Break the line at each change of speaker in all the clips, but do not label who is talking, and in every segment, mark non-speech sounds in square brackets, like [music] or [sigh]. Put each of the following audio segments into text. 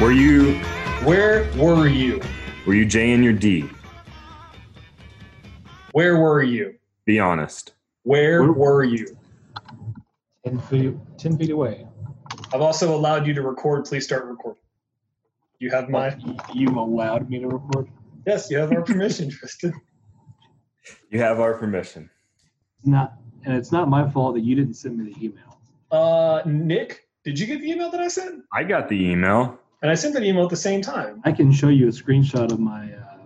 Were you
Where were you?
were you J and your D?
Where were you?
Be honest.
Where were you?
10 feet, 10 feet away.
I've also allowed you to record. Please start recording. You have my
Y- You allowed me to record?
yes. You have our permission, [laughs] Tristan.
You have our permission.
Not, and it's not my fault that you didn't send me the email.
Uh, Nick, did you get the email that I sent?
I got the email.
And I sent that email at the same time.
I can show you a screenshot of my uh,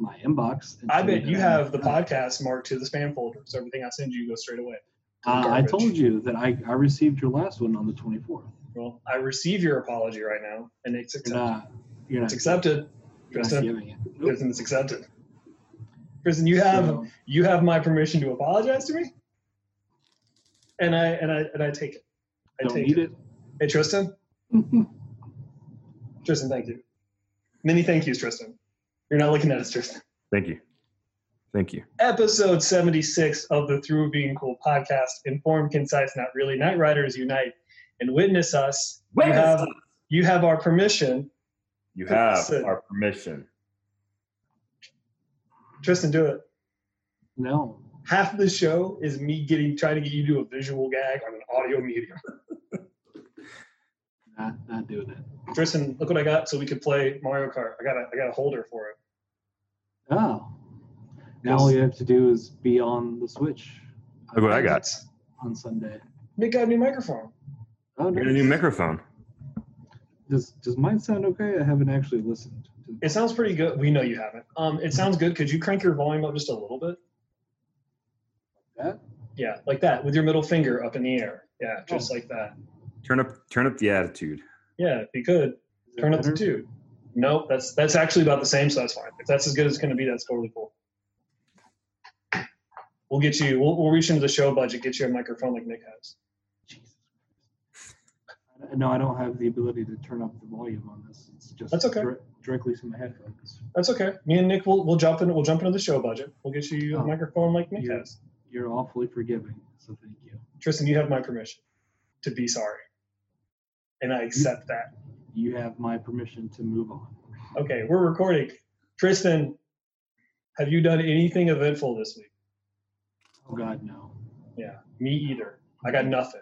my inbox. and
I
tell
bet
that
you
I'm-
have the podcast marked to the spam folder, so everything I send you goes straight away.
Uh, I
Garbage.
told you that I, I received your last one on the 24th.
Well, I receive your apology right now, and it's
You're
accepted.
not, you're not,
It's accepted.
you're not
Tristan,
giving it. Nope.
Tristan, it's accepted. Tristan, you have
So,
you have my permission to apologize to me, and I and I and I take it. I
don't
take
need
it.
it.
Hey, Tristan. Tristan, thank you. Many thank yous, Tristan. You're not looking at us, Tristan.
Thank you. Thank you.
Episode 76 of the Through Being Cool podcast, Informed, Concise, Not Really, Night Riders Unite, and witness us.
Witness
you, have,
us.
you have our permission.
You have
Listen.
our permission.
Tristan, do it.
no.
Half of the show is me getting trying to get you to do a visual gag on an audio medium.
Not, not doing it.
Tristan, look what I got so we could play Mario Kart. I got a, I got a holder for it.
Oh. Now
Yes.
all you have to do is be on the Switch
Look what I got.
on Sunday.
Nick got a new microphone.
Oh,
I
no.
got a new microphone.
Does, does mine sound okay? I haven't actually listened. To,
It sounds pretty good. We know you haven't. Um, it sounds good. Could you crank your volume up just a little bit?
That?
Yeah, like that, with your middle finger up in the air. Yeah, just like that.
Turn up turn up the attitude.
Yeah, if you could
is it
turn up the
better?
two. Nope, that's that's actually about the same, so that's fine. If that's as good as it's going to be, that's totally cool. We'll get you. We'll, we'll reach into the show budget, get you a microphone like Nick has.
Jesus Christ. I- No, I don't have the ability to turn up the volume on this. It's just
That's okay.
dir- directly to my headphones.
That's okay. Me and Nick will we'll jump in. We'll jump into the show budget. We'll get you a
Oh.
microphone like Nick
Yeah.
has.
You're awfully forgiving, so thank you.
Tristan, you have my permission to be sorry, and I accept that.
You have my permission to move on.
Okay, we're recording. Tristan, have you done anything eventful this week?
Oh God, no.
Yeah, me either. I got nothing.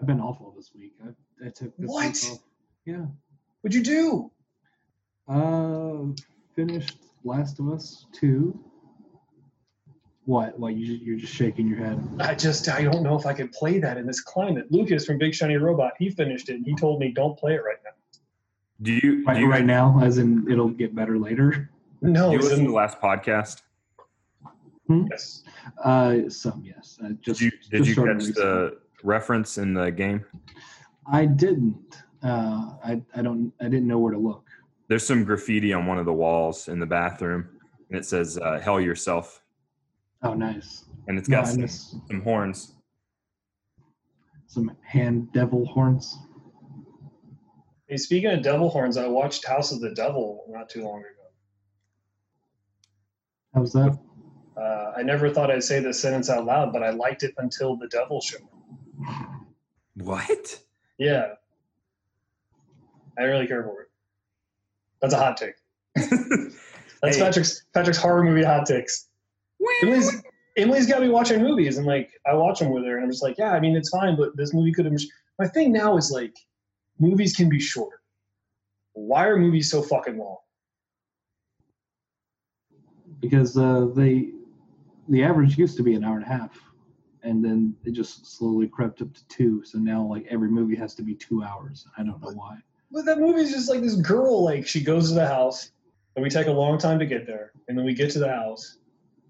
I've been awful this week. I, I took this
What?
week off. Yeah.
What'd you do?
Uh, finished Last of Us two. What? What? You you're just shaking your head.
I just I don't know if I could play that in this climate. Lucas from Big Shiny Robot, he finished it and he told me don't play it right now.
Do you
Right,
do you,
right now, as in it'll get better later.
No,
do you
it's
listen to
in
the last podcast?
yes.
Uh, some yes. I
Did
just
you did
just
you
started
catch
recently.
the reference in the game?
I didn't. Uh, I I don't. I didn't know where to look.
There's some graffiti on one of the walls in the bathroom and it says uh, hell yourself.
Oh, nice.
And it's
No,
got
I
some,
miss
some horns.
some hand devil horns.
Hey, speaking of devil horns, I watched House of the Devil not too long ago.
How's that?
Uh, I never thought I'd say this sentence out loud, but I liked it until the devil showed up.
[laughs]
What?
Yeah. I didn't really care for it. That's a hot take. That's
Hey.
Patrick's Patrick's horror movie hot takes. Emily's, Emily's got me watching movies, and like I watch them with her, and I'm just like, yeah, I mean it's fine, but this movie could have. My thing now is like, movies can be short. Why are movies so fucking long?
Because uh, they the average used to be an hour and a half, and then it just slowly crept up to two. So now like every movie has to be two hours. I don't know why.
But that movie's just like this girl, like she goes to the house, and we take a long time to get there, and then we get to the house,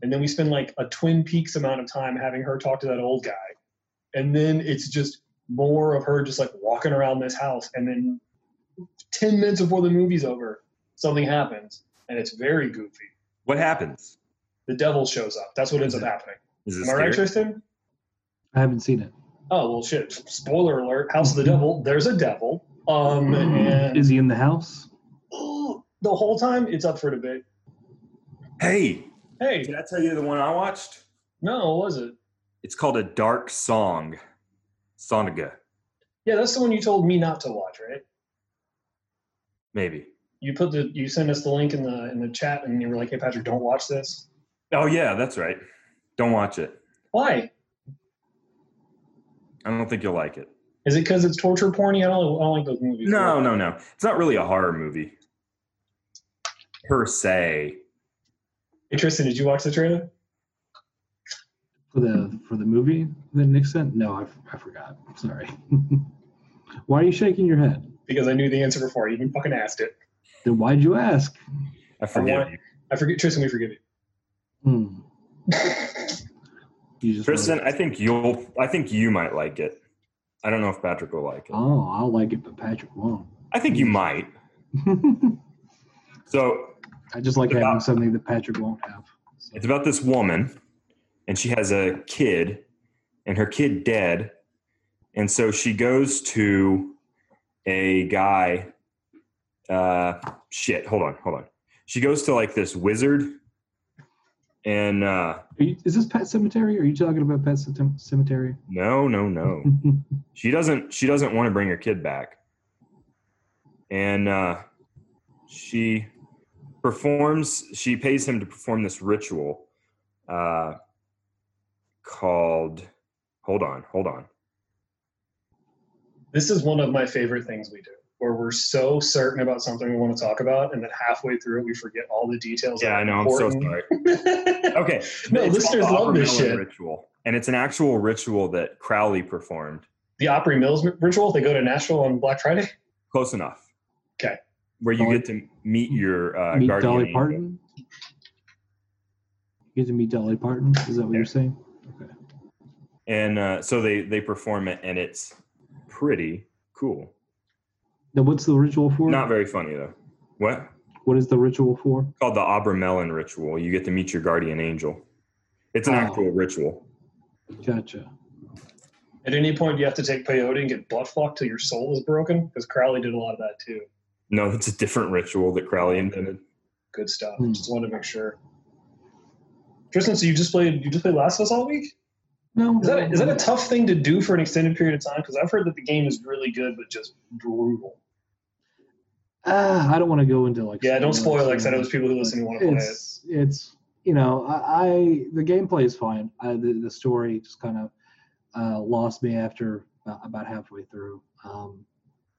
and then we spend like a Twin Peaks amount of time having her talk to that old guy, and then it's just more of her just like walking around this house, and then ten minutes before the movie's over, something happens, and it's very goofy.
What happens?
The devil shows up. That's what ends up happening.
Is it
Am I right,
scary?
Tristan?
I haven't seen it.
Oh well, shit. Spoiler alert: House of the Devil. There's a devil. Um,
Mm-hmm.
and
Is he in the house?
[gasps] the whole time it's up for debate.
Hey,
Hey,
Did I tell you the one I watched?
No, was it?
It's called A Dark Song. Sonaga.
Yeah, that's the one you told me not to watch, right?
Maybe.
You put the you sent us the link in the in the chat, and you were like, "Hey, Patrick, don't watch this."
Oh yeah, that's right. Don't watch it.
Why?
I don't think you'll like it.
Is it because it's torture porny? I don't, I don't like those movies.
No, no, no. It's not really a horror movie per se.
Hey, Tristan, did you watch the trailer?
for the for the movie that Nick sent? No, I, f- I forgot. Sorry. [laughs] why are you shaking your head?
Because I knew the answer before I even fucking asked it.
Then why'd you ask?
I forgive
want-
you,
I forget, Tristan. We forgive you.
[laughs]
Hmm. You just
Tristan. I think you'll. I think you might like it. I don't know if Patrick will like it.
oh, I'll like it, but Patrick won't. [laughs]
I think you might. So
I just like
It's
having
about-
something that Patrick won't have. So,
It's about this woman, and she has a kid, and her kid dead, and so she goes to a guy. Uh, shit, hold on, hold on. She goes to like this wizard, and uh,
Are you- is this Pet Cemetery? Are you talking about Pet Cetem- Cemetery?
no, no, no. she doesn't she doesn't want to bring her kid back and uh, she performs she pays him to perform this ritual uh, called hold on hold on
This is one of my favorite things we do, where we're so certain about something we want to talk about, and then halfway through it, we forget all the details.
yeah i know i'm so sorry
[laughs] sorry.
[laughs] okay
No,
It's
listeners
called the
love
Opera
this
Miller
shit.
ritual and it's an actual ritual that crowley performed
the Opry Mills ritual. They go to Nashville on Black Friday.
close enough
Okay.
where you
Dolly-
get to meet your uh,
[laughs] meet
guardian
Dolly
angel.
Parton? You get to meet Dolly Parton? Is that what
Yeah.
you're saying?
and uh, so they they perform it and it's pretty cool
Now, what's the ritual for?
Not very funny though. What?
What is the ritual for?
Called the Abramelin ritual. You get to meet your guardian angel. It's an
Oh.
actual ritual.
Gotcha.
At any point, you have to take peyote and get butt fucked till your soul is broken, because Crowley did a lot of that too.
No, it's a different ritual that Crowley invented.
Good stuff.
Hmm.
Just wanted to make sure. Tristan, so you just played you just played Last of Us all week?
No.
Is that a, is that a tough thing to do for an extended period of time? Because I've heard that the game is really good, but just brutal.
Uh, I don't want to go into like.
Yeah, don't spoil it.
spoilers.
Because I know there's people who listen who want to play it.
it's, It's you know I, I the gameplay is fine. I, the the story just kind of uh, lost me after about, about halfway through. Um,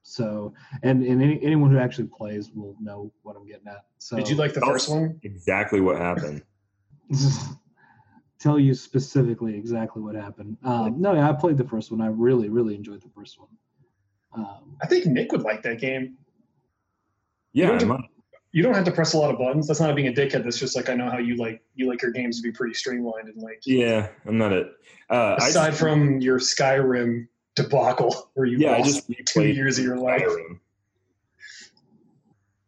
so and and any, anyone who actually plays will know what I'm getting at. So
Did you like the
Oh.
first one?
Exactly what happened.
[laughs] tell you specifically exactly what happened? Um, no, yeah, I played the first one. I really really enjoyed the first one. Um,
I think Nick would like that game.
Yeah,
[laughs] You don't
I might-
You don't have to press a lot of buttons. That's not being a dickhead. That's just like I know how you like you like your games to be pretty streamlined and like.
yeah. I'm not a. Uh, I
Aside
just-
from your Skyrim debacle, where you
yeah, I
lost
just
two
replayed
years of your life.
Skyrim.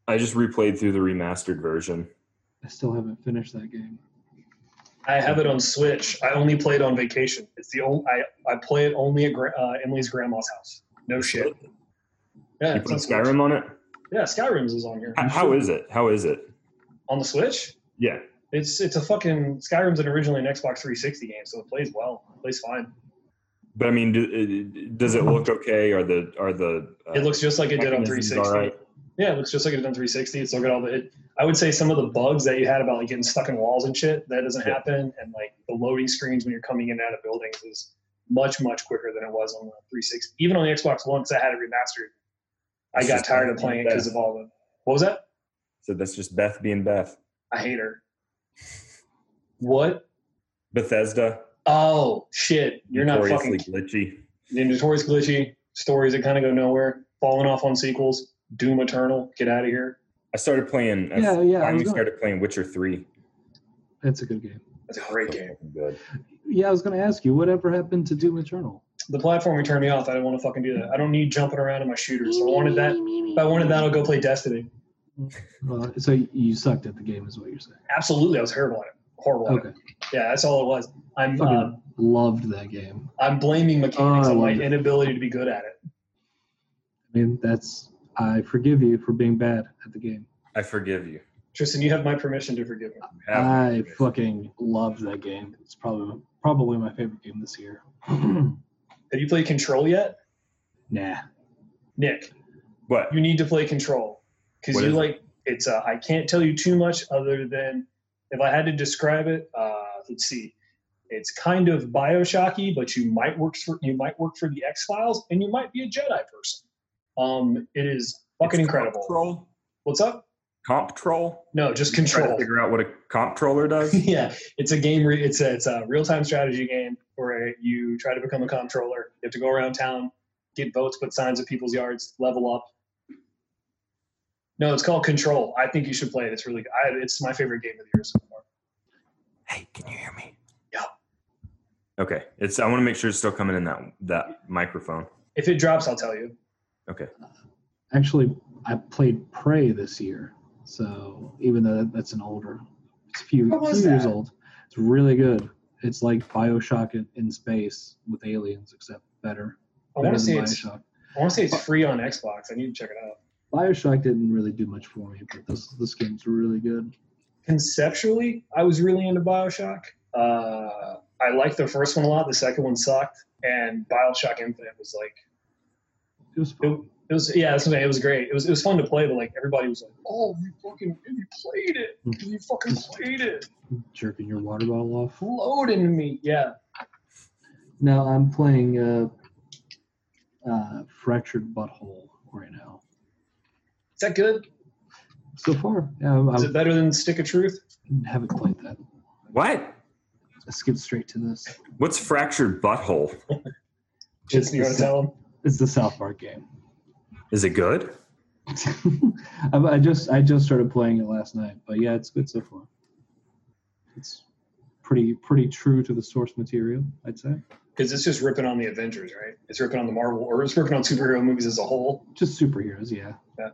I just replayed through the remastered version.
I still haven't finished that game.
I have it on Switch. I only play it on vacation. It's the only I, I play it only at gra- uh, Emily's grandma's house. No shit.
You
Yeah, it's on
played
Switch.
Skyrim on it.
Yeah, Skyrim's is on here
H- How is it? How is it?
on the Switch.
Yeah.
It's it's a fucking Skyrim's an originally an Xbox 360 game, so it plays well. It plays fine.
But I mean, do, uh, does it look okay? Are the are the uh,
It looks just like it did on
mechanisms
360.
all right?
Yeah, it looks just like it did on 360. It's still got all the. It, I would say some of the bugs that you had about like getting stuck in walls and shit that doesn't
Yeah.
happen, and like the loading screens when you're coming in and out of buildings is much much quicker than it was on the 360. Even on the Xbox One, because I had it remastered, I
It's
got
just
tired
not
of playing it
that.
because of all the. What was that?
So that's just Beth being Beth.
I hate her.
[laughs]
What?
Bethesda.
Oh shit! You're not
notoriously
fucking.
glitchy.
The notorious glitchy stories that kind of go nowhere, falling off on sequels. Doom Eternal, get out of here.
I started playing. I
Yeah, yeah, I
finally
was gonna-
started playing Witcher Three.
That's a good game.
That's a great game.
Good.
Yeah, I was going to ask you, whatever happened to Doom Eternal?
the platform would turn me off. I don't want to fucking do that. I don't need jumping around in my shooters. If I wanted that. If I wanted that, I'll go play Destiny.
Well, so you sucked at the game, is what you're saying.
Absolutely, I was terrible at it. Horrible. At it.
Okay,
Yeah, that's all it was. I'm
Fucking-
uh,
loved that game.
I'm blaming mechanics
Oh, I
on my
love it.
inability to be good at it.
I mean, that's I forgive you for being bad at the game.
I forgive you.
Tristan, you have my permission to forgive me.
You have my
I
permission.
fucking loved that game. It's probably probably my favorite game this year. [clears throat] nah,
Have you played Control yet, Nick?
What?
You need to play Control. because
What
you
is it?
like it's. Uh, I can't tell you too much other than if I had to describe it. Uh, let's see. It's kind of Bioshocky, but you might work for you might work for the X Files, and you might be a Jedi person. Um, it is fucking
It's
incredible.
Control.
What's up?
Comp troll.
No, just
Try to
control.
figure out what a comp troller
[laughs]
does.
[laughs] yeah, it's a game. Re- it's a it's a real time strategy game where you try to become a comptroller. You have to go around town, get votes, put signs at people's yards, level up. No, it's called Control. I think you should play it. It's really. I, it's my favorite game of the year so far.
Hey, can you hear me?
Yeah.
Okay. It's. I want to make sure it's still coming in that that microphone.
If it drops, I'll tell you.
Okay.
Actually, I played Prey this year, so even though that- that's an older, it's a few,
What was
few years
that?
old. It's really good. It's like Bioshock in, in space with aliens, except better.
I
better
want to
than
say it's.
Bioshock.
I want to say it's free on Xbox. I need to check it out.
Bioshock didn't really do much for me, but this this game's really good.
Conceptually, I was really into Bioshock. Uh, I liked the first one a lot. The second one sucked, and Bioshock Infinite was like.
It was fun.
It was yeah, that's what I mean, it was great. It was it was fun to play, but like everybody was like, "Oh, you fucking you played it, you fucking played it,
Jerking your water bottle off.
flowed into me." Yeah,
No, I'm playing uh, uh, Fractured Butthole right now.
is that good?
So far, yeah, I,
Is it
I
better than Stick of Truth?
haven't played that.
What?
I skipped straight to this.
What's fractured butthole?
Just you want to tell them?
It's the South Park game. [laughs]
Is it good?
I, I just I just started playing it last night, but yeah, it's good so far. It's pretty pretty true to the source material, I'd say.
Because it's just ripping on the Avengers, right? It's ripping on the Marvel, or it's ripping on superhero movies as a whole.
Just superheroes, yeah.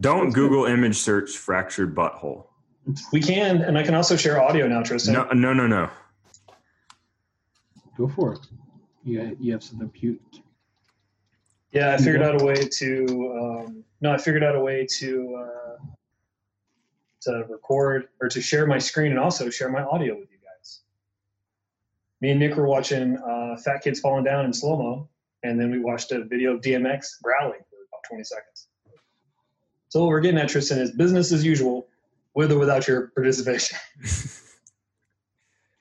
Don't Google image search fractured butthole.
We can, and I can also share audio now, Tristan.
No, no, no, no.
Go for it. You you have something cute.
Yeah, I figured out a way to. Um, no, I figured out a way to uh, to record or to share my screen and also share my audio with you guys. Me and Nick were watching uh, Fat Kids Falling Down in slow mo, and then we watched a video of DMX growling for about 20 seconds. So what we're getting at, Tristan, is business as usual, with or without your participation. [laughs]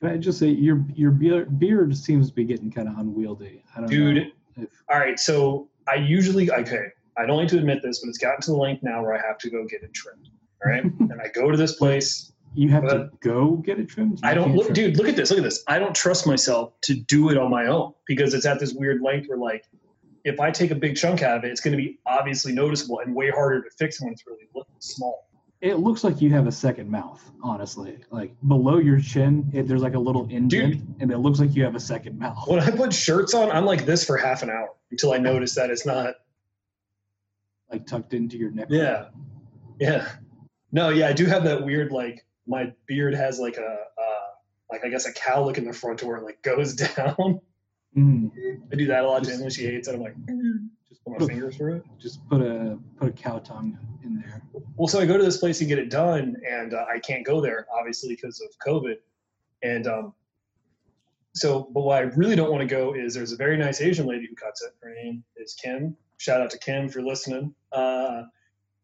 Can I just say your your beer- beard seems to be getting kind of unwieldy. I don't know
Dude.
if
All right, so I usually okay. I don't like to admit this, but it's gotten to the length now where I have to go get it trimmed. All right, and I go to this place.
you have to
But-
go get it trimmed. You
Uh, I don't
can't
look,
trim-
dude. Look at this. Look at this. I don't trust myself to do it on my own because it's at this weird length where, like, if I take a big chunk out of it, it's going to be obviously noticeable and way harder to fix when it's really looking small.
It looks like you have a second mouth, honestly. Like below your chin, it, there's like a little indent, and it looks like you have a second mouth.
When I put shirts on, I'm like this for half an hour until I notice that it's not.
like tucked into your neck.
Yeah, yeah. No, yeah. I do have that weird like my beard has like a uh, like I guess a cowlick in the front to where it like goes [laughs] down.
Mm.
I do that a lot to Emily. She hates it. I'm like, just put my fingers through it.
Just put a put a cow tongue in there.
Well, so I go to this place and get it done, and uh, I can't go there obviously because of COVID. And um, so, but what I really don't want to go is there's a very nice Asian lady who cuts it. Her name is Kim. Shout out to Kim if you're listening. Uh,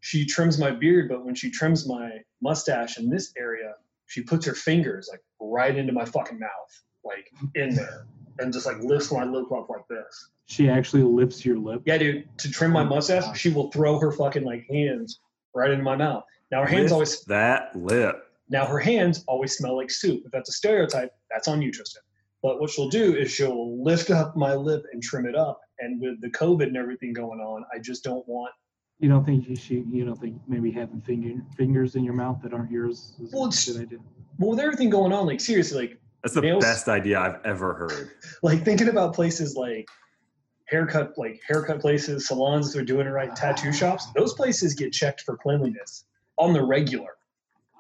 she trims my beard, but when she trims my mustache in this area, she puts her fingers like right into my fucking mouth, like in there, and just like lifts my lip up like this.
She actually lifts your lip.
Yeah, dude. To trim my mustache, she will throw her fucking like hands right into my mouth. Now her hands
Lift
always
that lip.
now her hands always smell like soup. If that's a stereotype, that's on you, Tristan. But what she'll do is she'll lift up my lip and trim it up. And with the COVID and everything going on, I just don't want.
You don't think you she you don't think maybe having finger, fingers in your mouth that aren't yours is
Well, it's-
a good idea.
Well, with everything going on, like seriously, like
That's the
Nails.
best idea I've ever heard.
like thinking about places like haircut, like haircut places, salons, if they're doing it right, tattoo shops. Those places get checked for cleanliness on the regular.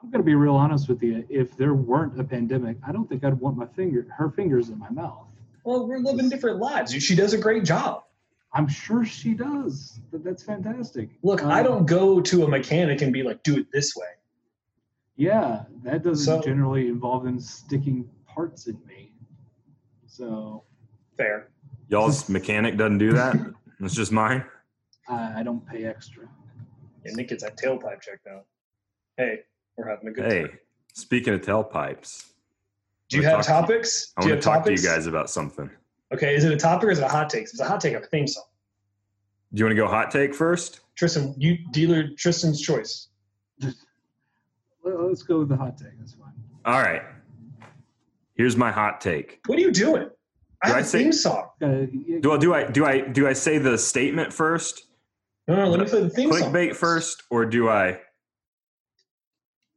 I'm gonna be real honest with you. If there weren't a pandemic, I don't think I'd want my finger her fingers in my mouth.
Well, we're living different lives. She does a great job.
I'm sure she does. But that's fantastic. Uh,
Look, I don't go to a mechanic and be like, do it this way.
Yeah, that doesn't
So-
generally involve them sticking parts in me. So
Fair. [laughs]
Y'all's mechanic doesn't do that. It's just mine.
I, I don't pay extra.
and Nick gets that tailpipe checked out. Hey, we're having a good
Hey,
time.
speaking of tailpipes,
Do you
wanna
have
talk to-
topics?
I
Do
want
you
to
have
talk
topics?
to you guys about something.
Okay, is it a topic or is it a hot take? If it's a hot take, I have a theme song.
Do you want to go hot take first?
Tristan, you dealer Tristan's choice.
Well, let's go with the hot take. That's fine.
All right. Here's my hot take.
What are you doing? I
Do
have
I
a
say-
theme song.
Uh, you-
Do I do I do I do I say the statement first?
No, no, let me play the theme song.
Clickbait first, or do I?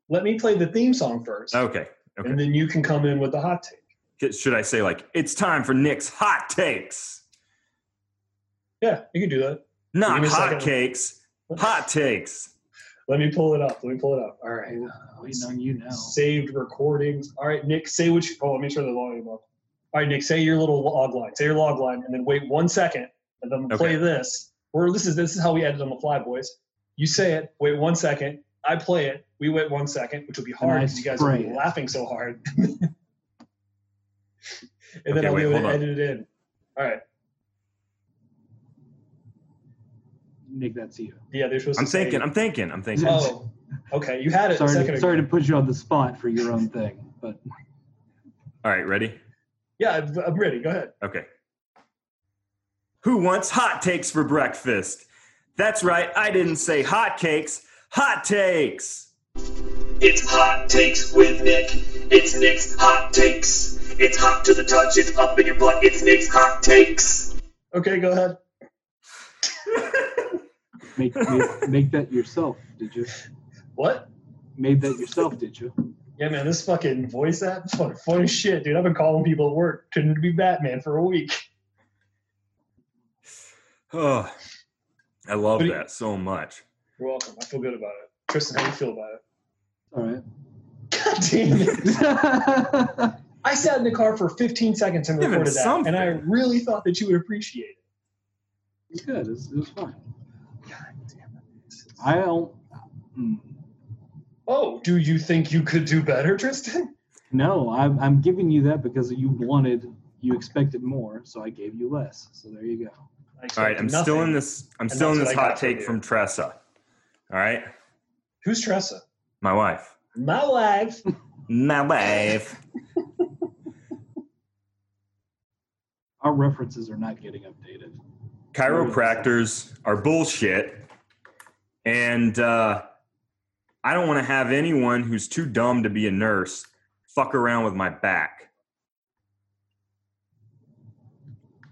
Let me play the theme song first,
Okay. Oh, okay.
and then you can come in with the hot take.
Should I say like it's time for Nick's hot takes,
Yeah, you can do that.
not
Give me a
hot
second.
cakes, hot takes?
Let me pull it up. Let me pull it up. All right.
uh, waiting on you now.
Saved recordings. All right, Nick, say what you. Oh, let me turn the volume up. All right, Nick, say your little log line. Say your log line, and then wait one second, and then play this. Or this is this is how we edit on the fly, boys. You say it. Wait one second. I play it. We wait one second, which will be hard
I
because you guys will be
spray it.
laughing so hard. [laughs] and then
Okay,
I'll
wait,
be able
hold
to
on.
edit it in. All right.
Nick, that's you.
Yeah, they're supposed
I'm
to. say-
thinking. I'm thinking. I'm thinking.
Oh, okay. You had it a
Sorry,
second
to,
ago.
sorry to put you on the spot for your own thing, but
All right, ready?
Yeah, I'm- I'm ready. Go ahead.
Okay. Who wants hot takes for breakfast? That's right. I didn't say hot cakes. Hot takes.
It's hot takes with Nick. It's Nick's hot takes. It's hot to the touch. It's up in your butt. It's Nick's hot takes.
Okay, go ahead.
make make, make that yourself. Did you
What?
made that yourself? Did you?
Yeah, man, this fucking voice app is fucking funny as shit, dude. I've been calling people at work to be Batman for a week.
Oh, I love
What do you-
that so much.
You're welcome. I feel good about it. Tristan, how do you feel about it?
All right.
God damn it. [laughs] I sat in the car for 15 seconds and
Give him
recorded that,
something.
and I really thought that you would appreciate it.
it's good. It was, it was fine.
God damn it.
I don't. hmm.
Oh, do you think you could do better, Tristan?
No, I'm I'm giving you that because you wanted, you expected more, so I gave you less. So there you go.
I
All right,
expected
I'm still
nothing.
in this. I'm
And
still in
that's
this
what I
hot
got from
take
you.
from Tressa. All right,
Who's Tressa?
my wife.
My wife.
My wife.
Our references are not getting updated.
Chiropractors are bullshit, and uh, I don't want to have anyone who's too dumb to be a nurse fuck around with my back.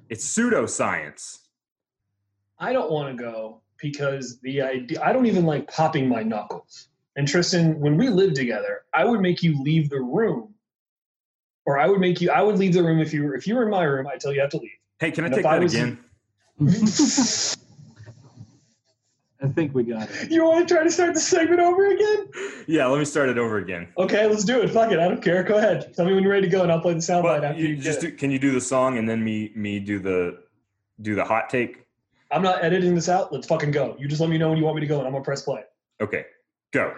It's pseudoscience.
I don't want to go because the idea, I don't even like popping my knuckles. And Tristan, when we lived together, I would make you leave the room. Or I would make you, I would leave the room if you were, if you were in my room, I'd tell you I have to
Hey, can I
And
take
if I
that
was-
again? [laughs]
leave.
I think we got it.
you want to try to start the segment over again?
Yeah, let me start it over again.
Okay, let's do it. Fuck it. I don't care. Go ahead. Tell me when you're ready to go and I'll play the soundbite
But
after
you
you,
just
get it.
do, can you do the song and then me me do the do the hot take?
I'm not editing this out. Let's fucking go. You just let me know when you want me to go and I'm going to press play.
Okay, go.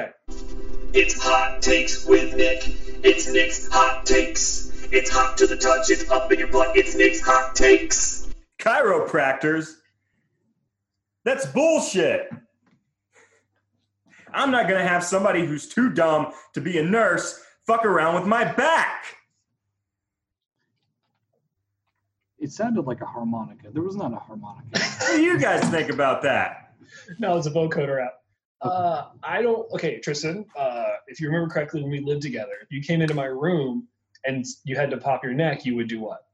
It's hot takes with Nick. It's Nick's hot takes. It's hot to the touch. It's up in your butt. It's Nick's hot takes.
Chiropractors. That's bullshit. I'm not going to have somebody who's too dumb to be a nurse fuck around with my back.
It sounded like a harmonica. There was not a harmonica.
What do you guys think about that?
No, it's a vocoder app. Uh, I don't. Okay, Tristan. Uh, if you remember correctly, when we lived together, if you came into my room and you had to pop your neck, you would do what?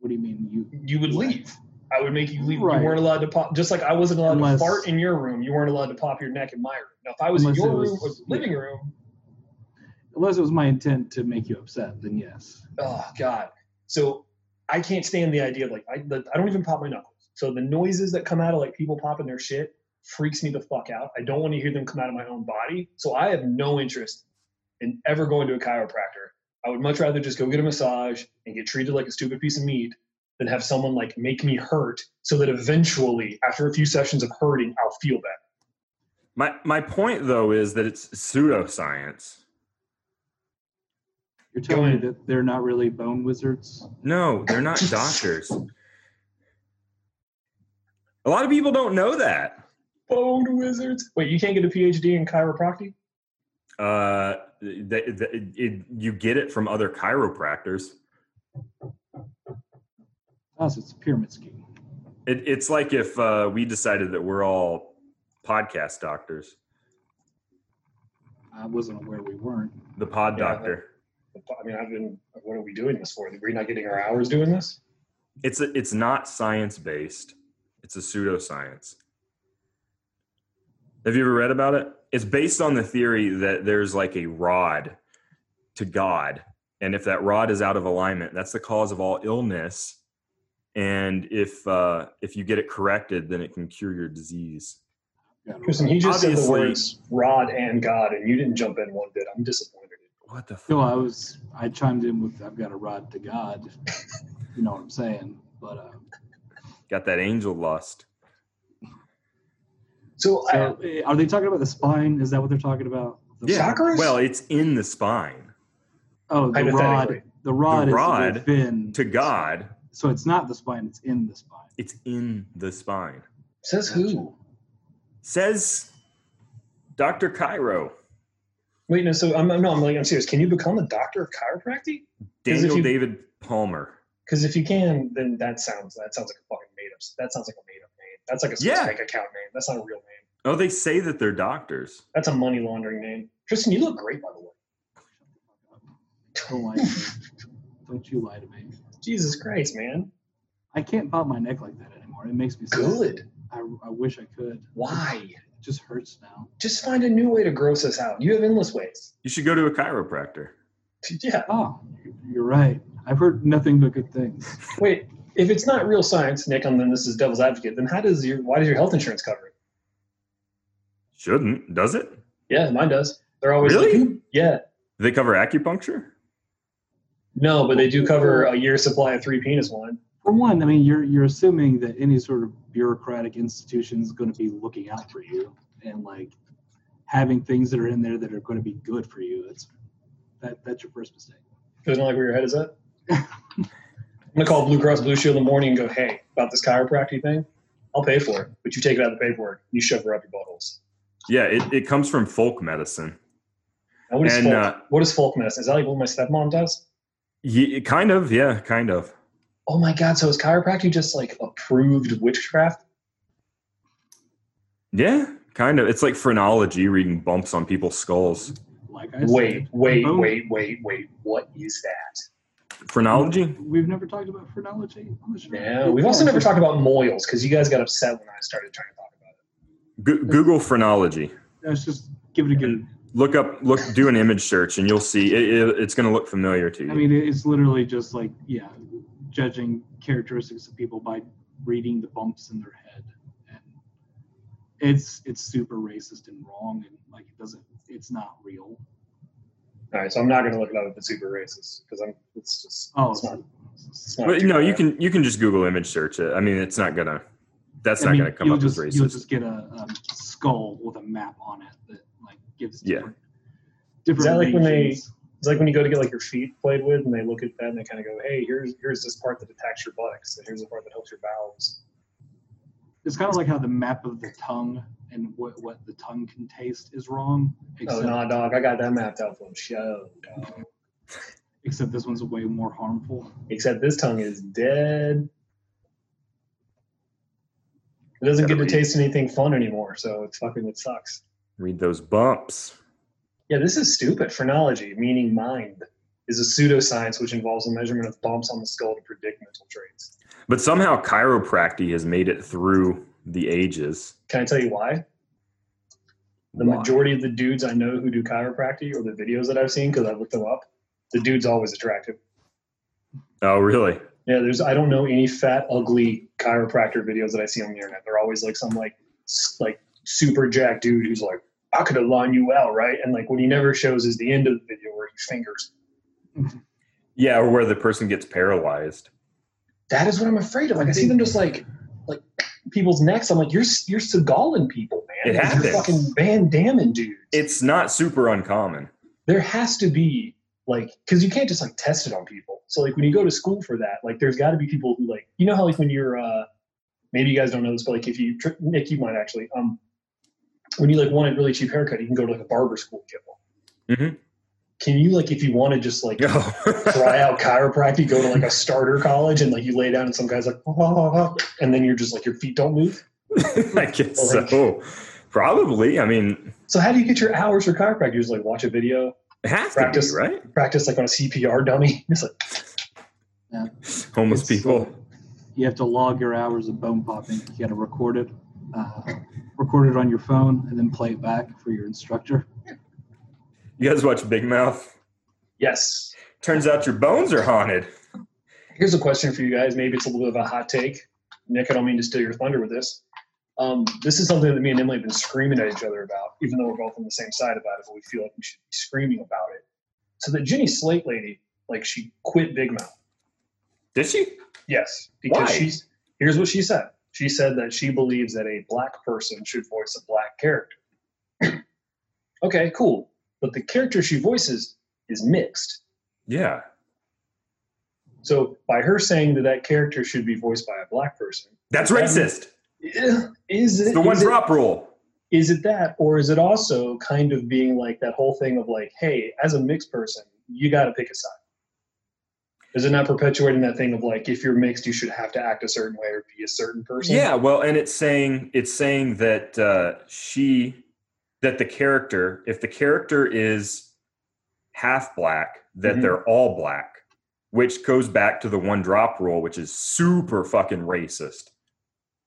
What do you mean you?
You would leave. I would make you leave.
Right.
You weren't allowed to pop. Just like I wasn't allowed
Unless-
to fart in your room, you weren't allowed to pop your neck in my room. Now, if I was
Unless
in your
it was-
room or the living room,
Unless it was my intent to make you upset, then yes.
oh god. So I can't stand the idea of like I. Like, I don't even pop my knuckles. So the noises that come out of like people popping their shit freaks me the fuck out. I don't want to hear them come out of my own body. So I have no interest and ever going to a chiropractor. I would much rather just go get a massage and get treated like a stupid piece of meat than have someone like make me hurt so that eventually, after a few sessions of hurting, I'll feel better.
My, my point, though, is that it's pseudoscience.
You're telling me
ahead.
that they're not really bone wizards.
No, they're [laughs] not doctors. A lot of people don't know that.
Bone wizards. Wait, you can't get a PhD in chiropractic?
Uh, th- th- it, you get it from other chiropractors.
Us, it's a pyramid scheme.
It, it's like if uh, we decided that we're all podcast doctors,
I wasn't aware we weren't.
the pod
Yeah,
doctor.
I mean, I've been. What are we doing this for? We're not getting our hours doing this.
It's a, it's not science based. It's a pseudoscience. Have you ever read about it? It's based on the theory that there's like a rod to God, and if that rod is out of alignment, that's the cause of all illness. And if uh, if you get it corrected, then it can cure your disease.
Got it.
Kristen, he just said the
Obviously-
words "rod" and "God," and you didn't jump in one bit. I'm disappointed.
What the?
No,
fuck?
I was I chimed in with I've got a rod to God. you know what I'm saying? But uh,
Got that angel lust.
So, I,
so, eh, are they talking about the spine? Is that what they're talking about? The
Yeah.
chakras?
Well, it's in the spine.
Oh, the
Hypothetically.
rod. The rod,
rod
is within
to God,
So it's not the spine; it's in the spine.
it's in the spine.
says who?
Says Dr. Cairo.
Wait, no. So I'm no. I'm like I'm serious. Can you become a doctor of chiropractic? Because if
Daniel
you-
David Palmer.
Because if you can, then that sounds that sounds like a fucking made up. That sounds like a made up name. That's like a Swiss
Yeah.
bank account name. That's not a real name.
Oh, they say that they're doctors.
That's a money laundering name. Tristan, you look great by the way.
Don't lie to me. Don't you lie to me.
Jesus Christ, man.
I can't bob my neck like that anymore. It makes me sad.
Good.
I, I wish I could.
Why?
It just hurts now.
Just find a new way to gross us out. You have endless ways. [laughs]
You should go to a chiropractor.
Yeah.
Oh, you're right. I've heard nothing but good things.
Wait. If it's not real science, Nick, and then this is devil's advocate, then how does your why does your health insurance cover it?
Shouldn't, does it?
Yeah, mine does. They're always like,
Really?
"Who-" yeah.
They cover acupuncture?
No, but they do cover a year's supply of three penis wine.
For one, I mean, you're you're assuming that any sort of bureaucratic institution is going to be looking out for you and like having things that are in there that are going to be good for you. It's that that's your first mistake.
Doesn't like where your head is at. I'm gonna call Blue Cross Blue Shield in the morning and go, "Hey, about this chiropractic thing, I'll pay for it, but you take it out of the paperwork. You shove her up your buttholes."
Yeah, it, it comes from folk medicine.
Now, what is
And,
folk?
uh,
what is folk medicine? Is that like what my stepmom does?
Ye kind of, yeah, kind of.
Oh my god! So is chiropractic just like approved witchcraft?
Yeah, kind of. It's like phrenology, reading bumps on people's skulls.
Like I said,
Wait, wait,
Boom.
wait, wait, wait. What is that? Mm-hmm.
Phrenology?
We've never talked about phrenology on the show.
Yeah, we've also never talked about moils because you guys got upset when I started trying to talk about it.
Goo Google phrenology.
Let's just give it a good.
look up look do an image search and you'll see it, it, it's going to look familiar to you
I mean, it's literally just like yeah, judging characteristics of people by reading the bumps in their head, and it's it's super racist and wrong, and like it doesn't. It's not real.
All right, so I'm not gonna look it up if it's super racist because I'm. It's just.
Oh,
it's not. It's not
but no you
can.
can you can just google image search it i mean it's not gonna that's
I
not
mean,
gonna come
you'll
up
just,
as
You'll
racist
just get a um, skull with a map on it that like gives
Yeah.
different. different
that like when they-
regions.
It's like when you go to get like your feet played with, and they look at that and they kind of go, "Hey, here's here's this part that attacks your buttocks, and here's the part that helps your bowels."
It's kind of like how the map of the tongue and what, what the tongue can taste is wrong,
Oh,
except,
nah, dog, I got that mapped out for show. Dog.
except this one's way more harmful.
Except this tongue is dead. It doesn't get
Gotta
to
be-
taste anything fun anymore, so it's fucking it sucks.
read those bumps
Yeah, this is stupid. Phrenology, meaning mind, is a pseudoscience which involves the measurement of bumps on the skull to predict mental traits.
but somehow chiropractic has made it through the ages
Can I tell you why? the
Why?
majority of the dudes I know who do chiropractic or the videos that I've seen because I've looked them up, the dude's always attractive.
oh really
Yeah, there's I don't know any fat, ugly chiropractor videos that I see on the internet. They're always like some like s- like super jack dude who's like, I could have lined you out, right? And like what he never shows is the end of the video where he fingers.
yeah or where the person gets paralyzed
That is what I'm afraid of. Like I see them just like like people's necks. I'm like, you're s- you're Seagaling people, man.
It
You're
happens.
fucking Van Damme dudes.
it's not super uncommon [laughs]
there has to be like because you can't just like test it on people so like when you go to school for that like there's got to be people who like you know how like when you're uh maybe you guys don't know this but like if you Tr- nick you might actually um when you like want a really cheap haircut, you can go to like a barber school and get one.
Mhm.
Can you like if you want to just
[laughs]
like try out chiropractic, go to like a starter college and like you lay down and some guy's like and then you're just like your feet don't move?
I guess so. Probably. I mean,
So how do you get your hours for chiropractic? You just like watch a video,
it has
Practice.
to be right.
practice like on a CPR dummy. [laughs] It's like
Homeless
It's,
uh,
people.
You have to log your hours of bone popping. You got to record it, uh, record it on your phone, and then play it back for your instructor.
You guys watch Big Mouth?
yes.
Turns out your bones are haunted.
Here's a question for you guys. Maybe it's a little bit of a hot take. Nick, I don't mean to steal your thunder with this. Um, this is something that me and Emily have been screaming at each other about, even though we're both on the same side about it, but we feel like we should be screaming about it. So the Jenny Slate lady, like she quit Big Mouth.
Did she?
Yes. Because
Why?
she's here's what she said. She said that she believes that a black person should voice a black character. [clears throat] okay, cool. But the character she voices is mixed.
Yeah.
So by her saying that that character should be voiced by a black person,
That's racist.
Eh, is it
It's the one
is it-
drop rule.
is it that or is it also kind of being like that whole thing of like hey as a mixed person you got to pick a side is it not perpetuating that thing of like if you're mixed you should have to act a certain way or be a certain person
Yeah, well, and it's saying it's saying that uh, she that the character, if the character is half black, that
Mhm.
they're all black, which goes back to the one drop rule, which is super fucking racist.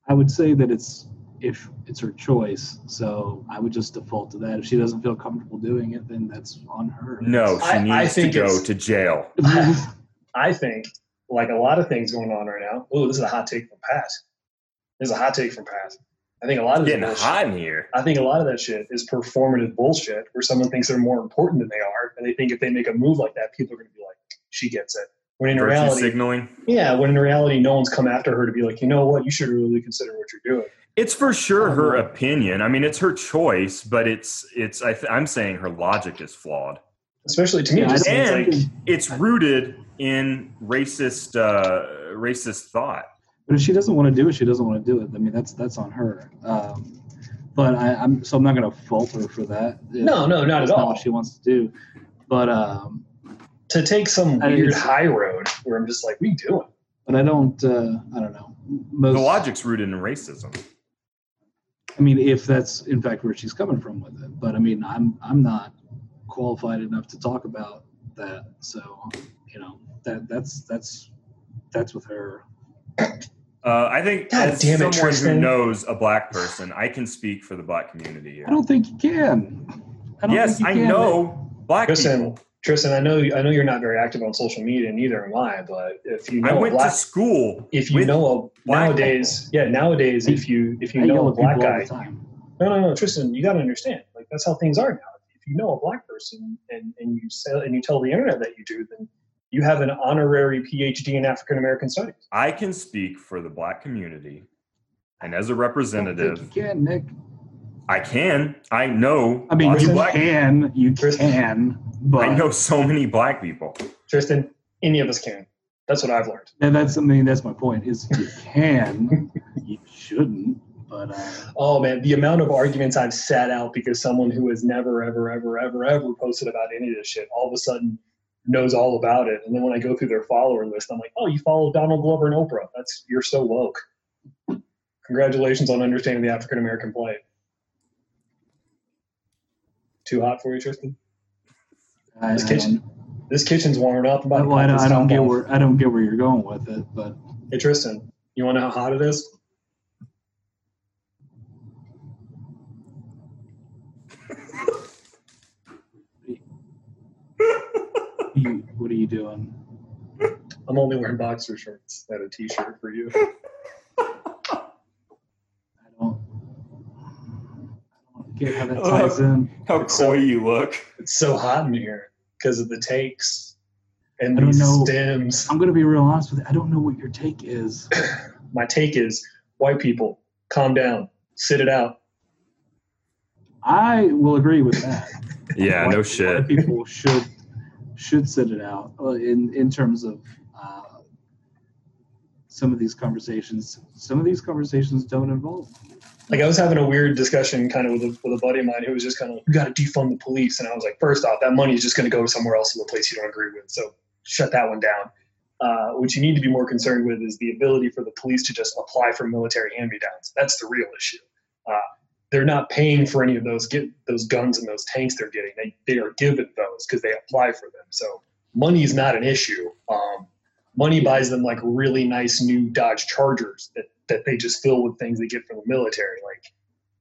I would say that it's if it's her choice, so I would just default to that. If she doesn't feel comfortable doing it, then that's on her. [laughs]
No, she
I- I
needs to
think
go
it's-
to jail.
i think like a lot of things going on right now oh this is a hot take from pat this is a hot take from pat i think a lot of this
Getting
bullshit-
hot in here.
I think a lot of that shit is performative bullshit where someone thinks they're more important than they are. And they think if they make a move like that, people are going to be like, she gets it. When in
Virtue
reality,
signaling.
yeah, when in reality, no one's come after her to be like, you know what, you should really consider what you're doing.
It's for sure
I
her
don't know.
opinion. I mean, it's her choice, but it's it's. I th- I'm saying her logic is flawed.
Especially to me, it
Yeah, I
just
don't
seems
And-
like,
It's rooted in racist uh, racist thought.
But if she doesn't want to do it, she doesn't want to do it. I mean, that's that's on her. Um, but I, I'm so I'm not going to fault her for that. If
no, no, not
that's
at
not
all.
what she wants to do. But um,
To take some
I think
weird
it's-
high road where I'm just like, we doing?
but I don't. Uh, I don't know. Most,
the logic's rooted in racism.
I mean, if that's in fact where she's coming from with it. But I mean, I'm I'm not qualified enough to talk about that. So you know that that's that's that's with her.
Uh, I think
God
as
damn it,
someone who
Tristan.
knows a black person, I can speak for the black community here.
I don't think you can. I don't
yes,
think
I
you can.
know black
Listen,
people.
Tristan, I know, I know you're not very active on social media, and neither am I, but if you
I
know a
went
black,
to school.
if you
with-
know a,
black
nowadays, yeah, nowadays, if you, if you
I
know
yell
a
at people
black
all
guy,
the time.
no, no, no, Tristan, you got to understand. Like that's how things are now. If you know a black person and, and you sell and you tell the internet that you do, then you have an honorary PhD in African American studies.
I can speak for the black community, and as a
I don't think
representative,
You can, Nick.
I can. I know.
I mean,
lots
you
of black.
can, you
Kristen.
can, but
I know so many black people.
Tristan, any of us can. That's what I've learned.
and that's I mean, that's my point. Is you can, you shouldn't, but uh,
Oh man, the amount of arguments I've sat out because someone who has never, ever, ever, ever, ever posted about any of this shit all of a sudden knows all about it. And then when I go through their follower list, I'm like, oh, you follow Donald Glover and Oprah. That's you're so woke. Congratulations on understanding the African American plight. Too hot for you, Tristan?
I,
This
I
kitchen-
don't-
This kitchen's warming up. I'm about to
well, I,
pop
don't,
this
I don't
top
get
off.
where I don't get where you're going with it, but
Hey, Tristan, you want to know how hot it is?
you, what are you doing?
I'm only wearing boxer shorts and a t-shirt for you.
I don't, I don't get how that
Uh,
ties in.
How
So-
coy you look!
It's so hot in here because of the takes and
I don't
these
know.
stems.
I'm gonna be real honest with you. I don't know what your take is.
My take is white people, calm down, sit it out.
I will agree with that.
[laughs] Yeah,
White-
no
white
shit.
[laughs] People should should sit it out uh, in in terms of uh, some of these conversations. Some of these conversations don't involve
Like I was having a weird discussion kind of with a, with a buddy of mine who was just kind of like, you got to defund the police. And I was like, first off, that money is just going to go somewhere else in the place you don't agree with. So shut that one down. Uh, what you need to be more concerned with is the ability for the police to just apply for military hand-me-downs. That's the real issue. Uh, they're not paying for any of those get those guns and those tanks they're getting. They they are given those because they apply for them. So money is not an issue. Um, money buys them like really nice new Dodge Chargers that that they just fill with things they get from the military. Like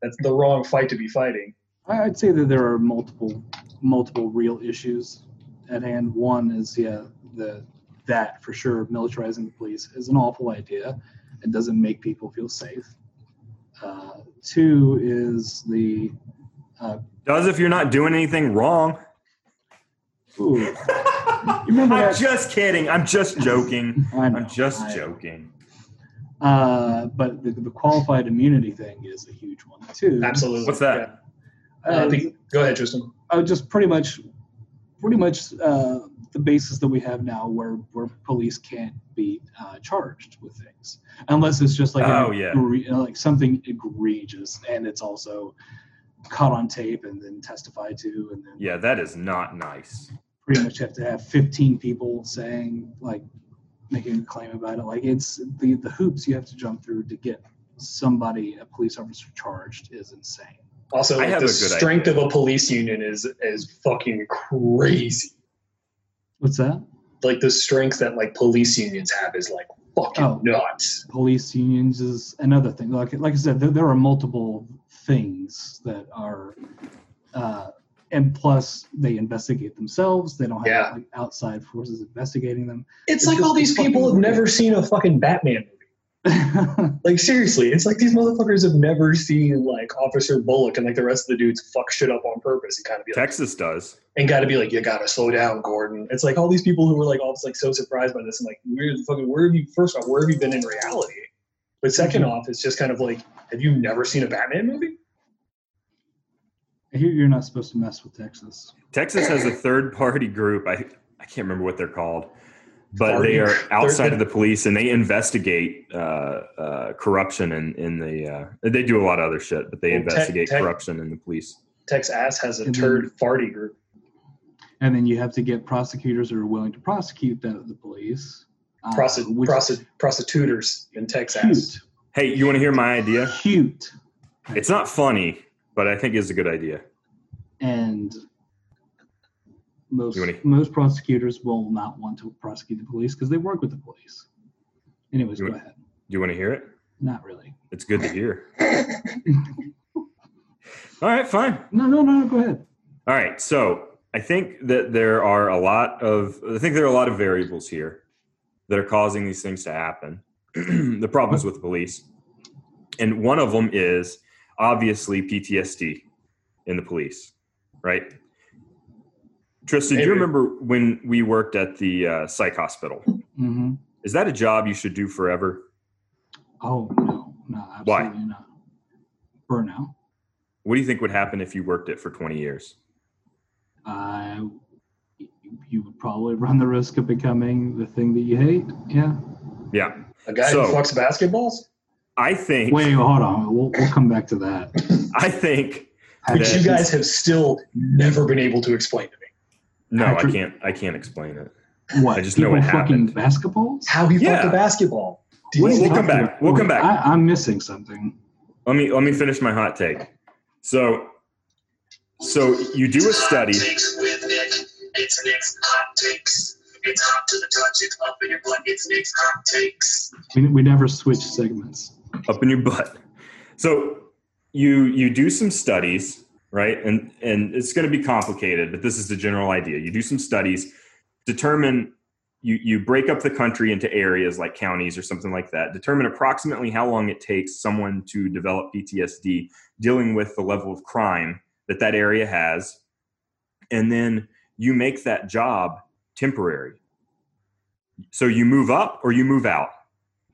that's the wrong fight to be fighting.
I- I'd say that there are multiple multiple real issues at hand. One is yeah, the that for sure militarizing the police is an awful idea. It doesn't make people feel safe. Uh, two is the
Does if you're not doing anything wrong.
ooh, remember
I'm
that-
just kidding. I'm just joking.
I know,
I'm just
I-
joking.
Uh, but the, the qualified immunity thing is a huge one too.
Absolutely.
What's that?
Yeah. Uh, I
Uh,
think, go ahead, Tristan.
uh, just pretty much, pretty much uh, the basis that we have now, where where police can't be uh, charged with things unless it's just like an
Oh, yeah.
egre- uh, like something egregious, and it's also caught on tape and then testified to, and then
Yeah, that is not nice.
pretty much have to have 15 people saying like making a claim about it like it's the the hoops you have to jump through to get somebody a police officer charged is insane
Also,
I
like,
have
the
a good
strength
idea.
of a police union is is fucking crazy.
what's that
Like the strength that like police unions have is like fucking
Oh.
nuts.
police unions is another thing like like i said there, there are multiple things that are uh and plus they investigate themselves they don't have
Yeah.
like, outside forces investigating them [laughs]
It's,
It's
like all
just-
these
it's fucking
people have
weird.
never seen a fucking Batman movie. Like seriously, it's like these motherfuckers have never seen like Officer Bullock and like the rest of the dudes fuck shit up on purpose and kind of be like,
Texas does.
and got to be like, you gotta slow down, Gordon. It's like all these people who were like all just, like so surprised by this. I'm like, where the fucking where have you? First off, where have you been in reality? But 2nd
Mm-hmm.
off, it's just kind of like, have you never seen a Batman movie?
I hear you're not supposed to mess with texas
Texas has a third party group. I, I can't remember what they're called, but they are
Party.
outside
Third-
of the police and they investigate uh, uh, corruption in, in the. Uh, they do a lot of other shit, but they
Well, tech-
investigate
tech-
corruption in the police.
Tex Ass has a
And then-
turd farty group.
and then you have to get prosecutors who are willing to prosecute the, the police. Uh,
Prosti-
which is
prosti- prostitutors in Tex Ass.
cute,
Hey, you want to hear my idea?
cute,
It's not funny, but I think it's a good idea.
and most
You wanna-
most prosecutors will not want to prosecute the police because they work with the police. Anyways,
You
go
wanna-
ahead.
Do you want to hear it?
Not really.
It's good to hear. All right, fine.
No, no, no. Go ahead.
All right. So I think that there are a lot of I think there are a lot of variables here that are causing these things to happen. [clears throat] the problems with the police, and one of them is obviously PTSD in the police, right? Tristan, do you
Maybe.
remember when we worked at the uh, psych hospital?
hmm
Is that a job you should do forever?
Oh no, no,
Why?
absolutely not. Burnout.
What do you think would happen if you worked it for 20 years?
I. You would probably run the risk of becoming the thing that you hate. Yeah.
Yeah.
A guy
So-
who fucks basketballs?
I think
Wait, hold on. We'll, we'll come back to that.
I think
Which
Yeah.
you guys have still never been able to explain to me.
no, I
Patrick-
can't I can't explain it.
What?
I just know
people
it
fucking
happened.
basketballs?
How he
Yeah.
fucked a basketball. Do
We'll-
you
we'll
think-
come back. We'll come back.
I, I'm missing something.
Let me let me finish my hot take. So so you do a study.
Hot takes with Nick. It's Nick's hot takes. It's hot to the touch. It's up in your butt. It's Nick's hot takes.
We, we never switch segments.
up in your butt. So you you do some studies, right? And and it's going to be complicated, but this is the general idea. You do some studies, determine you you break up the country into areas like counties or something like that. Determine approximately how long it takes someone to develop PTSD dealing with the level of crime that that area has. And then you make that job temporary. So you move up or you move out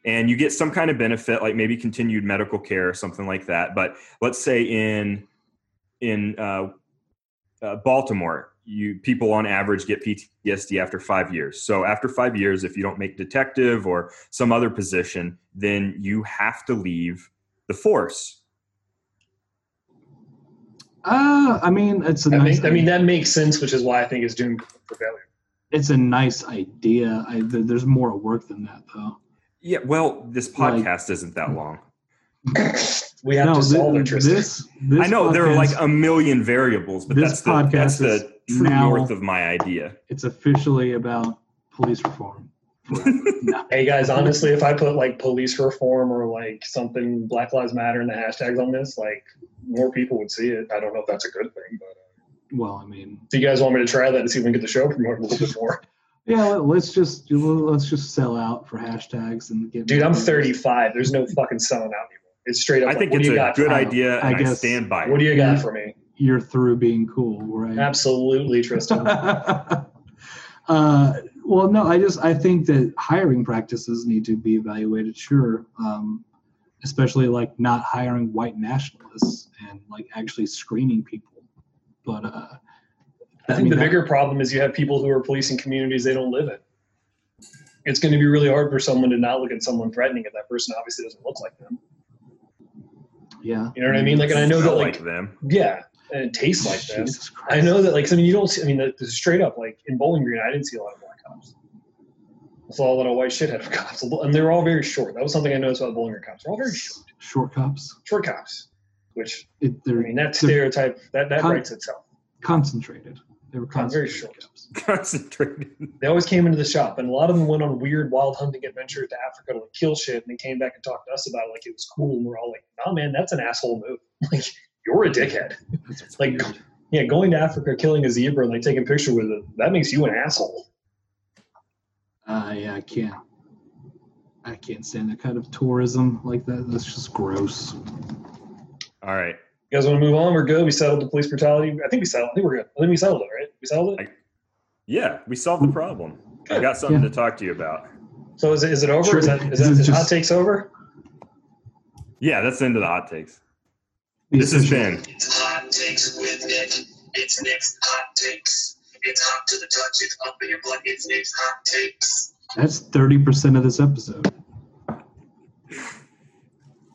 and you get some kind of benefit like maybe continued medical care or something like that but let's say in in uh, uh, baltimore you people on average get ptsd after five years so after five years if you don't make detective or some other position then you have to leave the force
Uh, I mean, it's a
I,
nice.
think, I mean, that makes sense, which is why I think it's doomed for failure.
it's a nice idea. I, th- there's more work than that, though.
Yeah, well, this
Like-
podcast isn't that long.
We have
no,
to solve
thi-
it, Tristan.
this, this
I know there are
podcast,
like a million variables, but
This
that's the, that's
podcast
the
is
true
now-
north of my idea.
it's officially about police reform.
[laughs]
Forever. no,
Hey guys, honestly, if I put like police reform or like something Black Lives Matter in the hashtags on this, like more people would see it. I don't know if that's a good thing, but uh,
well, I mean,
do you guys want me to try that and see if we can get the show promoted a little bit more? [laughs]
yeah, let, let's just let's just sell out for hashtags and get.
Dude, I'm 35. There's no fucking selling out anymore. It's straight up.
I
like,
think
what
it's
do you
a
got?
good
I-
idea,
I
and I
guess-
stand by
What
it.
do you got for me?
You're through being cool, right?
[laughs]
Absolutely,
[laughs]
Tristan.
uh, well, no, I just I think that hiring practices need to be evaluated. Sure, um, especially like not hiring white nationalists and like actually screening people. But uh,
I
mean,
think the
that-
bigger problem is you have people who are policing communities they don't live in. It's going to be really hard for someone to not look at someone threatening if that person obviously doesn't look like them.
yeah,
You know what I mean? Like, and I know that,
Not
like,
them. [laughs]
yeah, and it tastes like them.
Jesus Christ.
I know that, like, I mean, you don't see, I mean, that- this is straight up, like, in Bowling Green, I didn't see a lot of black cops. I saw a lot of [laughs] white shithead cops, and they were all very short. That was something I noticed about Bowling Green cops. They're all very short,
short cups.
short cops, which,
It,
I
they're
mean, that
They're-
stereotype, that, that
Con-
writes itself.
concentrated. They were
I'm very
concentrated
short.
cups.
Concentrated.
They always came into the shop, and a lot of them went on weird wild hunting adventures to Africa to like, kill shit, and they came back and talked to us about it like it was cool, and we're all like, nah, man, that's an asshole move. [laughs] Like, you're a dickhead.
That's
Like,
weird.
Yeah, going to Africa, killing a zebra, and like taking a picture with it, that makes you an asshole.
Uh, yeah, I can't. I can't stand that kind of tourism like that. That's just gross.
All right.
You guys want to move on? We're good. We settled the police brutality. I think we settled. I think we're good. I think we settled it, right? We settled it.
Yeah, we solved the
Hmm.
problem. I got something to talk to you about.
So is it, is it over?
Sure.
Is that is
This
that
is
is hot
just-
takes over?
Yeah, that's the end of the hot takes. This has been
It's hot takes with Nick. It's Nick's hot takes. It's hot to the touch. It's up in your blood. It's Nick's hot takes.
That's thirty percent of this episode.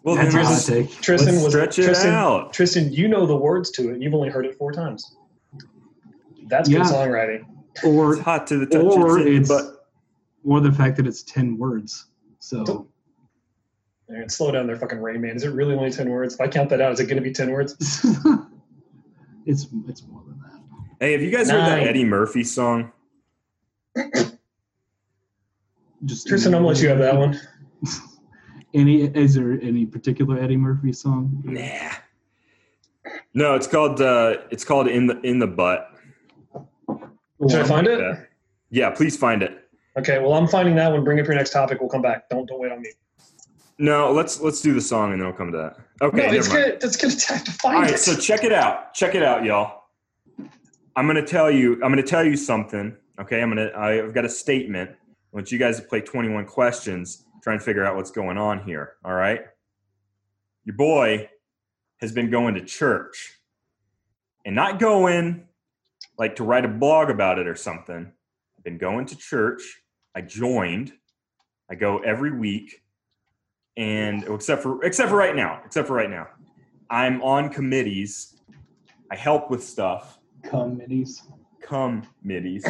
well.
That's
then
a hot
let's,
take.
Tristan
let's
was
stretch it
Tristan,
out.
Tristan, you know the words to it. and You've only heard it four times. That's
Yeah.
good songwriting.
Or
It's hot to the touch.
or
it's in,
it's
but
or the fact that it's ten words. So
Man, slow down there, fucking Rain Man. Is it really only ten words? If I count that out, is it going to be ten words?
it's [laughs] it's more than that.
hey, have you guys heard that
Nine.
Eddie Murphy song?
Just
Tristan, I'm gonna let you
[laughs]
have that one.
Any is there any particular Eddie Murphy song?
Nah. No, it's called uh, it's called in the in the
[laughs]
butt.
Or-
Should I find it?
Yeah. Yeah, please find it.
Okay. Well, I'm finding that one. Bring up your next topic. We'll come back. Don't don't wait on me.
No, let's let's do the song and then we'll come to that. Okay,
no,
never
it's
mind.
good. It's gonna [laughs] have to find
All right,
it.
so check it out. Check it out, y'all. I'm gonna tell you. I'm gonna tell you something. Okay, I'm gonna. I've got a statement. I want you guys to play 21 questions. Try and figure out what's going on here. All right. Your boy has been going to church, and not going like to write a blog about it or something. I've been going to church. I joined. I go every week, and except for except for right now, except for right now. I'm on committees. I help with stuff.
committees.
Committees.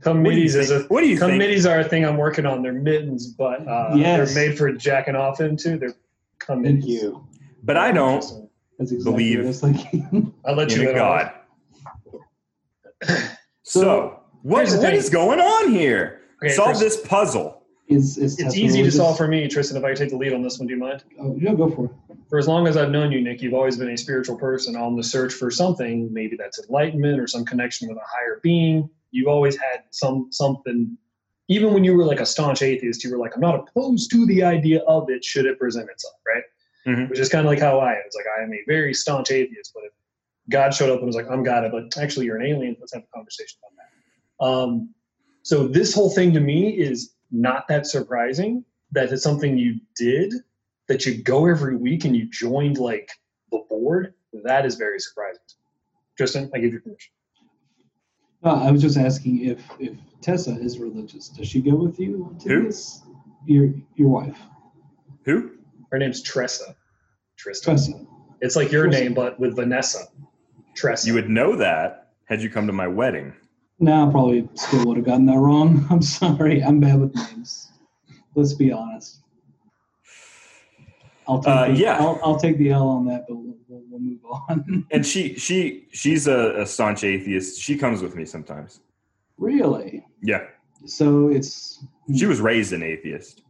Committees is a
What do you think?
Committees are a thing I'm working on. They're mittens, but uh,
Yes.
they're made for jacking off into. They're committees.
Thank you.
But I don't
Interesting.
That's exactly
Believe.
what I was thinking. [laughs]
I'll let you
in a
in
God. So what,
Here's the
what
thing.
is going on here?
Okay,
solve
first-
this puzzle.
is, is
It's
Tessa
easy to
religious?
solve for me, Tristan. If I take the lead on this one, do you mind?
Oh, yeah, go for it.
For as long as I've known you, Nick, you've always been a spiritual person on the search for something. Maybe that's enlightenment or some connection with a higher being. You've always had some something. Even when you were like a staunch atheist, you were like, "I'm not opposed to the idea of it, should it present itself." Right.
Mhm.
Which is kind of like how I am. It's like I am a very staunch atheist, but if God showed up and was like, "I'm God," but actually you're an alien. Let's have a conversation about that. Um, so this whole thing to me is not that surprising. That it's something you did that you go every week and you joined like the board, that is very surprising. Tristan, I give you permission.
No, I was just asking if if Tessa is religious. Does she go with you to
Who?
this? Your your wife,
Who?
Her name's Tressa. Tristan.
Tessa.
It's like your name, but with Vanessa. Tressa.
You would know that had you come to my wedding.
No, I probably still would have gotten that wrong. [laughs] I'm sorry. I'm bad with names. Let's be honest. I'll take
Uh,
the,
yeah.
I'll, I'll take the L on that, but we'll, we'll, we'll move on. [laughs]
And she she she's a, a staunch atheist. She comes with me sometimes.
really?
Yeah,
So it's
she was raised an atheist.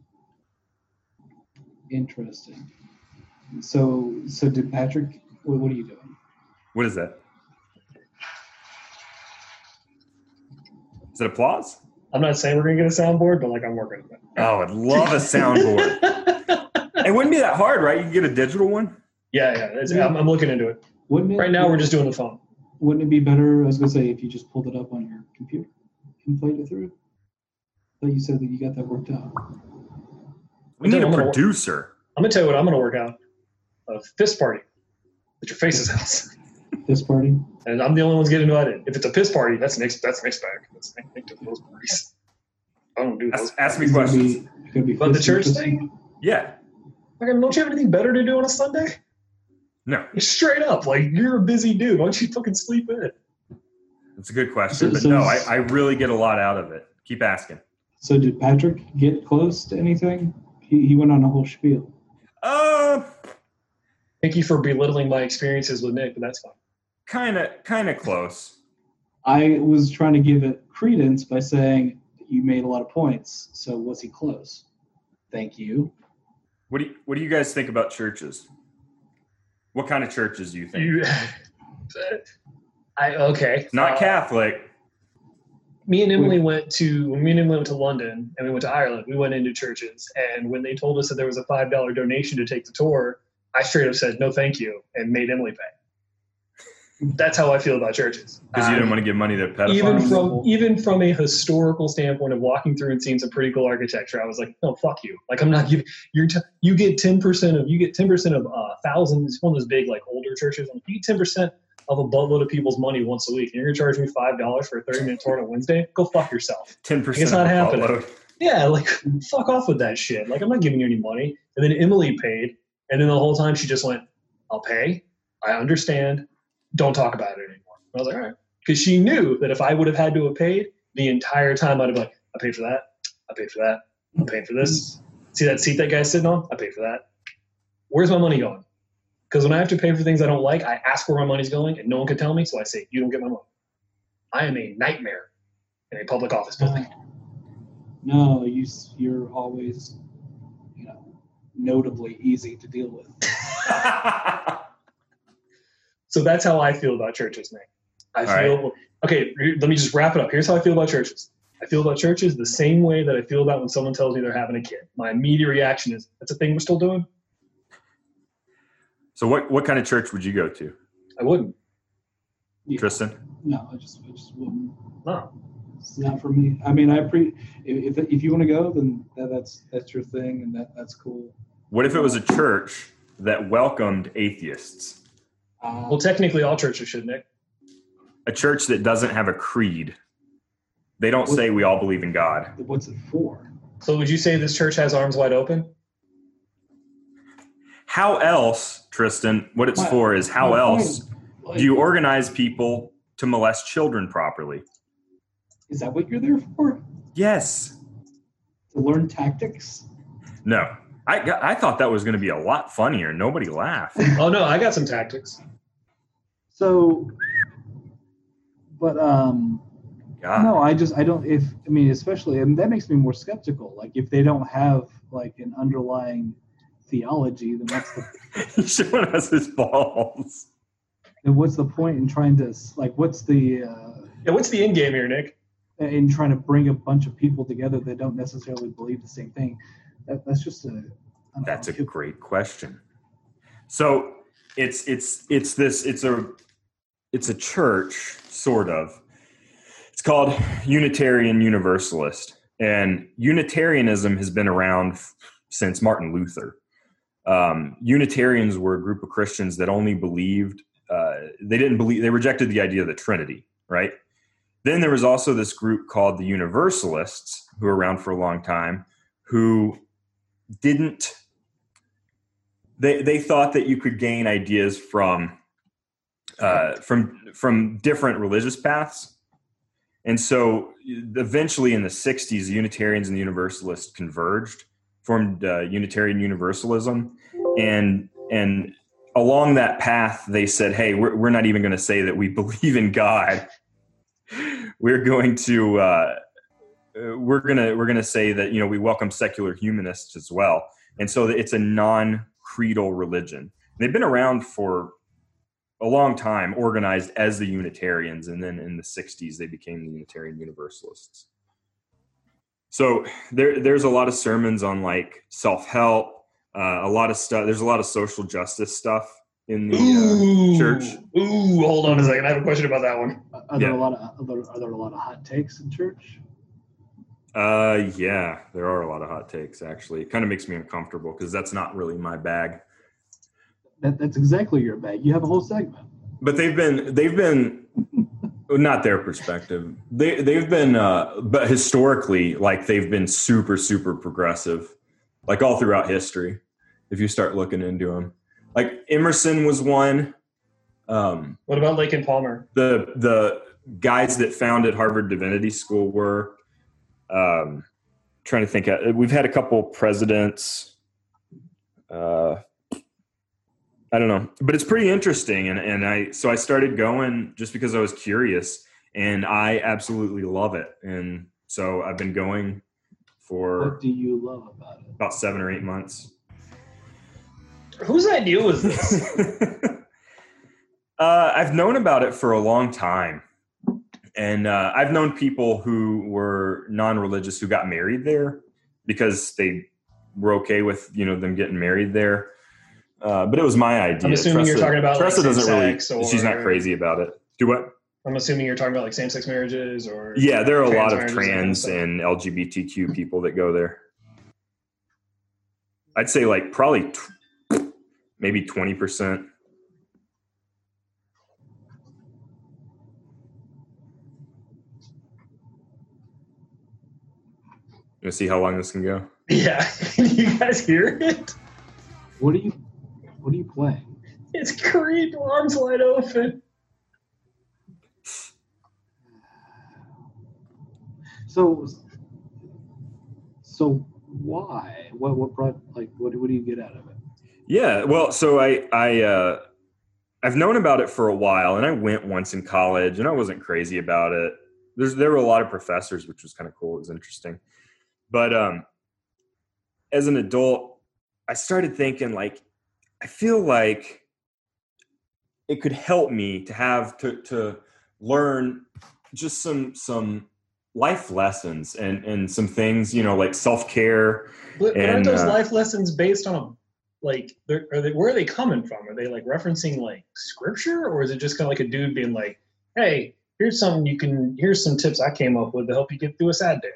interesting. So so did Patrick? What, what are you doing?
What is that? Is it applause?
I'm not saying we're gonna get a soundboard, but like I'm working on it.
Oh, I'd love a
[laughs]
soundboard. it wouldn't be that hard, right? You can get a digital one.
Yeah, yeah. It's, I'm, I'm looking into it.
Wouldn't it,
Right now, we're just doing the phone.
Wouldn't it be better? I was gonna say if you just pulled it up on your computer and played it through. But you said that you got that worked out.
We need
I'm
a
gonna-
producer.
I'm gonna tell you what I'm gonna work out: a fist party at your face's house. [laughs]
This party.
And I'm the only one's getting invited. If it's a piss party, that's next. That's next bag. That's next, next to those parties. I don't do those.
Ask, ask me
It's gonna
questions.
be- it's gonna be
But the
fisting,
church
fisting.
thing?
Yeah.
Fucking, don't you have anything better to do on a Sunday?
No,
Straight up, like you're a busy dude. Why don't you fucking sleep in?
that's a good question.
So-
But
so-
no, I, I really get a lot out of it. Keep asking.
So did Patrick get close to anything? He, he went on a whole spiel.
Uh,
Thank you for belittling my experiences with Nick, but that's fine.
kind of, kind of close.
I was trying to give it credence by saying you made a lot of points. So was he close? Thank you.
What do you, What do you guys think about churches? What kind of churches do you think?
You, [laughs] I okay.
Not
Uh,
Catholic.
me and Emily went to when me and Emily went to London and we went to Ireland. We went into churches, and when they told us that there was a five dollar donation to take the tour, I straight up said no, thank you, and made Emily pay. That's how I feel about churches.
Because you
Um,
didn't want to give money to pedophiles.
even
farm
from
level.
even from a historical standpoint of walking through and seeing some pretty cool architecture, I was like, no, fuck you. Like I'm not giving you're t- you get ten percent of you get ten percent of a uh, thousand. It's one of those big like older churches. I'm like, you get ten percent of a buttload of people's money once a week, and you're gonna charge me five dollars for a thirty minute tour on a Wednesday? Go fuck yourself.
Ten percent.
It's not happening. Yeah, like fuck off with that shit. Like I'm not giving you any money. And then Emily paid, and then the whole time she just went, I'll pay. I understand. Don't talk about it anymore. And I was like, all right. Because she knew that if I would have had to have paid the entire time, I'd have been like, I paid for that. I paid for that. I paid for this. See that seat that guy's sitting on? I paid for that. Where's my money going? Because when I have to pay for things I don't like, I ask where my money's going, and no one can tell me. So I say, you don't get my money. I am a nightmare in a public office building.
No, you s- you're always, you know, notably easy to deal with.
So that's how I feel about churches, Nick. I
All
feel okay. re- Let me just wrap it up. Here's how I feel about churches. I feel about churches the same way that I feel about when someone tells me they're having a kid. My immediate reaction is, "That's a thing we're still doing."
[laughs] so, what what kind of church would you go to,
I wouldn't.
Yeah.
Tristan?
No, I just I just wouldn't.
No.
It's not for me. I mean, I pre if if you want to go, then that, that's that's your thing, and that that's cool.
What if it was a church that welcomed atheists?
Uh,
Well, technically, all churches should, Nick.
A church that doesn't have a creed. They don't
What-
say we all believe in God.
what's it for?
So would you say this church has arms wide open?
How else, Tristan? What it's
My-
for is how
my
else
Like,
do you organize people to molest children properly?
Is that what you're there for?
Yes.
To learn tactics?
No. I I thought that was going to be a lot funnier. Nobody
[laughs]
laughed.
Oh no, I got some tactics.
So, but um,
God. [laughs]
no, I just I don't. If I mean, especially and that makes me more skeptical. Like if they don't have like an underlying theology, then what's
[laughs]
the
He's showing us his balls.
then what's the point in trying to like what's the uh,
Yeah, what's the end game here, Nick?
in trying to bring a bunch of people together that don't necessarily believe the same thing? That, that's just a I don't
That's a
know.
great question. So it's it's it's this it's a it's a church sort of. It's called Unitarian Universalist, and Unitarianism has been around f- since Martin Luther. Um, Unitarians were a group of Christians that only believed uh, they didn't believe they rejected the idea of the Trinity, right? Then there was also this group called the Universalists, who were around for a long time, who didn't they they thought that you could gain ideas from uh, from from different religious paths, and so eventually in the '60s, the Unitarians and the Universalists converged, formed uh, Unitarian Universalism, and and along that path they said, "Hey, we're we're not even going to say that we [laughs] believe in God. we're going to." Uh, uh, we're gonna we're gonna say that you know we welcome secular humanists as well, and so it's a non-creedal religion. They've been around for a long time, organized as the Unitarians, and then in the '60s they became the Unitarian Universalists. So there there's a lot of sermons on like self-help, uh, a lot of stuff. There's a lot of social justice stuff in the uh, church.
Ooh, hold on a second. I have a question about that one.
Are uh, are there
Yeah.
a lot of are there, are there a lot of hot takes in church?
Uh, yeah, there are a lot of hot takes actually. It kind of makes me uncomfortable because that's not really my bag.
That, that's exactly your bag. You have a whole segment.
But they've been they've been not their perspective. They they've been uh, but historically like they've been super super progressive, like all throughout history. If you start looking into them, like Emerson was one. Um,
What about Lake and Palmer?
the the guys that founded Harvard Divinity School were. Um, trying to think, uh, we've had a couple presidents. Uh, I don't know, but it's pretty interesting, and and I so I started going just because I was curious, and I absolutely love it, and so I've been going for
What do you love about it?
about seven or eight months.
Whose idea was this?
[laughs] uh, I've known about it for a long time. And uh, I've known people who were non religious who got married there because they were okay with you know them getting married there. Uh, but it was my idea.
I'm assuming you're talking about, like,
Tressa doesn't really.
same-sex or-
She's not crazy about it. Do what?
I'm assuming you're talking about like same-sex marriages or
Yeah, there are a lot of
Trans marriages
trans and [laughs] LGBTQ people that go there. I'd say like probably tw- maybe twenty percent. Let's see how long this can go.
[laughs] Yeah, [laughs] you guys hear it?
What do you What are you playing?
It's Creed, arms wide open.
So, so why? What What brought like what What do you get out of it?
Yeah, well, so I I uh, I've known about it for a while, and I went once in college, and I wasn't crazy about it. There's there were a lot of professors, which was kind of cool. It was interesting, but um, as an adult, I started thinking like I feel like it could help me to have to to learn just some some life lessons and and some things you know like self care
But, but
And,
aren't those
uh,
life lessons based on like they're, are they where are they coming from? Are they like referencing like scripture or is it just kind of like a dude being like, "Hey, here's something you can here's some tips I came up with to help you get through a sad day."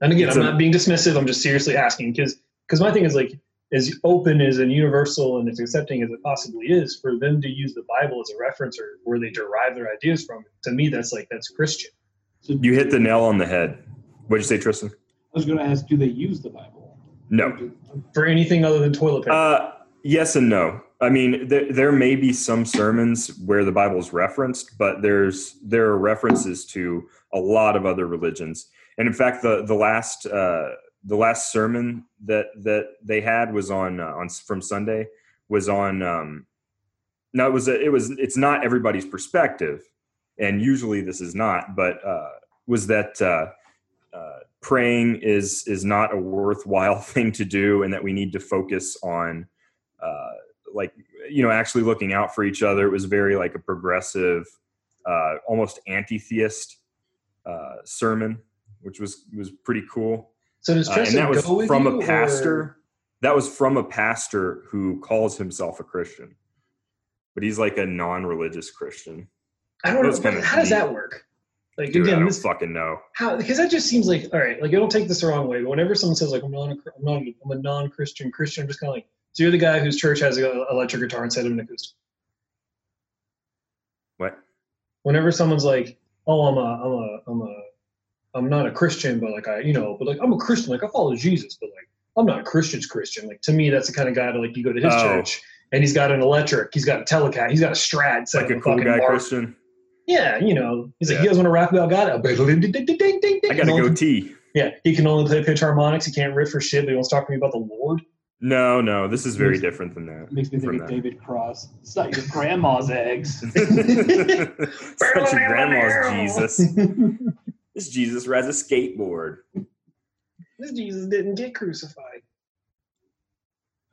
And again,
It's
I'm
a-
not being dismissive. I'm just seriously asking because because my thing is like as open as and universal and as accepting as it possibly is for them to use the Bible as a reference or where they derive their ideas from. To me, that's like that's Christian.
So
You hit the nail on the head. What'd you say, Tristan?
I was going to ask, do they use the Bible?
No.
for anything other than toilet paper.
Uh, yes and no. I mean, there, there may be some sermons where the Bible is referenced, but there's there are references to a lot of other religions. And in fact, the the last uh, the last sermon that that they had was on uh, on from Sunday was on. Um, no, it was a, it was it's not everybody's perspective, and usually this is not. But uh, was that uh, uh, praying is is not a worthwhile [laughs] thing to do, and that we need to focus on uh, like you know actually looking out for each other. It was very like a progressive, uh, almost anti-theist uh, sermon, which was was pretty cool.
so does
Uh, and
Tristan
that was
go with
from
you,
a
or-
pastor. That was from a pastor who calls himself a Christian, but he's like a non-religious Christian.
I don't
That's
know.
kinda
How does
neat.
that work? Like
Dude, I
again,
don't
this,
fucking know.
how because that just seems like all right. Like I don't take this the wrong way, but whenever someone says like I'm not, a, Chr- I'm, not a, I'm a non-Christian Christian, I'm just kind of like, so you're the guy whose church has an electric guitar instead of an acoustic.
What?
Whenever someone's like, oh, I'm a, I'm a, I'm a, I'm not a Christian, but like I, you know, but like I'm a Christian, like I follow Jesus, but like I'm not Christian's Christian. Like to me, that's the kind of guy that like you go to his
Oh.
church and he's got an electric, he's got a telecat, he's got a Strat,
Like a
second
cool
fucking
guy,
Mark.
Christian.
Yeah, you know, he's
Yeah.
like he doesn't want to rap about God.
I
I
got a goatee.
Yeah, he can only play pitch harmonics. He can't riff for shit. But he wants to talk to me about the Lord.
No, no, this is very different than
[laughs]
that. [laughs]
Makes me
From
think of
that.
David Cross. It's not your
[laughs]
grandma's eggs. Uh,
it's not your grandma's Jesus. This Jesus rides a skateboard.
This Jesus didn't get crucified.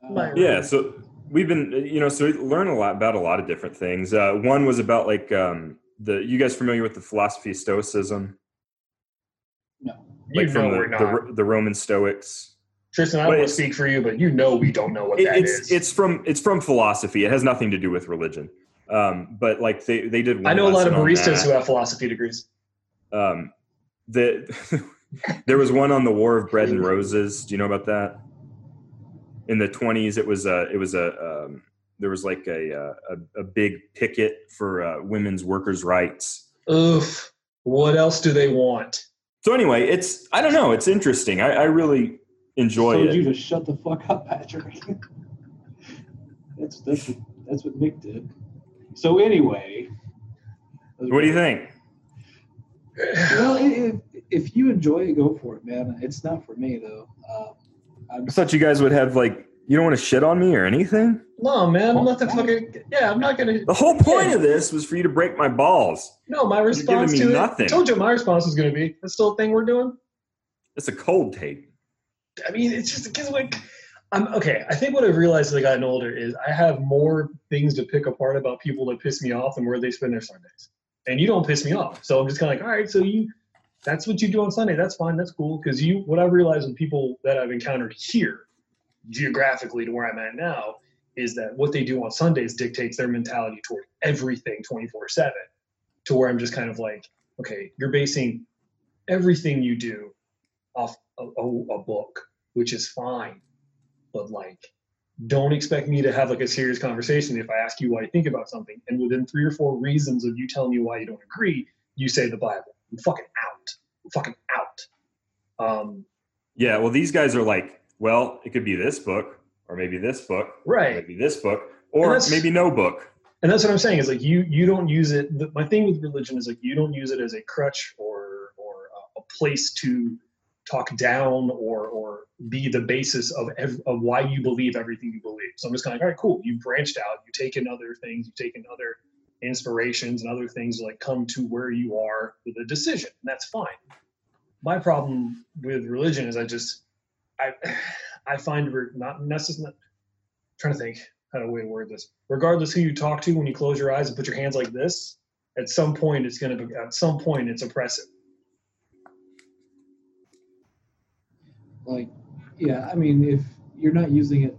Uh,
Yeah, so we've been, you know, so we learn a lot about a lot of different things. Uh, one was about like um, the, you guys familiar with the philosophy of Stoicism?
No.
You
like
know
from the,
we're not.
the, Ro- the Roman Stoics.
Tristan, I
Wait.
don't want to speak for you, but you know we don't know what
It-
that is.
it's it's from it's from philosophy. It has nothing to do with religion. Um, but like they they did. One
I know a lot
lesson
of
on
baristas
that.
who have philosophy degrees.
um, the [laughs] there was one on the War of Bread and Roses. Do you know about that? In the twenties, it was a it was a um, there was like a, uh, a a big picket for uh, women's workers' rights.
Oof. What else do they want? [sighs]
So anyway, it's I don't know. It's interesting. I, I really enjoy
told
it.
you to shut the fuck up, Patrick. that's that's that's what Nick did. So anyway,
What do you think?
Well, i- if, if you enjoy it, go for it, man. It's not for me though. Um, I'm
I thought you guys would have like you don't want to shit on me or anything.
No, man, I'm not the fucking. Yeah, I'm not gonna.
The whole point of this was for you to break my balls.
No, my
giving
response
me
to it.
nothing.
I told you my response was gonna be. That's still a thing we're doing.
It's a cold take.
I mean, it's just because like I'm okay. I think what I've realized as I gotten older is I have more things to pick apart about people that piss me off than where they spend their Sundays. And you don't piss me off, so I'm just kind of like, all right, so you. That's what you do on Sunday. That's fine. That's cool. Because you, what I realized with people that I've encountered here, geographically to where I'm at now, is that what they do on Sundays dictates their mentality toward everything 24 seven. To where I'm just kind of like, okay, you're basing everything you do off a, a, a book, which is fine. But like, don't expect me to have like a serious conversation if I ask you why you think about something, and within three or four reasons of you telling me why you don't agree, you say the Bible. I'm fucking out. I'm fucking out. Um,
Yeah, well, these guys are like, well, it could be this book, or maybe this book, or
right.
maybe this book, or
that's-
maybe no book.
and that's what I'm saying is like you you don't use it. The, my thing with religion is like you don't use it as a crutch or or a, a place to talk down or or be the basis of ev- of why you believe everything you believe. So I'm just kind of like, all right, cool. You branched out. You take in other things. You take in other inspirations and other things to, like come to where you are with a decision. And that's fine. My problem with religion is I just I [sighs] I find we're not necessarily trying to think how do we word this? Regardless who you talk to, when you close your eyes and put your hands like this, at some point it's gonna be at some point it's oppressive.
like, yeah. I mean, if you're not using it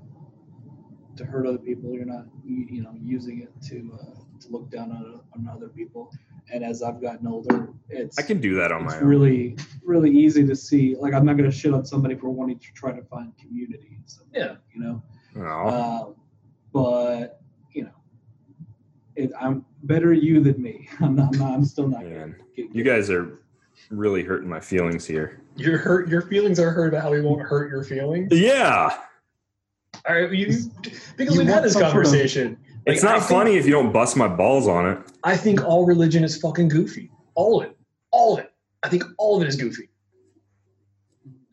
to hurt other people, you're not you, you know using it to uh, to look down on, on other people. And as I've gotten older, it's
I can do that on
it's
my own.
really really easy to see. Like, I'm not going to shit on somebody for wanting to try to find community. and stuff,
Yeah.
you know.
Aw.
Um, but you know, it, I'm better you than me. [laughs] I'm not. I'm, not, I'm still not.
Oh, Man,
good.
you guys are really hurting my feelings here.
Your hurt your feelings are hurt about how we won't hurt your feelings.
Yeah,
All right, you, because we've
You want
had this
some sort of-
conversation. Like,
it's not
I think-
funny if you don't bust my balls on it.
I think all religion is fucking goofy. All of it. All of it. I think all of it is goofy.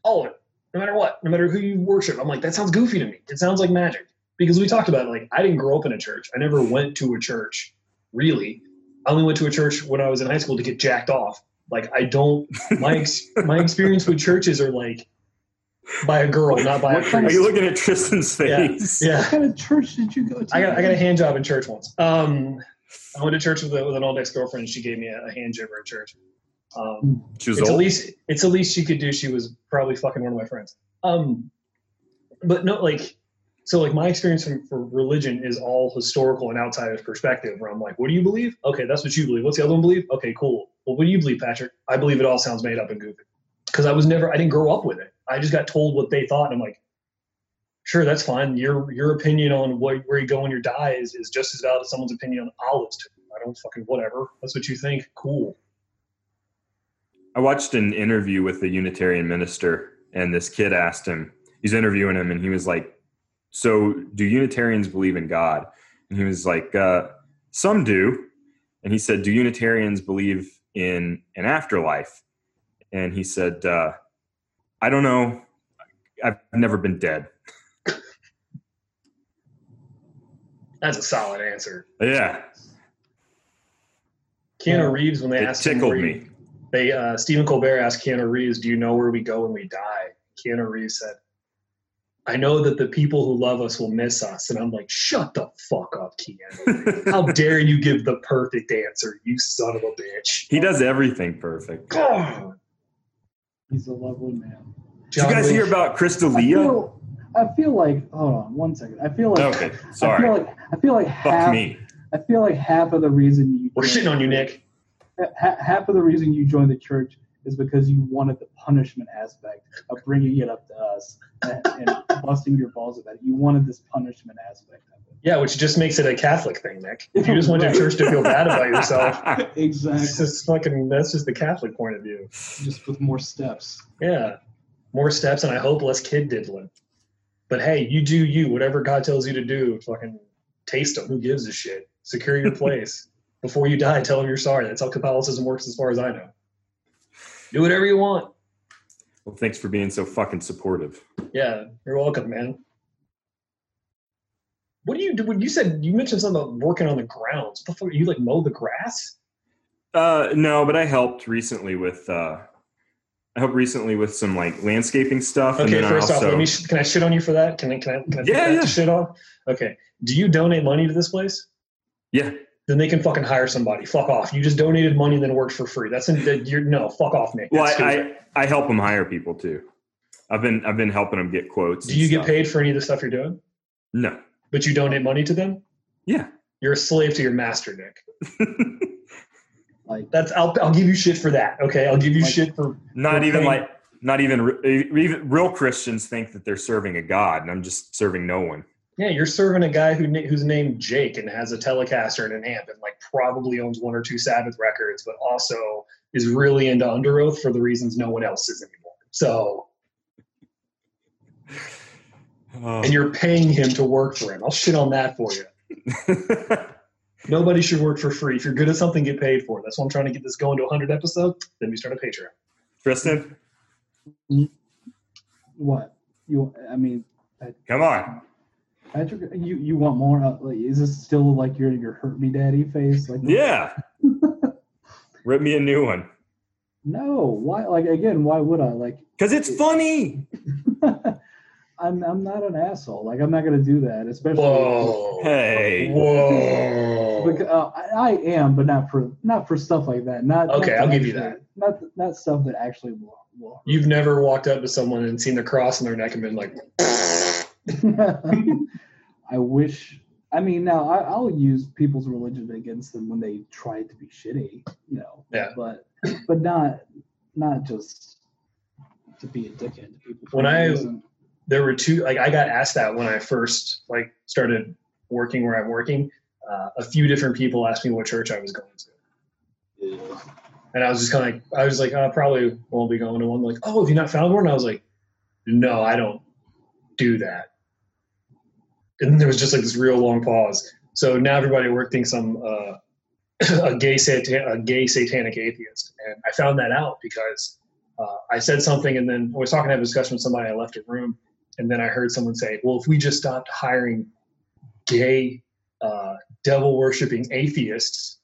All of it. No matter what, no matter who you worship. I'm like, that sounds goofy to me. It sounds like magic. Because we talked about it, like I didn't grow up in a church. I never went to a church, really. I only went to a church when I was in high school to get jacked off. Like I don't my ex, my experience with churches are like by a girl, not by a
What kind
Are
of-
priest.
you looking at Tristan's face?
Yeah.
[laughs] What kind of church did you go to?
I got I got a hand job in church once. Um, I went to church with, a, with an old ex girlfriend. and She gave me a, a hand jibber at church. Um,
She was
it's the
old.
least it's the least she could do. She was probably fucking one of my friends. Um, but no, like so like my experience from, for religion is all historical and outsider's perspective. Where I'm like, what do you believe? Okay, that's what you believe. What's the other one believe? Okay, cool. Well, what do you believe, Patrick? I believe it all sounds made up and goofy because I was never I didn't grow up with it. I just got told what they thought, and I'm like sure that's fine your your opinion on what, where you go on your die is, is just as valid as someone's opinion on olives to me. i don't fucking whatever that's what you think cool
I watched an interview with the Unitarian minister, and this kid asked him, he's interviewing him, and he was like, "So, do Unitarians believe in God?" And he was like, uh, "Some do." And he said, "Do Unitarians believe in an afterlife?" And he said, uh, "I don't know. I've never been dead."
That's a solid answer.
Yeah,
Keanu Reeves, when they
it
asked him
tickled
where he-
me.
they uh, Stephen Colbert asked Keanu Reeves, "Do you know where we go when we die?" Keanu Reeves said, "I know that the people who love us will miss us," and I'm like, "Shut the fuck up, Keanu! How dare you give the perfect answer, you son of a bitch!"
[laughs] he does everything perfect. Did
God.
He's a lovely man.
you guys hear about
I
Crystalia?
feel, I feel like hold on one second. I feel like
Okay,
I feel
sorry.
like I feel like
Fuck
half
me.
I feel like half of the reason you
We're shitting on you, Nick.
ha- half of the reason you joined the church is because you wanted the punishment aspect of bringing it up to us and, and busting your balls about it. You wanted this punishment aspect of
Yeah, which just makes it a Catholic thing, Nick. If you just want your church to feel bad
[laughs]
about yourself,
it. Exactly.
that's just fucking. That's just the Catholic point of view.
Just with more steps.
Yeah. More steps and I hope less kid diddling. But hey, you do you. Whatever God tells you to do, fucking taste them. Who gives a shit? Secure your place. Before you die, tell them you're sorry. That's how Catholicism works as far as I know. Do whatever you want.
Well, thanks for being so fucking supportive.
Yeah, you're welcome, man. What do you do when you said you mentioned something about working on the grounds? What the fuck? You like mow the grass?
Uh, no, but I helped recently with. Uh, I helped recently with some like landscaping stuff. and
Okay,
then I
first off,
also-
let me sh- can I shit on you for that? Can I can I, can I take
Yeah,
that
yeah.
shit on? Okay. Do you donate money to this place?
yeah,
then they can fucking hire somebody. Fuck off. You just donated money and then worked for free. That's in, that you're no fuck off, Nick.
well,
That's stupid.
I, I I help them hire people too. I've been I've been helping them get quotes.
do
and
you
stuff.
get paid for any of the stuff you're doing?
No. [laughs]
But you donate money to them.
Yeah.
You're a slave to your master, Nick.
Like
That's I'll I'll give you shit for that. Okay, I'll give you
Like-
shit for
Not
You're
even
paying-
like not even re- e, even real Christians think that they're serving a god, and I'm just serving no one.
yeah. You're serving a guy who na- who's named Jake and has a Telecaster and an amp and like probably owns one or two Sabbath records, but also is really into Underoath for the reasons no one else is anymore. So and you're paying him to work for him. I'll shit on that for you. Nobody should work for free. If you're good at something, get paid for it. That's why I'm trying to get this going to 100 episodes. Then we start a Patreon.
[laughs] Tristan,
what? You I mean
come on.
Patrick, you, you want more? Uh, like, is this still like your your hurt me daddy face? Like
Yeah. Rip me a new one.
No, why? Like again, why would I? Like
Because it's funny. [laughs]
I'm I'm not an asshole. Like I'm not gonna do that, especially.
Hey.
Whoa.
Because, uh, I I am, but not for not for stuff like that. Not
Okay,
not
I'll give you
actually- Not not stuff that actually will. will.
You've never walked up to someone and seen the cross on their neck and been like,
[laughs] I wish. I mean, now I, I'll use people's religion against them when they try to be shitty, you know.
Yeah.
But but not not just to be a dickhead to people. for
When
no
I-
reason.
there were two, like, I got asked that when I first, like, started working where I'm working. Uh, a few different people asked me what church I was going to. And I was just kind of like, I was like, I probably won't be going to one. Like, oh, have you not found one? And I was like, no, I don't do that. And there was just like this real long pause. So now everybody at work thinks I'm uh, [clears throat] a gay satan- a gay satanic atheist, and I found that out because uh, I said something, and then I was talking to have a discussion with somebody. I left a room, and then I heard someone say, "Well, if we just stopped hiring gay uh, devil worshipping atheists."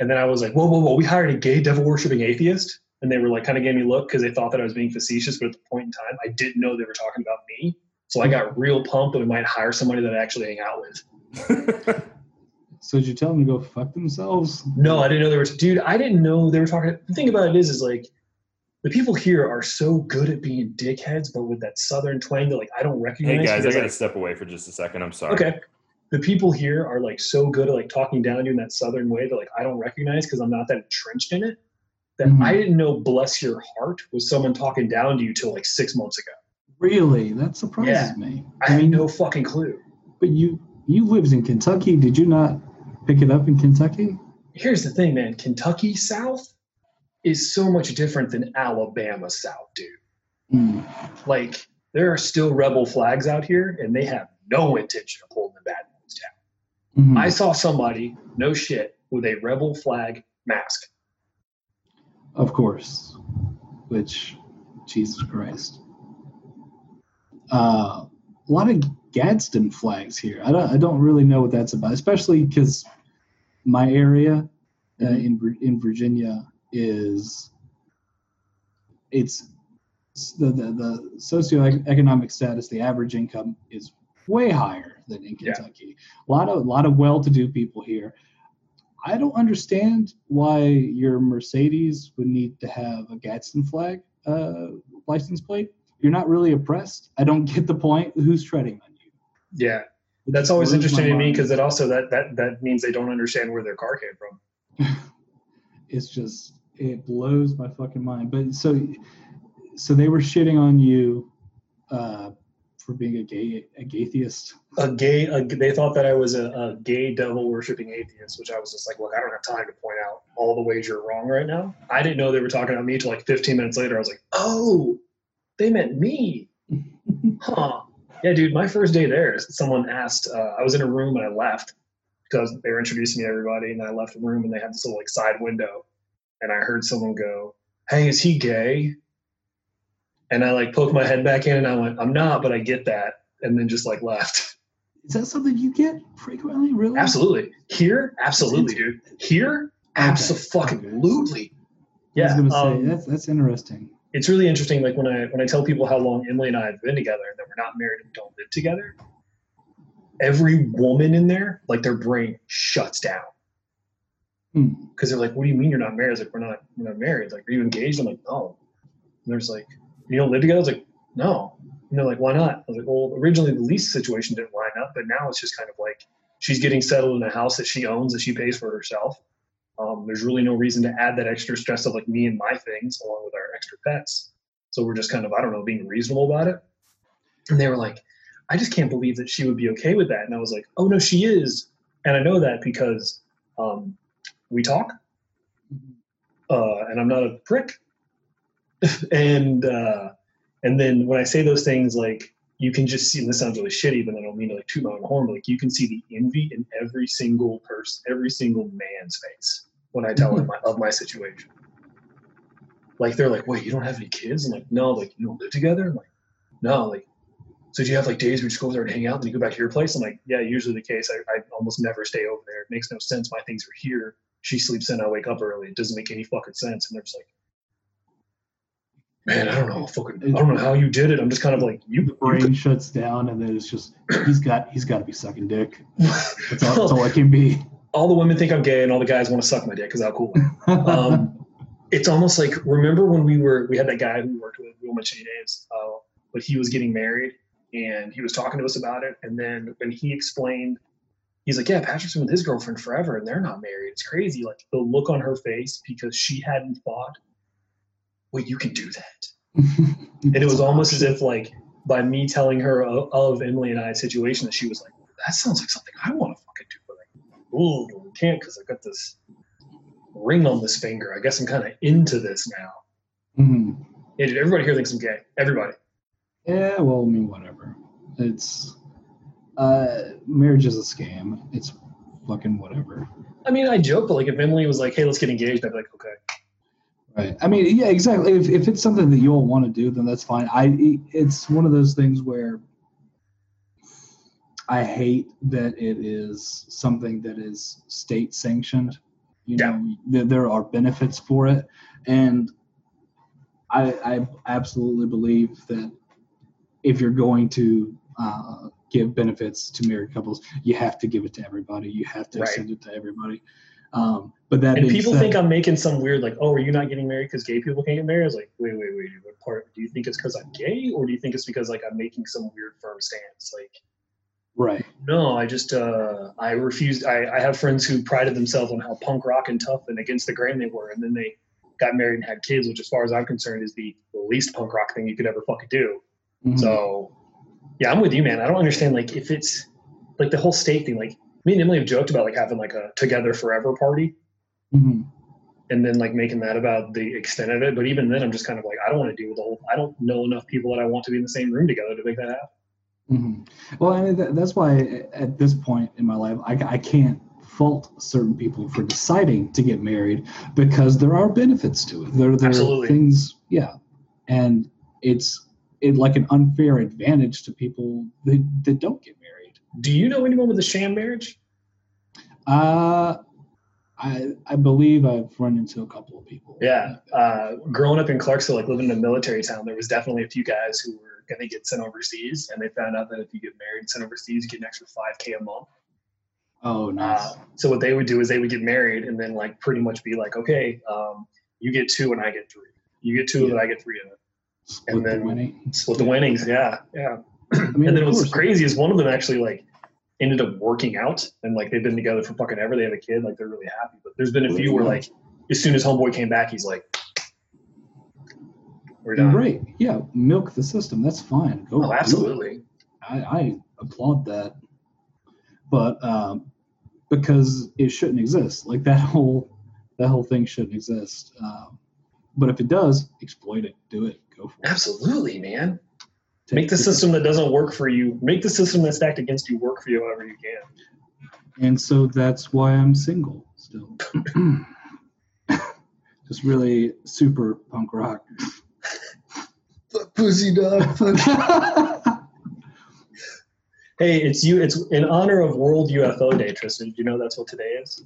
And then I was like, whoa, whoa, whoa, we hired a gay devil worshipping atheist. And they were like, kind of gave me a look because they thought that I was being facetious. But at the point in time, I didn't know they were talking about me. So I got real pumped that I might hire somebody that I actually hang out with.
So did you tell them to go fuck themselves?
No, I didn't know they were, dude, I didn't know they were talking. The thing about it is, is like, the people here are so good at being dickheads, but with that southern twang that like I don't recognize.
hey guys, I
because,
gotta
like,
step away for just a second. I'm sorry.
okay the people here are like so good at like talking down to you in that southern way that like i don't recognize because i'm not that entrenched in it that
Mhm.
i didn't know bless your heart was someone talking down to you till like six months ago
Really? That surprises
Yeah.
me.
i had no fucking clue
But you you lived in Kentucky. Did you not pick it up in Kentucky?
here's the thing man kentucky south is so much different than alabama south dude
Hmm.
like there are still rebel flags out here, and they have no intention of holding the bad ones down.
Mm-hmm.
I saw somebody, no shit, with a rebel flag mask.
Of course. Which, Jesus Christ. Uh, a lot of Gadsden flags here. I don't, I don't really know what that's about, especially because my area uh, in Vir- in Virginia is it's s- the, the the socioeconomic status, the average income is way higher than in
Yeah.
Kentucky. A lot of a lot of well-to-do people here. I don't understand why your Mercedes would need to have a Gadsden flag uh, license plate. You're not really oppressed. I don't get the point. Who's treading on you?
Yeah,
It
that's
just
always
blows my
interesting to me
mind.
because it also that that that means they don't understand where their car came from.
it's just it blows my fucking mind. But so so they were shitting on you uh, for being a gay a gaytheist.
A gay, a, they thought that I was a, a gay devil worshipping atheist, which I was just like, look, I don't have time to point out all the ways you're wrong right now. I didn't know they were talking about me till like 15 minutes later. I was like, oh, they meant me, huh? Yeah, dude, my first day there is someone asked. Uh, I was in a room and I left because they were introducing me to everybody, and I left the room and they had this little like side window, and I heard someone go, "Hey, is he gay?" And I like poked my head back in and I went, "I'm not," but I get that, and then just like left. [laughs]
Is that something you get frequently? Really?
Absolutely here, absolutely, dude. Here,
Okay.
absolutely.
I was
Yeah,
gonna say
um,
that's that's interesting.
it's really interesting. Like when I when I tell people how long Emily and I have been together and that we're not married and don't live together, every woman in there, like their brain shuts down
Hmm.
because they're like, "What do you mean you're not married?" It's like we're not we're not married. Like, are you engaged? I'm like, no. And there's like, you don't live together. I was like, no. And they're like, why not? I was like, well, originally the lease situation didn't line up, but now it's just kind of like she's getting settled in a house that she owns that she pays for herself. Um, there's really no reason to add that extra stress of like me and my things along with our extra pets. So we're just kind of, I don't know, being reasonable about it. And they were like, I just can't believe that she would be okay with that. And I was like, oh no, she is. And I know that because um, we talk uh, and I'm not a prick. [laughs] and uh, and then when I say those things, like you can just see, and this sounds really shitty, but I don't mean to like toot my own horn. But, like you can see the envy in every single person, every single man's face when I tell them my, of my situation. Like they're like, "Wait, you don't have any kids?" I'm like, "No." Like you don't live together? I'm like, "No." Like. So do you have like days where you just go over there and hang out, then you go back to your place? I'm like, yeah, usually the case. I, I almost never stay over there. It makes no sense. My things are here she sleeps in, I wake up early. It doesn't make any fucking sense. And they're just like, man, I don't know, fucking, I don't know how you did it. I'm just kind of like,
The
you,
brain shuts down, and then it's just he's got he's got to be sucking dick. That's all, that's
all,
all it can be.
the women think I'm gay, and [laughs] all the guys want to suck my dick because how cool. I am. Um, it's almost like remember when we were we had that guy who we worked with. We won't mention any names, uh, but he was getting married, and he was talking to us about it. And then when he explained, he's like, "Yeah, Patrick's been with his girlfriend forever, and they're not married. It's crazy." Like the look on her face because she hadn't thought, "Wait, you can do that." and it was almost as if like by me telling her o- of Emily and I's situation that she was like, that sounds like something I want to fucking do, but like, ooh, but we can't because I've got this ring on this finger. I guess I'm kind of into this now.
Mhm.
Yeah, dude, everybody here thinks I'm gay. Everybody.
[laughs] Yeah, well, I mean, whatever. It's uh, marriage is a scam. It's fucking whatever.
I mean, I joke, but like if Emily was like, hey, let's get engaged, I'd be like, okay.
Right. I mean, yeah, exactly. If, if it's something that you all want to do, then that's fine. I e, it's one of those things where I hate that it is something that is state sanctioned. You
Yeah.
know, there, there are benefits for it, and I, I absolutely believe that if you're going to uh, give benefits to married couples, you have to give it to everybody. You have to
Right.
extend it to everybody. Um, but that
And
being
people
said-
think I'm making some weird like, oh, are you not getting married because gay people can't get married? I was like, wait, wait, wait. What part? Do you think it's because I'm gay, or do you think it's because like I'm making some weird firm stance? Like,
right.
No, I just uh, I refused. I, I have friends who prided themselves on how punk rock and tough and against the grain they were, and then they got married and had kids, which, as far as I'm concerned, is the least punk rock thing you could ever fucking do.
Mhm.
So, yeah, I'm with you, man. I don't understand like if it's like the whole state thing. Like me and Emily have joked about like having like a together forever party,
Mhm.
and then like making that about the extent of it. But even then, I'm just kind of like, I don't want to deal with the whole. I don't know enough people that I want to be in the same room together to make that happen.
hmm Well, I mean, that, that's why a- at this point in my life, I, I can't fault certain people for deciding to get married because there are benefits to it. There, there are
Absolutely.
things, yeah, and it's it like an unfair advantage to people that, that don't get married.
Do you know anyone with a sham marriage?
Uh, I I believe I've run into a couple of people.
Yeah. Uh, growing up in Clarksville, like living in a military town, there was definitely a few guys who were going to get sent overseas, and they found out that if you get married and sent overseas, you get an extra five k a month.
Oh, nice.
Uh, so what they would do is they would get married and then like pretty much be like, okay, um, you get two and I get three. You get two
Yeah.
and I get three of it.
Split
and then-
the winning.
Split the winnings. Yeah, yeah.
I mean,
and then
of
what's
course.
crazy is one of them actually like ended up working out and like they've been together for fucking ever. They have a kid. Like they're really happy. But there's been a few where like as soon as homeboy came back, he's like, we're done.
Right. Yeah. Milk the system. That's fine. Go. do
Oh,
it.
absolutely.
I, I applaud that, but um, because it shouldn't exist. Like [laughs] that whole that whole thing shouldn't exist. Um, but if it does, exploit it. Do it. Go for it.
Absolutely, man.
Take
Make the
people-
system that doesn't work for you, make the system that's stacked against you work for you however you can.
And so that's why I'm single
[coughs]
still. [coughs] Just really super punk rock. [laughs]
Fuck pussy dog.
Oh,
Hey, it's you. It's in honor of World UFO Day, Tristan. Do you know that's what today is?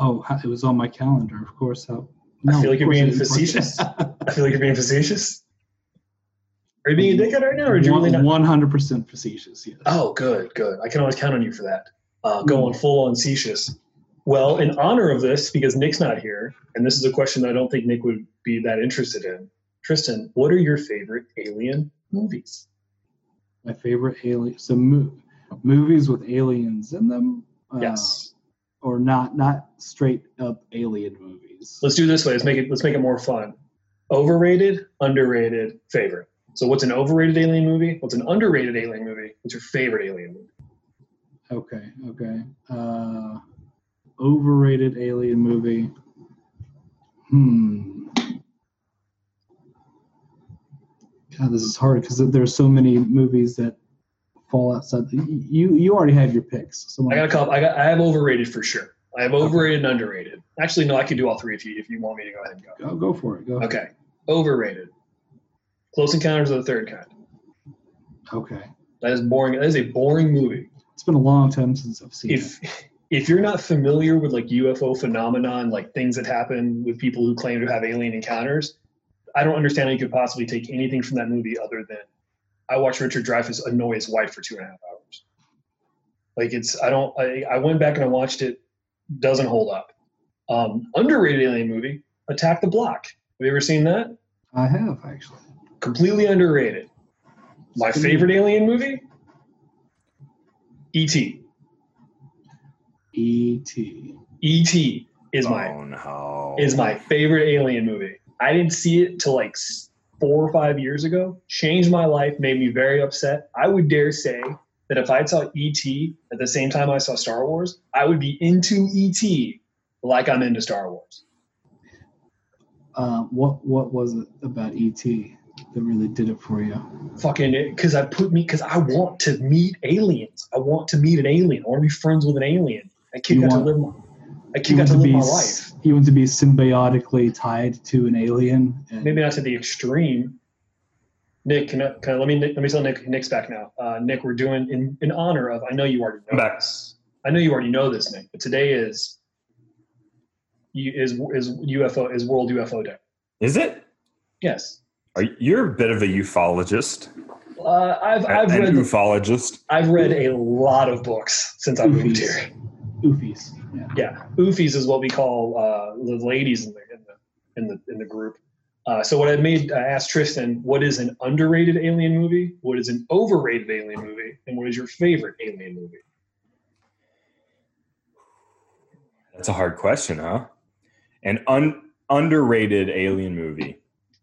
oh, it was on my calendar, of course. How,
I feel like you're
of course
being
it didn't work.
facetious. I feel like you're being facetious. Are you being a dickhead right now, [laughs] or do you really not?
100% facetious, yes.
Oh, good, good. I can always count on you for that. Uh, going full on facetious. Well, in honor of this, because Nick's not here, and this is a question that I don't think Nick would be that interested in. Tristan, what are your favorite alien movies?
my favorite alien so mo- movies with aliens in them uh,
Yes.
or not not straight up alien movies
Let's do it this way. Let's make it. Let's make it more fun. Overrated, underrated, favorite. So, what's an overrated alien movie? What's an underrated alien movie? What's your favorite alien movie?
okay okay uh overrated alien movie hmm god this is hard because there's so many movies that fall outside the, you you already have your picks so
I got a couple. I got. I have overrated for sure. I have overrated and underrated. Actually, no. I could do all three if you if you want me to go ahead and go.
go, go for it go
Okay. Overrated. Close Encounters of the Third Kind.
okay
That is boring. That is a boring movie.
it's been a long time since i've seen it
if if you're not familiar with like UFO phenomenon, like things that happen with people who claim to have alien encounters, I don't understand how you could possibly take anything from that movie other than I watched Richard Dreyfuss annoy his wife for two and a half hours. Like it's I don't I, I went back and I watched it, doesn't hold up. Um, underrated alien movie, Attack the Block. Have you ever seen that?
i have actually
Completely underrated. My favorite alien movie, E E.T.
E E.T.
E.T. E is my
oh no!
is my favorite alien movie. I didn't see it till like s- four or five years ago. Changed my life, made me very upset. I would dare say that if I saw E.T. at the same time I saw Star Wars, I would be into E.T. like I'm into Star Wars.
Uh, what what was it about ET that really did it for you?
Fucking, because I put me, because I want to meet aliens. I want to meet an alien. I want to be friends with an alien. That kid
You
got
want-
to live my, that kid got to live my life.
s- You want to be symbiotically tied to an alien. And,
Maybe not to the extreme, Nick, can I, can I, let me let me tell Nick Nick's back now. Uh, Nick, we're doing in, in honor of. I know you already know
I'm back.
this. I know you already know this, Nick. But today is you- is is UFO is World UFO Day.
Is it?
Yes,
Are you, you're a bit of a ufologist.
uh, I've
i
I've
an
read
ufologist.
I've read a lot of books since I moved here.
Oofies. Yeah.
Yeah, oofies is what we call uh, the ladies in the in the in the, in the group. Uh, so what I made, I asked Tristan, what is an underrated alien movie? What is an overrated alien movie? And what is your favorite alien movie?
That's a hard question, huh? An un, underrated alien movie.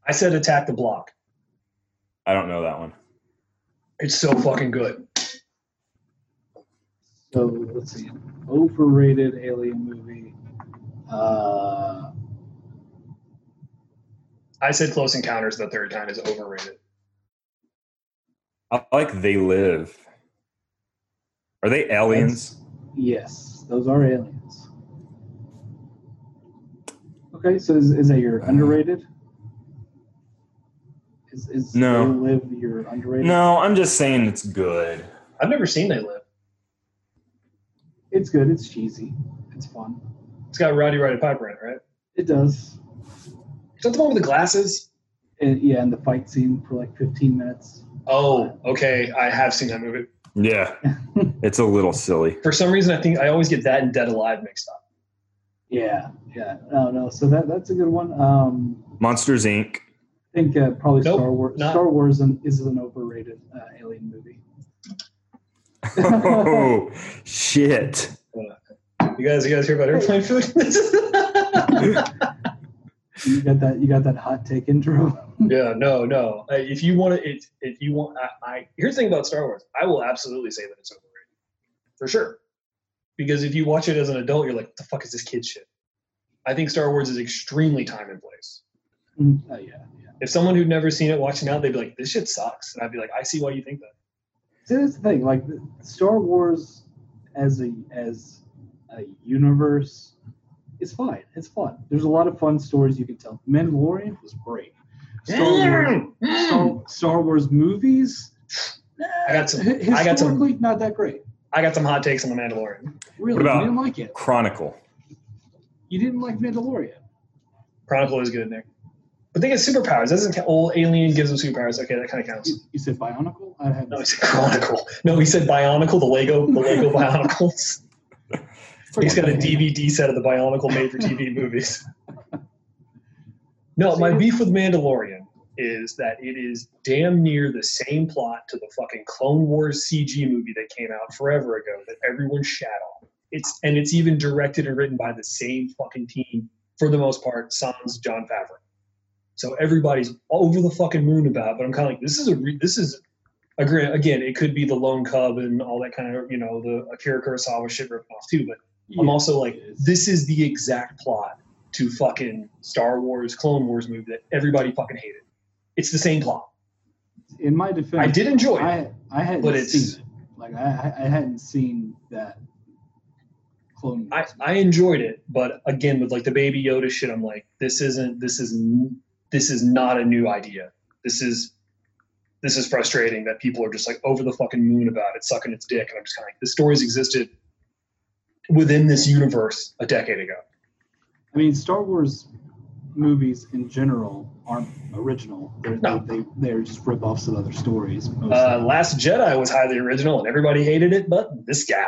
I said attack the block.
I don't know that one.
It's so fucking good.
So let's see. Overrated alien movie. Uh,
I said Close Encounters of the Third Kind is overrated.
I like They Live. Are they aliens?
Yes, those are aliens. Okay, so is, is that your
Uh,
underrated? Is, is
No.
They Live your underrated?
No, I'm just saying it's good.
I've never seen They Live.
It's good. It's cheesy. It's fun.
It's got Roddy Roddy Piper in it, right?
It does.
Is that the one with the glasses?
And yeah, and the fight scene for like 15 minutes.
Oh, okay. I have seen that movie. [laughs]
Yeah, it's a little silly.
For some reason, I think I always get that and Dead Alive mixed up.
Yeah, yeah. No, no. So that that's a good one. Um,
Monsters Inc. [laughs]
I think uh, probably
Nope,
Star Wars.
not-
Star Wars an, is an overrated uh, alien movie.
Oh
[laughs]
shit!
You guys, you guys hear about airplane food? [laughs]
You got that? You got that hot take intro. [laughs]
yeah, no, no. Uh, If you want to, if, if you want, I, I here's the thing about Star Wars. I will absolutely say that it's overrated, for sure. Because if you watch it as an adult, you're like, what the fuck is this kid shit? I think Star Wars is extremely time and place.
Mm, oh yeah, yeah.
If someone who'd never seen it watching out, they'd be like, this shit sucks, and I'd be like, I see why you think that.
See, that's the thing. Like the- Star Wars as a as a universe is fine. It's fun. There's a lot of fun stories you can tell. Mandalorian was great. Star
Mm.
Wars, Star, Star Wars movies.
I got some-
Historically,
I got some-
not that great.
I got some hot takes on the Mandalorian.
Really,
What about-
you didn't like it.
Chronicle.
You didn't like Mandalorian.
Chronicle is good, Nick. But they get superpowers. Doesn't ca- old alien gives them superpowers? Okay, that kind of counts.
You, you said Bionicle. I have.
No, he said Chronicle. No, he said Bionicle. The Lego, the Lego Bionicles. He's got a DVD set of the Bionicle made-for-TV movies. No, my beef with Mandalorian is that it is damn near the same plot to the fucking Clone Wars CG movie that came out forever ago that everyone shat on. It's and it's even directed and written by the same fucking team for the most part. Sans John Favreau. So everybody's over the fucking moon about, it, but I'm kind of like, this is a re- this is agree, again, it could be the lone cub and all that kind of, you know, the Akira Kurosawa shit ripped off too. But I'm also like, this is the exact plot to fucking Star Wars, Clone Wars movie that everybody fucking hated. It's the same plot.
in my defense.
I did enjoy it.
I I hadn't
But it's-
seen it. Like I I I hadn't seen that Clone
I,
Wars.
I enjoyed it, but again, with like the Baby Yoda shit, I'm like, this isn't, this is, n- this is not a new idea. This is, this is frustrating that people are just like over the fucking moon about it, sucking its dick, and I'm just kind of like, the stories existed within this universe a decade ago.
I mean, Star Wars movies in general aren't original. They're,
No.
they, they, they're just rip-offs of other stories. mostly.
Uh, Last Jedi was highly original, and everybody hated it, but this guy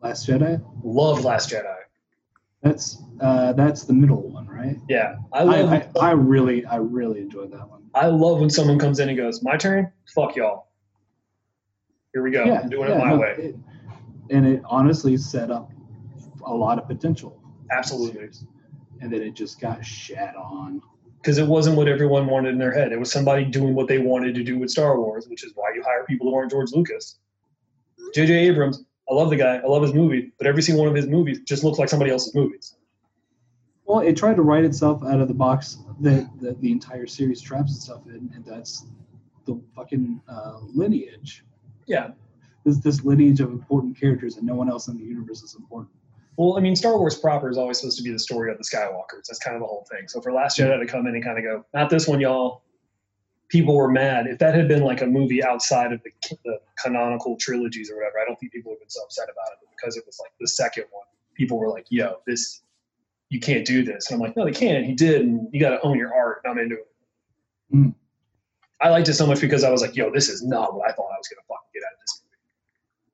Last Jedi.
loved Last Jedi.
That's uh, that's the middle one, right?
Yeah, I
I,
love.
I, I really I really enjoyed that one.
I love when someone comes in and goes, "My turn, fuck y'all." Here we go. I'm doing it my
no,
way.
it- and it honestly set up a lot of potential.
Absolutely,
And then it just got shat on.
because it wasn't what everyone wanted in their head. It was somebody doing what they wanted to do with Star Wars, which is why you hire people who aren't George Lucas. J.J. Abrams, I love the guy. I love his movie, but every single one of his movies just looks like somebody else's movies.
Well, it tried to write itself out of the box that, that the entire series traps itself in, and that's the fucking uh, lineage.
Yeah,
This this lineage of important characters, and no one else in the universe is important.
Well, I mean, Star Wars proper is always supposed to be the story of the Skywalkers. That's kind of the whole thing. So for Last Jedi to come in and kind of go, not this one, y'all. People were mad. If that had been like a movie outside of the, the canonical trilogies or whatever, I don't think people would have been so upset about it. But because it was like the second one, people were like, "Yo, this, you can't do this." And I'm like, "No, they can. He did, and you got to own your art." And I'm into it.
Hmm.
I liked it so much because I was like, "Yo, this is not what I thought I was going to fucking get out of this."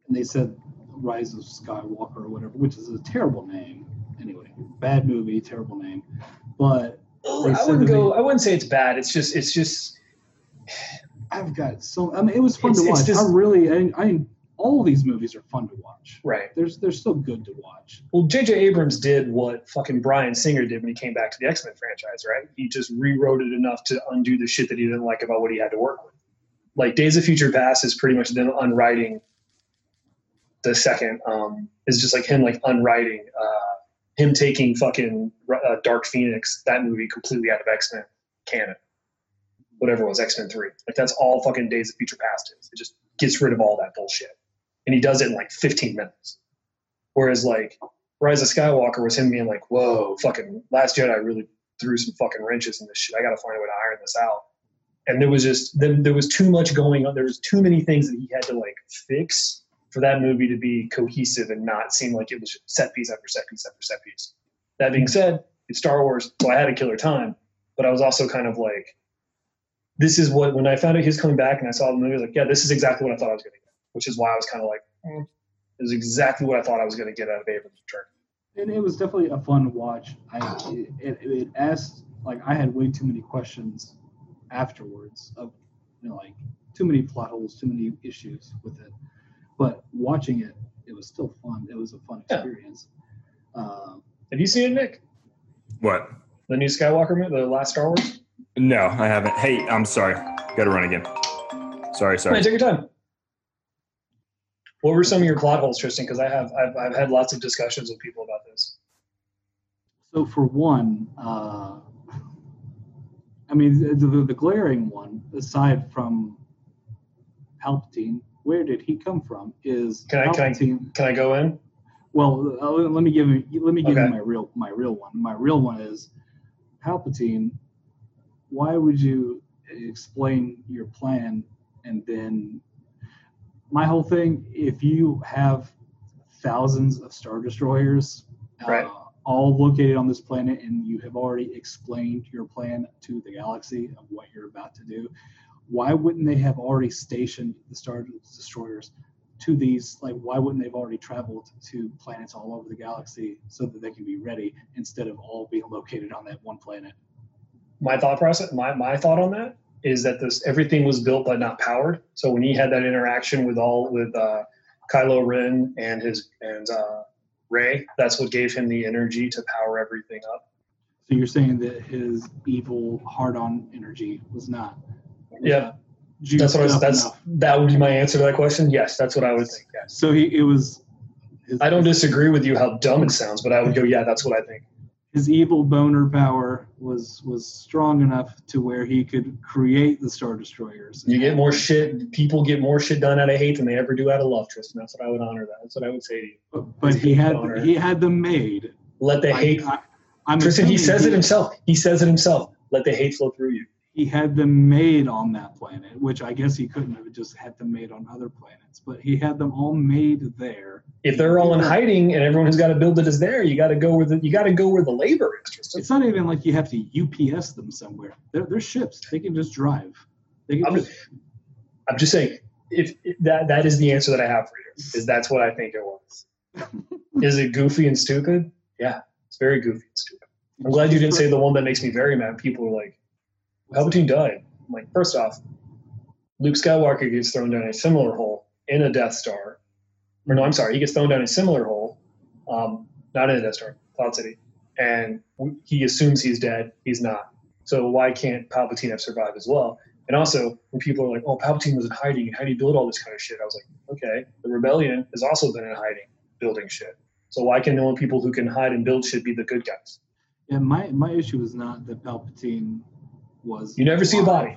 And they said Rise of Skywalker or whatever, which is a terrible name. Anyway, bad movie, terrible name. But
Oh,
They
I
said
wouldn't
to me-
go. I wouldn't say it's bad. It's just. It's just.
I've got so. I mean, it was fun
It's-
to
it's
watch.
just-
I really, I, I, all these movies are fun to watch.
Right.
There's, they're still good to watch.
Well, J.J. Abrams did what fucking Brian Singer did when he came back to the X Men franchise, right? He just rewrote it enough to undo the shit that he didn't like about what he had to work with. Like Days of Future Past is pretty much them unwriting the second. Um, is just like him like unwriting, uh, him taking fucking uh, Dark Phoenix that movie completely out of X Men canon. Whatever it was, X Men 3. Like, that's all fucking Days of Future Past is. It just gets rid of all that bullshit. And he does it in like 15 minutes. Whereas, like, Rise of Skywalker was him being like, whoa, fucking Last Jedi really threw some fucking wrenches in this shit. I got to find a way to iron this out. And there was just, then there was too much going on. There was too many things that he had to like fix for that movie to be cohesive and not seem like it was set piece after set piece after set piece. That being said, it's Star Wars, so I had a killer time, but I was also kind of like, this is what, when I found out he was coming back and I saw the movie, I was like, yeah, this is exactly what I thought I was going to get, which is why I was kind of like, mm, this is exactly what I thought I was going to get out of Abrams' return.
and it was definitely a fun watch. I it, it asked like I had way too many questions afterwards of you know like too many plot holes, too many issues with it. But watching it, it was still fun. It was a fun
Yeah.
experience. Um,
Have you seen it, Nick?
What?
The new Skywalker movie, the last Star Wars?
No, I haven't. Hey, I'm sorry. Got to run again. Sorry,
All right,
sorry.
take your time. What were some of your plot holes, Tristan? Because I have I've, I've had lots of discussions with people about this.
So for one, uh, I mean the, the, the glaring one, aside from Palpatine, where did he come from? Is
Can I- can I-
Palpatine?
Can I go in?
Well, uh, let me give you let me give
Okay.
you my real my real one. My real one is Palpatine. Why would you explain your plan and then my whole thing? If you have thousands of star destroyers, uh,
Right.
all located on this planet, and you have already explained your plan to the galaxy of what you're about to do, why wouldn't they have already stationed the star destroyers to these like why wouldn't they've already traveled to planets all over the galaxy so that they can be ready instead of all being located on that one planet
my thought process my, my thought on that is that this everything was built but not powered so when he had that interaction with all with uh, kylo ren and his and uh, ray that's what gave him the energy to power everything up
so you're saying that his evil hard-on energy was not
Yeah.
juiced
that's what I was,
up
that's
enough.
that would be my answer to that question yes that's what i would think yes
so he it was his,
i don't disagree with you how dumb it sounds but i would go yeah that's what i think
his evil boner power was was strong enough to where he could create the star destroyers
you get more shit people get more shit done out of hate than they ever do out of love tristan that's what i would honor that that's what i would say to you
but, but he had
Boner.
he had them made
let the
I-
hate
I- I'm
tristan he
assuming
says it himself he says it himself let the hate flow through you
he had them made on that planet, which I guess he couldn't have just had them made on other planets, but he had them all made there.
if they're all in hiding and everyone who's got to build it is there, you got to go where the you got to go where the labor is. Tristan.
It's not even like you have to UPS them somewhere. They're, they're ships. They can just drive. They can
I'm
just,
I'm just saying, if if that that is the answer that I have for you, is that's what I think it was. is it goofy and stupid? Yeah, it's very goofy and stupid. I'm glad you didn't say the one that makes me very mad. People are like, Palpatine died. I'm like, first off, Luke Skywalker gets thrown down a similar hole in a Death Star. Or no, I'm sorry, he gets thrown down a similar hole, um, not in a Death Star, Cloud City, and he assumes he's dead. He's not. So why can't Palpatine have survived as well? And also, when people are like, "Oh, Palpatine was in hiding, and how do you build all this kind of shit?" I was like, "Okay, the rebellion has also been in hiding, building shit. So why can the only people who can hide and build shit be the good guys?
and my, my issue is not that Palpatine was.
You never see a
alive.
body.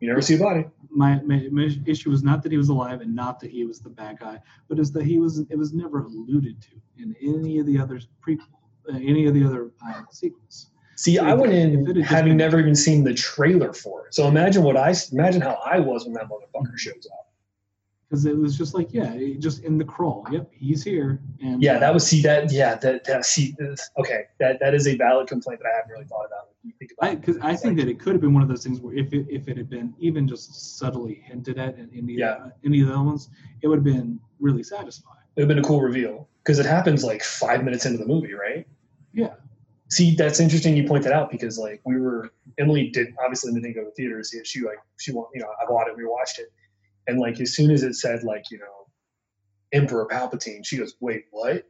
You never see a body.
My, my, my issue was not that he was alive and not that he was the bad guy, but is that he was it was never alluded to in any of the other prequel, uh, any of the other uh, sequels.
See, I went
If it
in
had just
having
been-
never even seen the trailer for it. So imagine what I imagine how I was when that
Mm-hmm.
motherfucker shows up.
because it was just like yeah it just in the crawl yep he's here and
Yeah, that was see that. Yeah, that that see. Okay, that that is a valid complaint that I haven't really thought about. You think about
I,
it.
cause I think that it could have been one of those things where if it, if it had been even just subtly hinted at in any,
Yeah.
any of the other ones, it would have been really satisfying.
it would have been a cool reveal because it happens like five minutes into the movie, right?
Yeah.
See, that's interesting. You point that out because like we were Emily did obviously didn't go to the theater to see it. She like she want you know I bought it. We watched it, and like as soon as it said like you know Emperor Palpatine, she goes, "Wait, what?"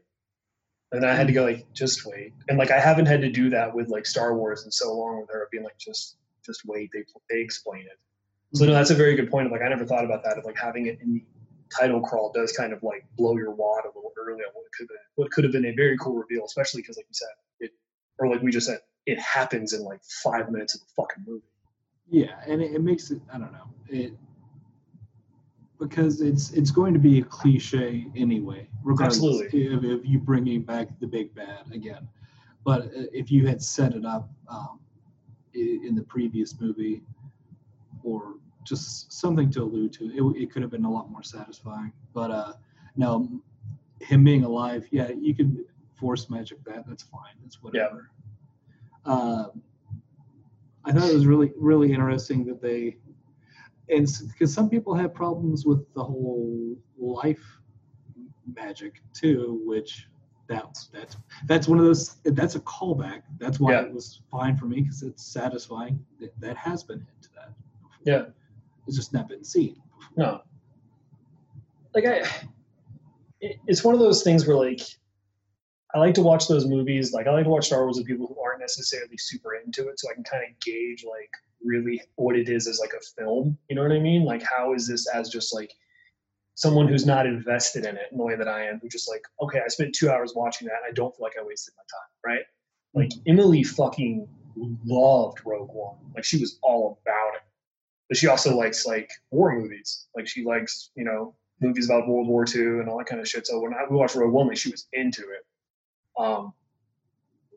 And I had to go like, "Just wait." And like I haven't had to do that with like Star Wars in so long with her being like, "Just just wait." They they explain it. So no, that's a very good point. Of like I never thought about that. Of like having it in the title crawl does kind of like blow your wad a little early on what could have been, what could have been a very cool reveal, especially because like you said, it or like we just said, it happens in like five minutes of the fucking movie.
Yeah, and it, it makes it. I don't know it because it's it's going to be a cliche anyway, regardless of,
Absolutely.
of you bringing back the big bad again. But uh, if you had set it up um, i- in the previous movie, or just something to allude to, it, it could have been a lot more satisfying. But uh, no, him being alive, yeah, you could force magic that. That's fine. That's whatever. Um, I thought it was really really interesting that they and because some people have problems with the whole life magic too, which that's that's that's one of those that's a callback. That's why
Yeah.
it was fine for me because it's satisfying. That, that has been into that. Before.
Yeah.
it's just not been seen.
No. Like I, it- it's one of those things where like, I like to watch those movies. Like I like to watch Star Wars with people who aren't necessarily super into it, so I can kind of gauge like really what it is as like a film. You know what I mean? Like how is this as just like someone who's not invested in it in the way that I am, who just like, okay, I spent two hours watching that. And I don't feel like I wasted my time, right? Like Emily fucking loved Rogue One. Like she was all about it but she also likes like war movies. Like she likes you know movies about World War II and all that kind of shit. So when I, we watched Rogue One, like she was into it. Um,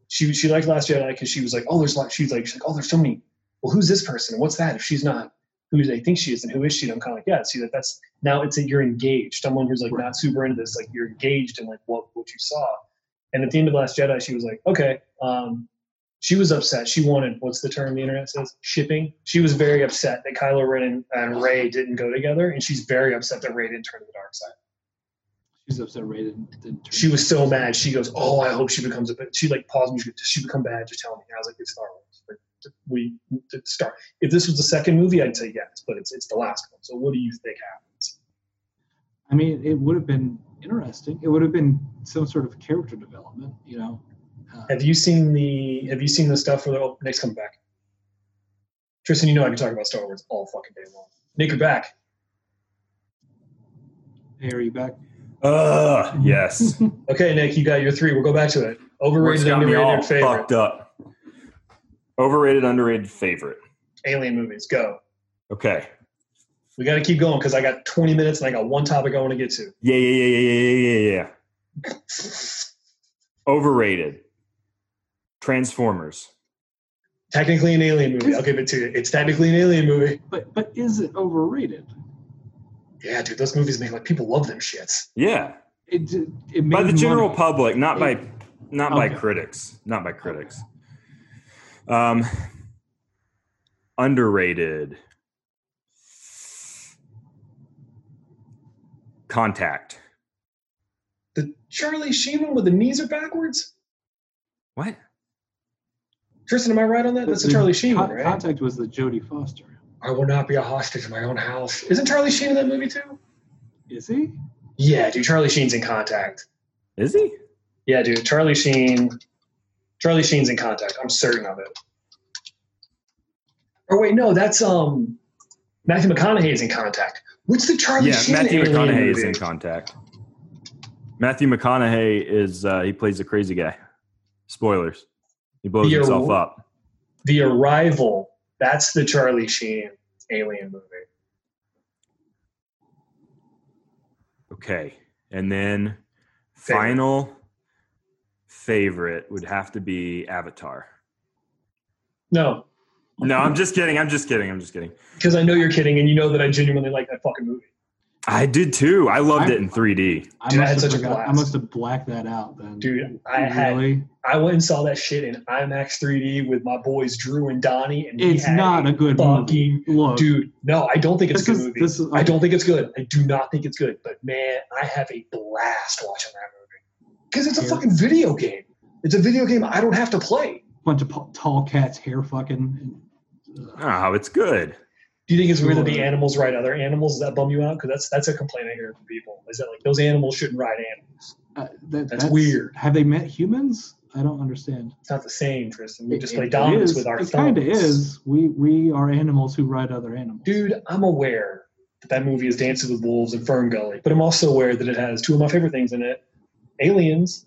she she liked Last Jedi because she was like, oh, there's like she's like she's like, oh, there's so many. Well, who's this person? What's that? If she's not who they think she is, and who is she? And I'm kind of like, yeah, see that that's now it's that you're engaged. Someone who's like
Right.
not super into this, like you're engaged in like what what you saw. And at the end of Last Jedi, she was like, okay. Um, she was upset. She wanted what's the term the internet says shipping. She was very upset that Kylo Ren and, and Ray didn't go together, and she's very upset that Ray didn't turn to the dark side.
She's upset Ray didn't. didn't turn
She was so mad. She goes, "Oh, I hope she becomes a." She like paused me. She goes, "Does she become bad? Just tell me." And I was like, "It's Star Wars. Like, t- we t- Star. If this was the second movie, I'd say yes, but it's it's the last one. So what do you think happens?
I mean, it would have been interesting. It would have been some sort of character development, you know. Uh,
Have you seen the Have you seen the stuff where the oh, Nick's coming back? Tristan, you know I can talk about Star Wars all fucking day long. Nick, you're back.
hey, are you back?
Ugh, yes.
Okay, Nick, you got your three. We'll go back to it.
What's
[laughs] Overrated,
got me
underrated,
all
and favorite.
fucked up. Overrated, underrated, favorite.
Alien movies. Go.
Okay.
We got to keep going because I got 20 minutes and I got one topic I want to get to.
Yeah, yeah, yeah, yeah, yeah, yeah, yeah, yeah.
[laughs]
Overrated. Transformers.
Technically an alien movie. I'll give it to you. It's technically an alien movie.
But but is it overrated?
Yeah, dude, those movies make like people love them shits.
Yeah.
It d- it made
by the
money.
general public, not by
It-
not by
Okay.
critics, not by critics. Um, underrated. Contact.
The Charlie Sheen one with the knees are backwards.
What?
Tristan, am I right on that? That's a Charlie Sheen
Con-
one, right?
Contact was the Jodie Foster.
I will not be a hostage in my own house. Isn't Charlie Sheen in that movie too?
Is he?
Yeah, dude, Charlie Sheen's in contact.
Is he?
Yeah, dude. Charlie Sheen. Charlie Sheen's in contact. I'm certain of it. Or wait, no, that's um Matthew McConaughey's in contact. What's the Charlie
yeah,
Sheen?
Matthew
alien
McConaughey is
movie?
in contact. Matthew McConaughey is uh, he plays the crazy guy. Spoilers. He blows
Yeah,
himself
wh-
up.
The Arrival. That's the Charlie Sheen alien movie.
Okay. And then
Favorite.
final favorite would have to be Avatar.
No,
No, I'm just kidding. I'm just kidding. I'm just kidding.
because I know you're kidding, and you know that I genuinely like that fucking movie.
I did too. I loved it in 3D.
I
Dude, I
must
had
have
such a
forgot- I
blast.
must have blacked that out then.
Dude, I had
really?
I went and saw that shit in IMAX 3D with my boys Drew and Donnie, and we
It's
had
not a good
fucking
movie. Look,
Dude, no, I don't think it's
this
a good
is
movie.
this is.
I don't think it's good. I do not think it's good. But man, I have a blast watching that movie because it's a
Yeah.
fucking video game. It's a video game I don't have to play.
bunch of pa- tall cats hair fucking. uh,
Oh, it's good.
Do you think it's weird that the
Sure.
animals ride other animals? Does that bum you out? Because that's that's a complaint I hear from people. Is that like those animals shouldn't ride animals?
Uh, that, that's,
weird.
Have they met humans? I don't understand.
It's not the same, Tristan. We
It-
just play
it- it
dominance
is-
with our
It kind of
thumbs.
is. We we are animals who ride other animals.
Dude, I'm aware that that movie is Dances with Wolves and Fern Gully, but I'm also aware that it has two of my favorite things in it: aliens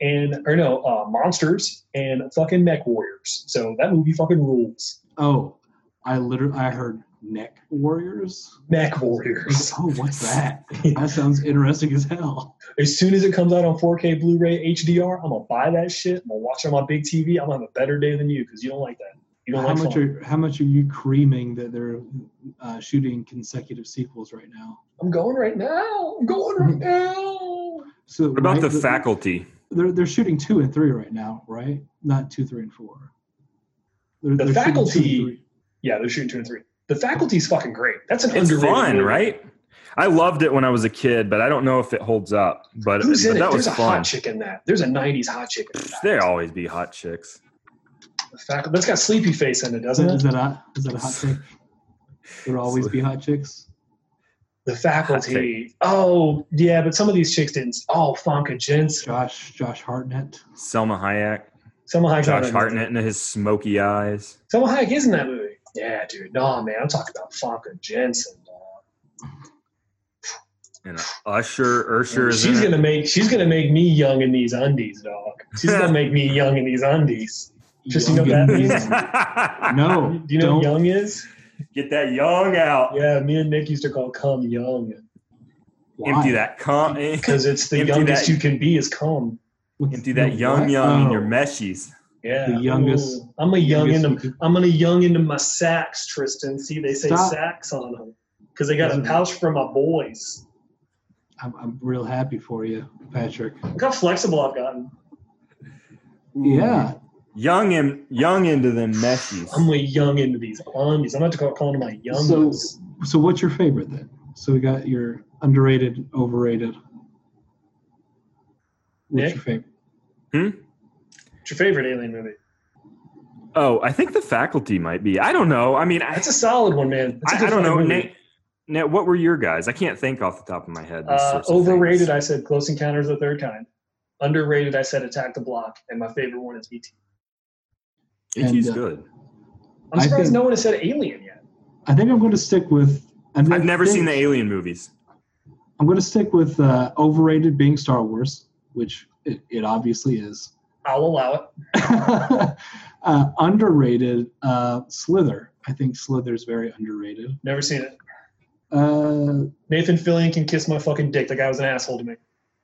and or no, uh, monsters and fucking mech warriors. So that movie fucking rules.
Oh, I literally I heard neck warriors.
Neck
I was [laughs]
Warriors.
like, oh, what's that? That sounds interesting as hell.
as soon as it comes out on 4K Blu-ray HDR, I'm gonna buy that shit. I'm gonna watch it on my big TV. I'm gonna have a better day than you because you don't like that. You don't
How
like
much
fun.
are how much are you creaming that they're uh, shooting consecutive sequels right now?
I'm going right now. I'm going right now.
So
What about
right,
the faculty?
They're they're shooting two and three right now, right? Not two, three, and four. They're-
The
they're shooting two and
faculty-
three.
Yeah, they're shooting two and three. The faculty's fucking great. That's an
It's
underrated
fun,
movie.
right? I loved it when I was a kid, but I don't know if it holds up. But,
Who's
but
in
that
it?
was
There's a
fun.
hot chick in that. There's a '90s hot chick. In that.
There always be hot chicks.
The faculty. That's got sleepy face in it,
Is that,
doesn't
is
it?
that a is that a hot chick?
[laughs]
There'll always be hot chicks.
The faculty. Oh yeah, but some of these chicks didn't. Oh, Fonka Jensen.
Josh Josh Hartnett.
Selma Hayek,
Selma Hayek's not
Josh
in that
Hartnett, and his smoky eyes.
Selma Hayek is in that movie. Yeah, dude. No, man. I'm talking about Fonka Jensen. Dog.
And Usher, Usher is
she's
in
gonna
it.
make she's gonna make me young in these undies, dog.
[laughs]
She's gonna make me young in these undies. Just, you know,
Young
that
and
[laughs]
means- [laughs]
Young. No,
Do you know
don't.
what young is?
Get that young out.
Yeah, me and Nick used to call cum young
Why?
Empty that [laughs] cum.
because it's the
Empty
youngest
that-
you can be is cum.
What's-
Empty
no,
that young
what?
young in
Oh.
your meshies.
Yeah,
The youngest-
Ooh, I'm a young
Youngest
into
you could-
I'm gonna young into my sacks, Tristan. See, they say
Stop. Mm-hmm.
sacks on them because they got a
Doesn't-
pouch for my boys.
I'm, I'm real happy for you, Patrick.
Look how flexible I've gotten.
Yeah,
Young and young into them meshies.
I'm a young into these undies. I'm about to call calling them my youngies.
So what's your favorite then? So we got your underrated, overrated.
Nick?
What's your favorite?
What's your favorite alien movie?
Oh, I think the faculty might be. I don't know. I mean, I,
That's a solid one, man. That's a
I,
good
I don't
fun
know.
movie.
Nate, Nate, what were your guys? I can't think off the top of my head. these
Uh,
sorts of
overrated,
things.
I said Close Encounters of the Third Kind. Underrated, I said Attack the Block. And my favorite one is E E.T.
E.T.'s
And, uh,
good.
I'm
I
surprised
think-
no one has said Alien yet.
I think I'm going to stick with. and I
I've never seen
think
the Alien movies.
I'm going to stick with uh, overrated being Star Wars, which it, it obviously is. [laughs]
I'll allow it.
uh, underrated uh, Slither. I think Slither is very underrated.
Never seen it.
Uh,
Nathan Fillion can kiss my fucking dick. The guy was an asshole to me.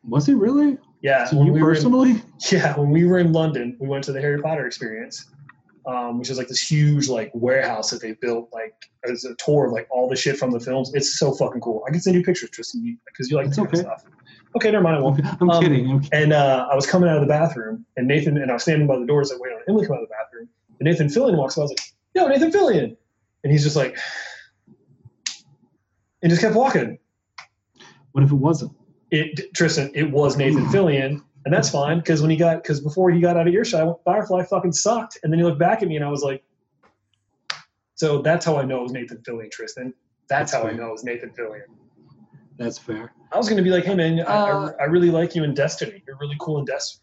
was it really?
Yeah.
to
when
you
we were in-
personally?
[laughs] yeah, when we were in London, we went to the Harry Potter experience, um, which is like this huge like warehouse that they built like as a tour of like all the shit from the films. It's so fucking cool. I can send you pictures, Tristan, because you like
It's
that kind of
okay.
stuff. Okay, never mind. I won't.
[laughs] I'm
Um,
kidding. I'm kidding.
And uh, I was coming out of the bathroom, and Nathan and I was standing by the doors, like waiting on Emily to come out of the bathroom. And Nathan Fillion walks by. I was like, "Yo, Nathan Fillion," and he's just like, and just kept walking.
What if it wasn't?
It Tristan, it was Nathan
Hmm.
Fillion, and that's fine because when he got because before he got out of earshot, I went, Firefly fucking sucked, and then he looked back at me, and I was like, so that's how I know it was Nathan Fillion, Tristan. That's how I know it was Nathan Fillion.
That's fair.
I was gonna be like, hey man, I, I,
Uh,
I really like you in Destiny. You're really cool in Destiny.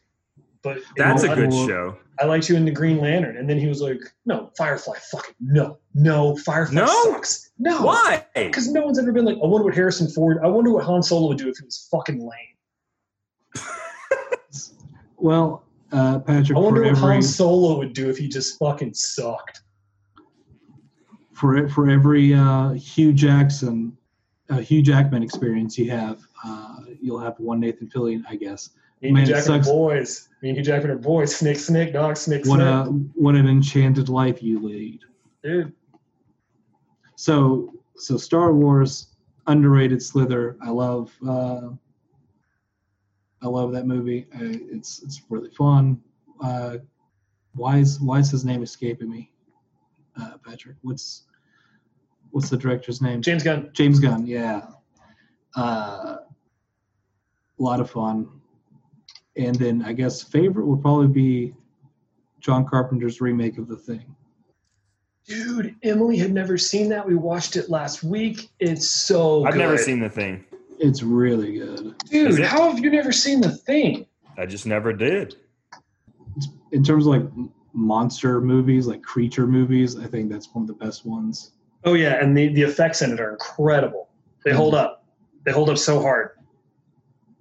But
That's
know,
a
I-
good
I-
show.
I liked you in the Green Lantern. And then he was like, no, Firefly, fucking no, no, Firefly
No?
sucks. No.
Why?
Because no one's ever been like, I wonder what Harrison Ford, I wonder what Han Solo would do if he was fucking lame.
Well, uh, Patrick,
I wonder
for
what
every,
Han Solo would do if he just fucking sucked.
for for every uh, Hugh Jackson, uh, Hugh Jackman experience you have, uh, you'll have one Nathan Fillion, I guess.
Me and
Man,
Hugh
it
Jackman are
sucks.
boys. Me and Hugh Jackman are boys. Snick, snick, dog, snick,
What
snick.
a what an enchanted life you lead.
Dude,
So so Star Wars underrated Slither. I love uh, I love that movie. I, it's it's really fun. Uh, why is why is his name escaping me, uh, Patrick? What's what's the director's name?
James Gunn.
James Gunn, yeah. Uh, a lot of fun. And then I guess favorite would probably be John Carpenter's remake of The Thing.
Dude, Emily had never seen that. We watched it last week. It's so
I've
good.
never seen the thing.
It's really good.
Is
Dude,
it?
how have you never seen the thing?
I just never did.
In terms of like m- monster movies, like creature movies, I think that's one of the best ones.
Oh yeah, and the, the effects in it are incredible. They hold up. They hold up so hard.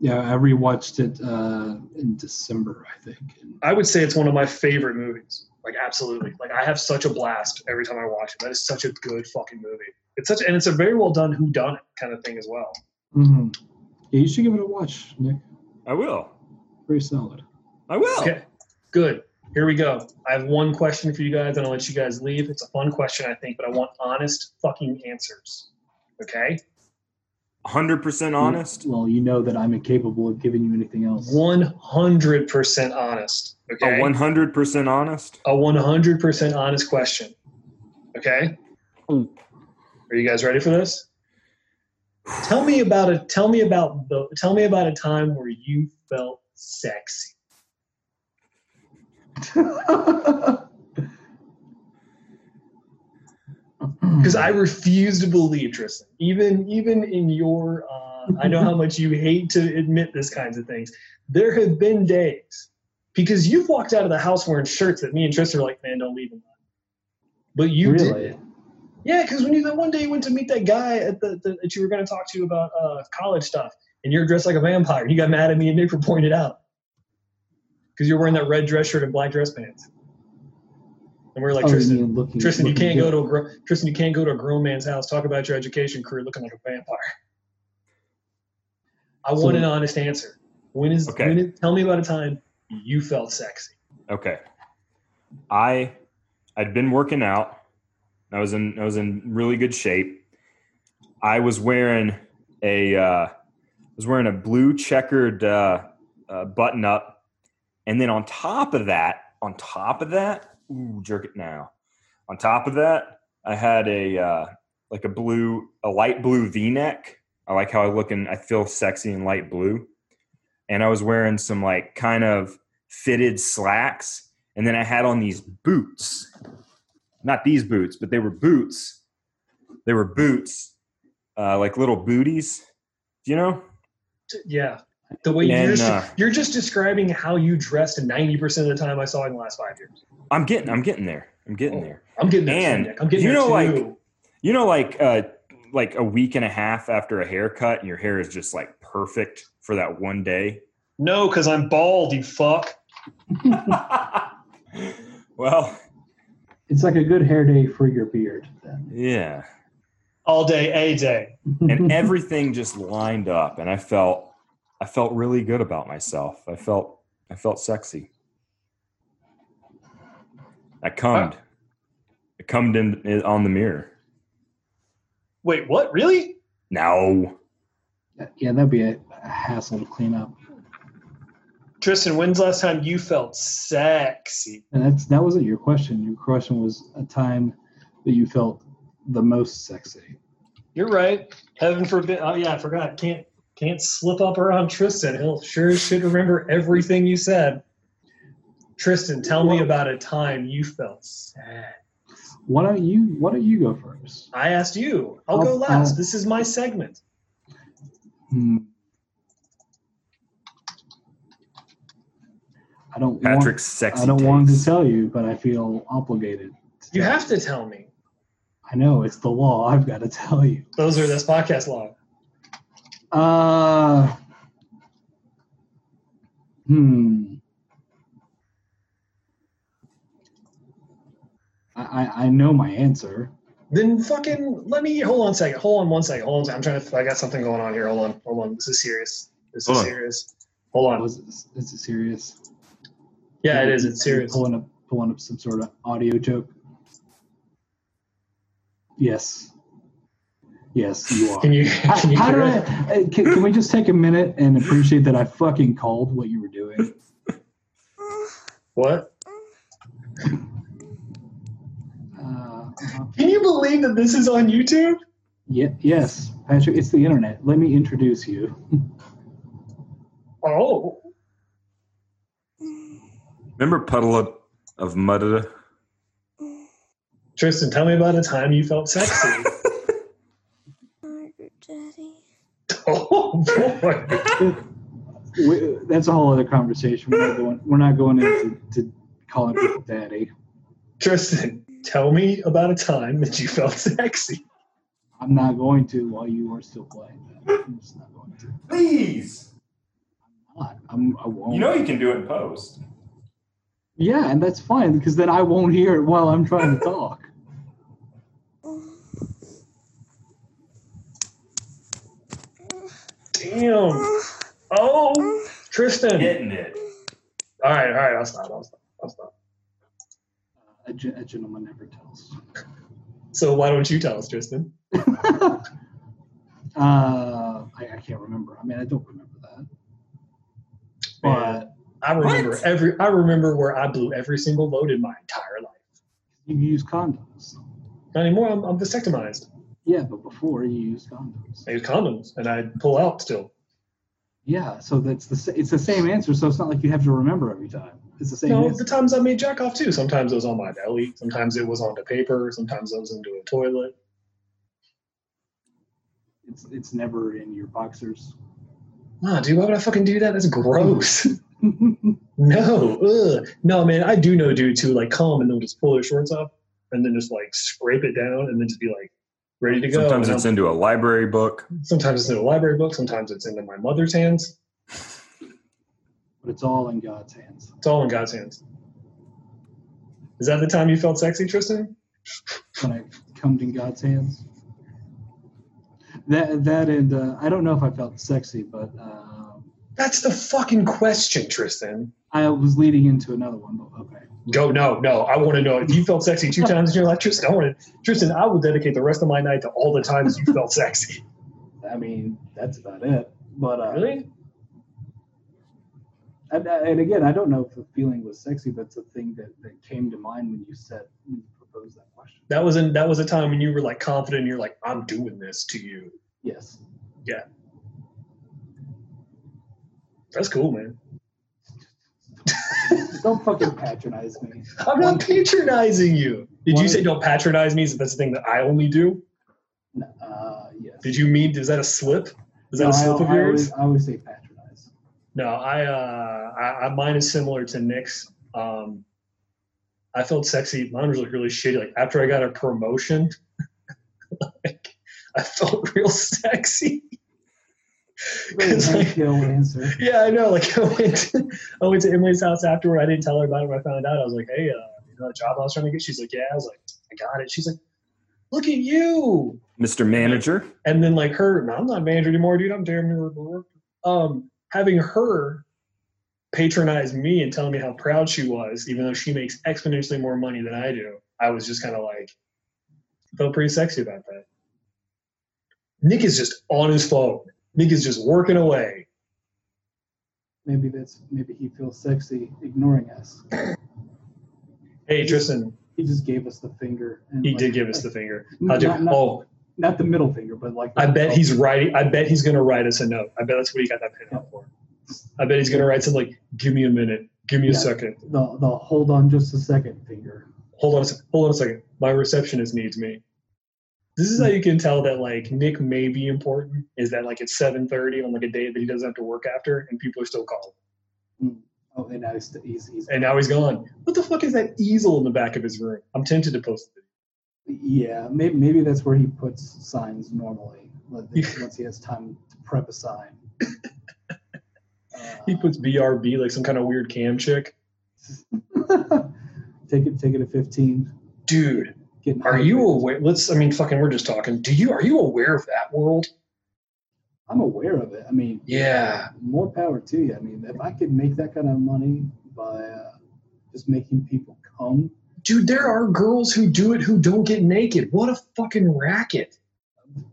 Yeah, I rewatched it uh, in December, I think. And
I would say it's one of my favorite movies. Like absolutely. Like I have such a blast every time I watch it. That is such a good fucking movie. It's such and it's a very well done who done it kind of thing as well.
hmm
Yeah, you should give it a watch, Nick.
I will.
Very solid.
I will.
Okay. Good. Here we go. I have one question for you guys, and I'll let you guys leave. It's a fun question, I think, but I want honest fucking answers. Okay?
100%
Mm.
honest.
Well, you know that I'm incapable of giving you anything else.
100% honest.
A
Okay?
100% honest.
a 100% honest question. Okay?
Mm.
Are you guys ready for this? Tell me about a tell me about the tell me about a time where you felt sexy. Because I refuse to believe Tristan, even even in your uh, I know how much you hate to admit this kinds of things. There have been days because you've walked out of the house wearing shirts that me and Tristan are like, man, don't leave them. on." But you did
really?
yeah, because when you that one day you went to meet that guy at the, the that you were going to talk to about uh, college stuff, and you're dressed like a vampire. He got mad at me and Nick for pointing it out because you're wearing that red dress shirt and black dress pants. And we are like
Oh, you
Tristan,
mean looking-
Tristan, you
looking
can't go
good.
to a gr- Tristan, you can't go to a grown man's house. Talk about your education career looking like a vampire. I want
So-
an honest answer. When is
Okay.
when is, tell me about a time you felt sexy.
Okay. I I'd been working out. I was in I was in really good shape. I was wearing a uh, I was wearing a blue checkered uh, uh, button up, and then on top of that, on top of that, ooh, jerk it now. On top of that, I had a uh, like a blue a light blue V neck. I like how I look and I feel sexy in light blue, and I was wearing some like kind of fitted slacks, and then I had on these boots. Not these boots, but they were boots. They were boots, uh, like little booties. Do you know?
T- Yeah, the way
And,
you're just,
uh,
you're just describing how you dressed ninety percent of the time I saw in the last five years.
I'm getting, I'm getting there. I'm getting there.
I'm getting there.
And
too, Nick. I'm getting
you
there
know,
too.
You know, like, uh, like a week and a half after a haircut, and your hair is just like perfect for that one day.
no, because I'm bald. You fuck.
well,
It's like a good hair day for your beard. Then.
yeah.
All day, a day.
[laughs]
and everything just lined up and i felt i felt really good about myself i felt i felt sexy i cummed i cummed in, in- on the mirror
Wait, what? Really?
no
yeah, that'd be a, a hassle to clean up.
Tristan, when's the last time you felt sexy?
And that's that wasn't your question. Your question was a time that you felt the most sexy.
You're right. Heaven forbid. Oh yeah, I forgot. Can't can't slip up around Tristan. He'll sure as shit remember everything you said. Tristan, tell me about a time you felt sad.
Why don't you Why don't you go first?
I asked you. I'll go
I'll-
last.
I'll-
This is my segment.
Hmm. I don't.
patrick's
Want,
sexy
I don't want to
takes.
tell you, but I feel obligated. to
You
tell
have to tell me.
I know it's the law. I've got to tell you.
Those are this podcast log.
Uh, hmm. I, I, I know my answer.
Then fucking let me hold on a second. Hold on one second. Hold on. a second. I'm trying to. I got something going on here. Hold on. Hold on. This is serious. This
Hold
is
on.
serious. Hold on.
Was it, is it serious?
Yeah, it is. It's
Are you
serious.
Pulling up, pulling up some sort of audio joke. Yes. Yes, you are.
Can you? [laughs] Can
I,
you
I
hear
don't
it?
know, uh, can, can we just take a minute and appreciate that I fucking called what you
[laughs]
were doing?
What?
Uh, uh,
Can you believe that this is on YouTube?
yeah, yes, Patrick, it's the internet. Let me introduce you.
Oh,
remember puddle of, of mud
Tristan, tell me about a time you felt sexy.
Margaret, Daddy.
[laughs] oh boy.
we, that's a whole other conversation. We're not going. We're not going into to calling people daddy.
Tristan, tell me about a time that you felt sexy.
I'm not going to while you are still playing. That. I'm just not going to.
please
Not. I'm, I won't.
you know you can do it in post
Yeah, and that's fine because then I won't hear it while I'm trying to talk.
Damn. Oh, Tristan.
Getting it.
All right, all right. I'll stop. I'll stop. I'll stop.
A, gen- a gentleman never tells. [laughs]
So why don't you tell us, Tristan?
uh, I, I can't remember. I mean, I don't remember that. But
I remember every. I remember where I blew every single load in my entire life.
you use condoms.
Not anymore. I'm, I'm vasectomized.
Yeah, but before you used condoms.
I use condoms, and I pull out still.
Yeah, so that's the sa- it's the same answer. So it's not like you have to remember every time. It's the same
No, the
answer.
times I made jack off too. Sometimes it was on my belly. Sometimes it was onto paper. Sometimes it was into a toilet.
It's it's never in your boxers. [laughs]
Nah, dude, why would I fucking do that? That's gross. [laughs] no, ugh. no, man. I do know dudes who like come and they'll just pull their shorts up and then just like scrape it down and then just be like ready to go.
Sometimes
And
it's into a library book.
I'm- sometimes it's in a library book. Sometimes it's into my mother's hands.
but it's all in God's hands.
It's all in God's hands. Is that the time you felt sexy, Tristan?
When I come in God's hands. That that and uh, I don't know if I felt sexy, but um
That's the fucking question, Tristan.
I was leading into another one. But okay,
Go, no, no. I want to know if you felt sexy two times in your life, Tristan. I want to, Tristan. I will dedicate the rest of my night to all the times you felt sexy.
I mean that's about it. But uh,
Really?
and, uh, and again, I don't know if the feeling was sexy. That's the thing that, that came to mind when you said when you proposed that question.
That was in that was a time when you were like confident. and You're like, I'm doing this to you.
Yes. [laughs]
That's cool, man.
Don't fucking patronize me.
I'm not patronizing you. Did
Why-
you say don't patronize me? Is that's the thing that I only do?
No, Uh, yes.
Did you mean? Is that a slip? Is that
No,
a slip
I,
of
I
yours?
always, I always say
[laughs]
patronize.
No, I, uh, I, I mine is similar to Nick's. Um, I felt sexy. Mine was like really shitty. Like after I got a promotion, [laughs] like I felt [laughs] real sexy.
Very
It's like-
kill answer.
Yeah, I know. Like [laughs] I went, to, I went to Emily's house afterward. I didn't tell her about it when I found out. I was like, "Hey, uh, you know, that job I was trying to get." She's like, "Yeah." I was like, "I got it." She's like, "Look at you!"
Mr. Manager.
and then like her no, i'm not manager anymore dude i'm damn near a director. um having her patronize me and tell me how proud she was even though she makes exponentially more money than i do i was just kind of like felt pretty sexy about that nick is just on his phone nick is just working away
Maybe that's maybe he feels sexy ignoring us.
hey tristan
He just gave us the finger. And
he
like-
did give us the finger
Not-
how do
not- Oh.
oh
Not the middle finger, but like.
i bet
[laughs]
he's writing i bet he's gonna write us a note i bet that's what he got that pin up for i bet he's gonna write something like give me a minute give me a
Yeah.
second
the the hold on just a second finger.
hold on a second, hold on a second. My receptionist needs me. This is how you can tell that like Nick may be important is that like it's seven thirty on like a day that he doesn't have to work after and people are still calling.
Oh, and now he's he's, he's
And now he's gone. What the fuck is that easel in the back of his room? I'm tempted to post it.
[laughs] yeah. Maybe maybe that's where he puts signs normally. like, [laughs] Once he has time to prep a sign.
[laughs] He puts BRB like some kind of weird cam chick.
Uh, [laughs] take it take it to fifteen.
Dude,
Getting
are you
hydrated.
aware let's I mean fucking we're just talking. Do you are you aware of that world?
I'm aware of it. I mean,
Yeah.
more power to you. I mean, if I could make that kind of money by uh, just making people come,
Dude, there are girls who do it who don't get naked. What a fucking racket.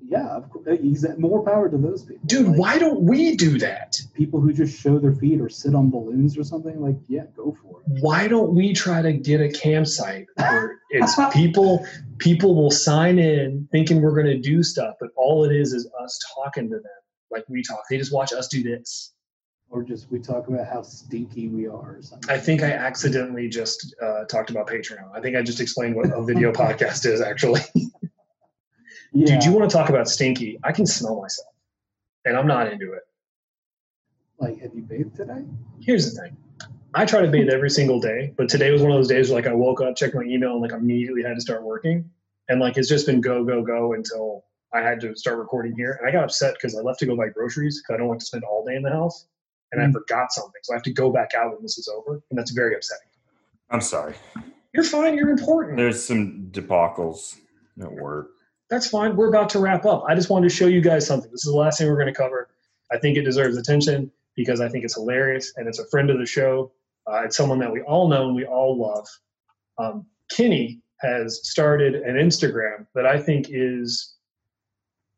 yeah, of course, exa- more power to those people.
Dude,
Like,
why don't we do that?
people who just show their feet or sit on balloons or something? Like, yeah, go for it.
why don't we try to get a campsite
[laughs]
where it's people people will sign in thinking we're going to do stuff but all it is is us talking to them like we talk they just watch us do this
Or just we talk about how stinky we are or something.
i think i accidentally just uh, talked about patreon i think i just explained what a
[laughs]
video podcast is actually
yeah,
dude you want to talk about stinky i can smell myself and i'm not into it
like have you bathed today?
here's the thing i try to bathe every single day but today was one of those days where like i woke up checked my email and like immediately had to start working and like it's just been go go go until i had to start recording here and i got upset because i left to go buy groceries because i don't want to spend all day in the house and i forgot something so i have to go back out when this is over and that's very upsetting
I'm sorry.
You're fine. You're important.
There's some debacles at work.
that's fine. We're about to wrap up. I just wanted to show you guys something. This is the last thing we're going to cover. I think it deserves attention because I think it's hilarious and it's a friend of the show. Uh, it's someone that we all know and we all love. Um, Kenny has started an Instagram that I think is.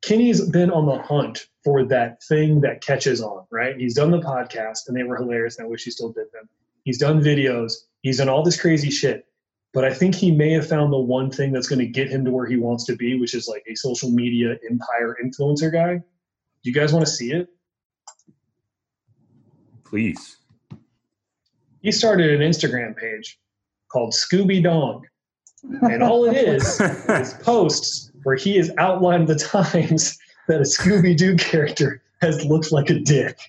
Kenny's been on the hunt for that thing that catches on, right? He's done the podcast and they were hilarious and I wish he still did them. He's done videos, he's done all this crazy shit but I think he may have found the one thing that's going to get him to where he wants to be, which is like a social media empire influencer guy. Do you guys want to see it?
[laughs]
Please. [laughs]
He started an Instagram page called Scooby Dong, and all it is is posts where he has outlined the times [laughs] that a Scooby Doo character has looked like a dick.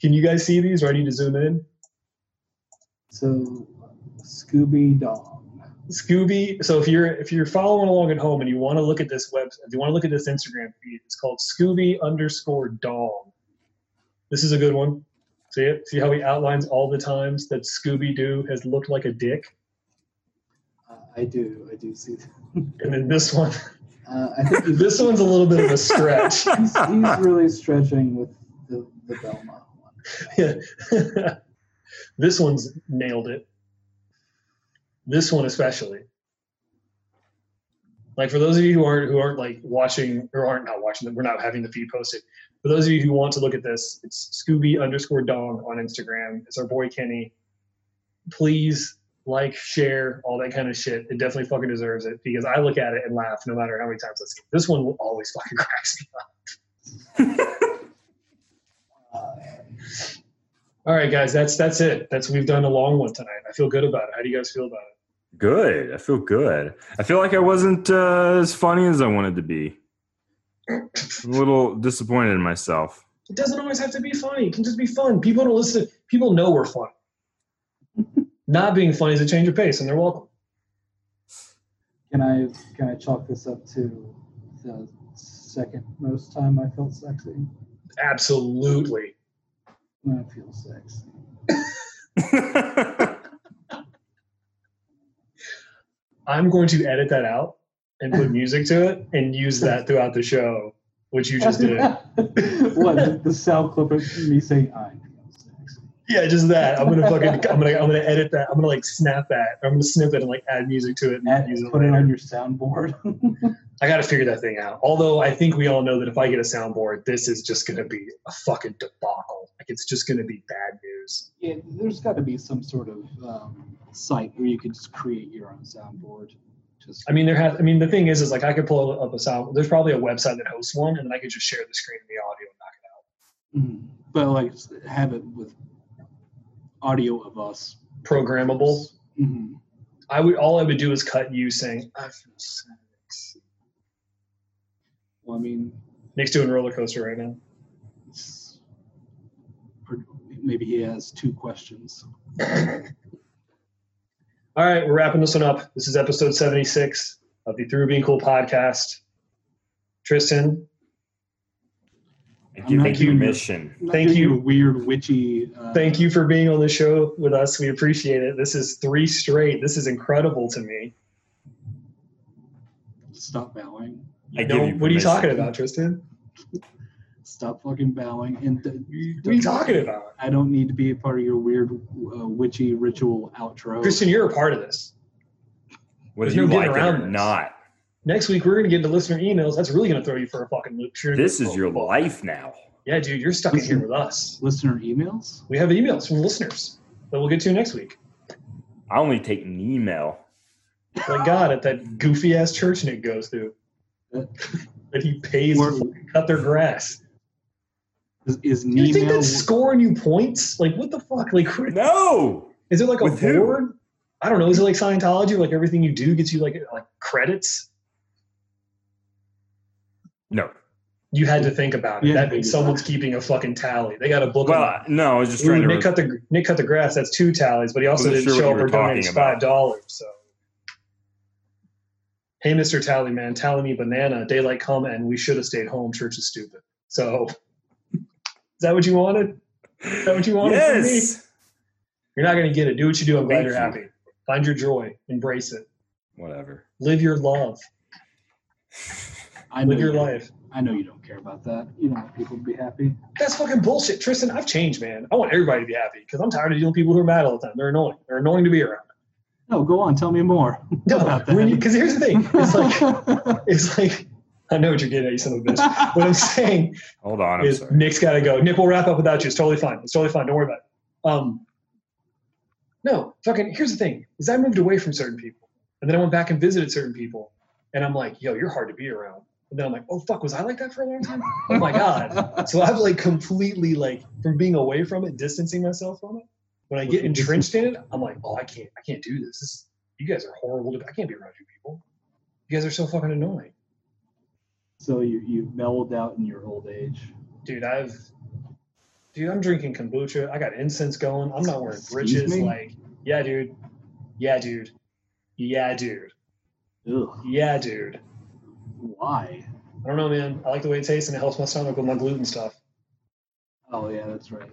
Can you guys see these? Or I need to zoom in.
So, uh, Scooby Dog.
Scooby. So if you're if you're following along at home and you want to look at this web, if you want to look at this Instagram feed, it's called Scooby underscore Dong. This is a good one. See it? See how he outlines all the times that Scooby Doo has looked like a dick,
Uh, I do, I do see that.
and then this one. [laughs]
Uh, I think he's,
This one's a little bit of a stretch.
he's, he's really stretching with the, the Belmont one.
[laughs] this one's nailed it. This one especially. Like for those of you who aren't who aren't like watching or aren't not watching them, we're not having the feed posted. For those of you who want to look at this, it's Scooby underscore Dong on Instagram. It's our boy Kenny. Please like, share, all that kind of shit. It definitely fucking deserves it because I look at it and laugh no matter how many times I see it. This one will always [laughs] fucking cracks me up.
Uh,
All right, guys, that's that's it. That's we've done a long one tonight. I feel good about it. How do you guys feel about it?
Good. I feel good. I feel like I wasn't uh, as funny as I wanted to be. I'm a little disappointed in myself. [laughs]
It doesn't always have to be funny. It can just be fun. People don't listen. People know we're [laughs] funny. Not being funny is a change of pace, and they're welcome.
can I can I chalk this up to the second most time I felt sexy?
Absolutely.
When I feel sexy.
I'm going to edit that out and put music to it and use that throughout the show, which you just did.
[laughs] what the, the sound clip of me saying I feel sexy.
[laughs] Yeah, just that. I'm gonna fucking. I'm gonna. I'm gonna edit that. I'm gonna like snap that. I'm gonna snip it and like add music to it and
Matt,
use it
put it
later.
on your soundboard. [laughs]
I gotta figure that thing out. Although I think we all know that if I get a soundboard, this is just gonna be a fucking debacle. Like it's just gonna be bad news.
yeah, there's got to be some sort of um, site where you could just create your own soundboard. Just
I mean, there has. I mean, the thing is, is like I could pull up a sound. There's probably a website that hosts one, and then I could just share the screen and the audio and knock it out.
Mhm. but like s- have it with audio of us.
Programmable.
hmm
I would. All I would do is cut you saying, "I feel sexy."
Well, I mean,
Nick's doing roller coaster right now.
it's, or maybe he has two questions.
All right, we're wrapping this one up. This is episode 76 of the Through Being Cool podcast. Tristan,
I
I'm
give
not
you
doing this.
permission.
I'm not
Thank
doing
you.
a Weird witchy. Uh,
thank you for being on the show with us. We appreciate it. This is three straight. This is incredible to me.
Stop bowing.
I give
No,
you
what are
permission.
you talking about, Tristan?
Stop fucking bowing. And d-
What are you talking about?
I don't need to be a part of your weird uh, witchy ritual outro.
Christian, you're a part of this.
Whether
There's no
you
getting
like it
around
or
this.
not,
next week we're going to get into listener emails. That's really going to throw you for a fucking loop. Sure.
this is your life now.
Yeah, dude, you're stuck in here with us.
Listener emails.
We have emails from listeners that we'll get to next week.
I only take an email.
Like God, at that goofy ass church Nick goes to, [laughs] that he pays
We're-
to cut their grass.
Is, is
Do you think
Nemo?
that's scoring you points? Like what the fuck? Like
No.
is it like a
With who?
board? I don't know. Is it like Scientology? Like everything you do gets you like like credits?
No.
You had to think about it.
Yeah,
that
I
means
did.
someone's keeping a fucking tally. They got a book. on
Well, no, I was just
Ooh,
trying to.
Nick
re-
cut the Nick cut the grass. That's two tallies, but he also
Wasn't
didn't
sure
show
what
up
you
or
were
donate
talking
five
about.
dollars. So, hey, Mister Tally Man, tally me banana. Daylight come and we should have stayed home. Church is stupid. So, is that what you wanted? Is that what you wanted from
yes.
You're not going to get it. Do what you do. I'm glad
Thank
you're
you.
happy. Find your joy. Embrace it.
Whatever.
Live your love.
I know
Live your
you,
life.
I know you don't care about that. You don't want people to be happy.
That's fucking bullshit, Tristan. I've changed, man. I want everybody to be happy because I'm tired of dealing with people who are mad all the time. They're annoying. They're annoying to be around.
No, go on. Tell me more.
No,
About that.
because here's the thing. It's like [laughs] it's like I know what you're getting at, you son of a bitch. What I'm saying
Hold on. [laughs] I'm
is
sorry.
Nick's got to go. Nick, we'll wrap up without you. It's totally fine. It's totally fine. Don't worry about it. Um, no, fucking. Here's the thing: is I moved away from certain people, and then I went back and visited certain people, and I'm like, yo, you're hard to be around. And then I'm like, oh fuck, was I like that for a long time? Oh my god. So I've like completely like from being away from it, distancing myself from it. When I get entrenched in it, I'm like, oh, I can't, I can't do this. this you guys are horrible. to- I can't be around you people. You guys are so fucking annoying.
[laughs] So you you mellowed out in your old age.
dude, I've dude, I'm drinking kombucha. I got incense going. I'm not wearing
Excuse
britches.
me?
Like, yeah, dude. Yeah, dude. Yeah, dude.
Ugh.
Yeah, dude.
Why?
I don't know, man. I like the way it tastes, and it helps my stomach with my gluten stuff.
Oh yeah, that's right.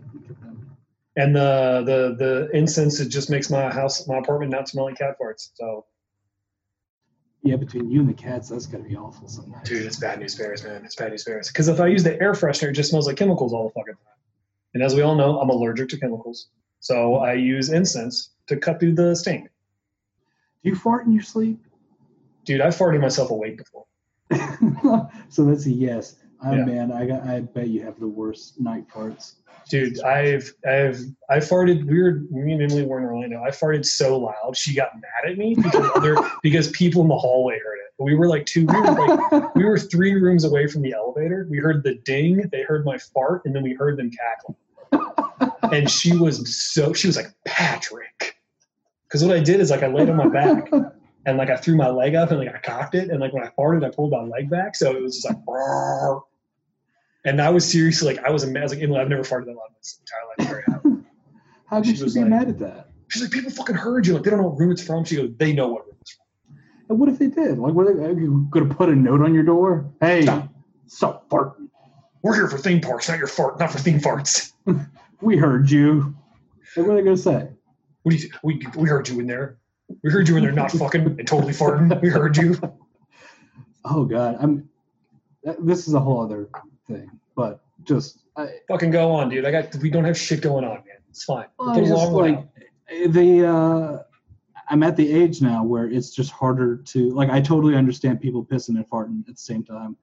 And the the the incense it just makes my house, my apartment, not smell like cat farts. So,
Yeah, between you and the cats, that's gotta be awful sometimes.
dude, it's bad news bears, man. It's bad news bears. Because if I use the air freshener, it just smells like chemicals all the fucking time. And as we all know, I'm allergic to chemicals, so I use incense to cut through the stink.
Do you fart in your sleep? [laughs]
Dude, I farted myself awake before.
so that's a yes. Oh
Yeah.
man, I got, I bet you have the worst night
[laughs]
farts.
Dude, I've I've I farted. We were me and Emily were in Orlando. I farted so loud she got mad at me because other [laughs] because people in the hallway heard it. We were like two. We were like we were three rooms away from the elevator. We heard the ding. They heard my fart, and then we heard them cackling. and she was so she was like Patrick, because what I did is like I laid on my back and like I threw my leg up and like I cocked it and like when I farted I pulled my leg back so it was just like "Brrr." and I was seriously like I was amazed I was like Emily I've never farted that loud in my entire life Very loud.
How
She
could you
was
be
like-
mad at that?
she's like people fucking heard you like they don't know what room it's from she goes they know what room it's from
And what if they did? Like, were they are you gonna put a note on your door? Hey,
Stop.
stop farting.
we're here for theme parks not your fart not for theme farts
We heard you. Like, what are they gonna say?
what do you we we heard you in there we heard you in there not fucking and totally farting we heard you
Oh God, I'm. that- This is a whole other thing, but just I,
fucking go on dude I got we don't have shit going on man it's fine We'll
Oh, I
put a
just
long one
like
out.
the. Uh, I'm at the age now where it's just harder to like. I totally understand people pissing and farting at the same time.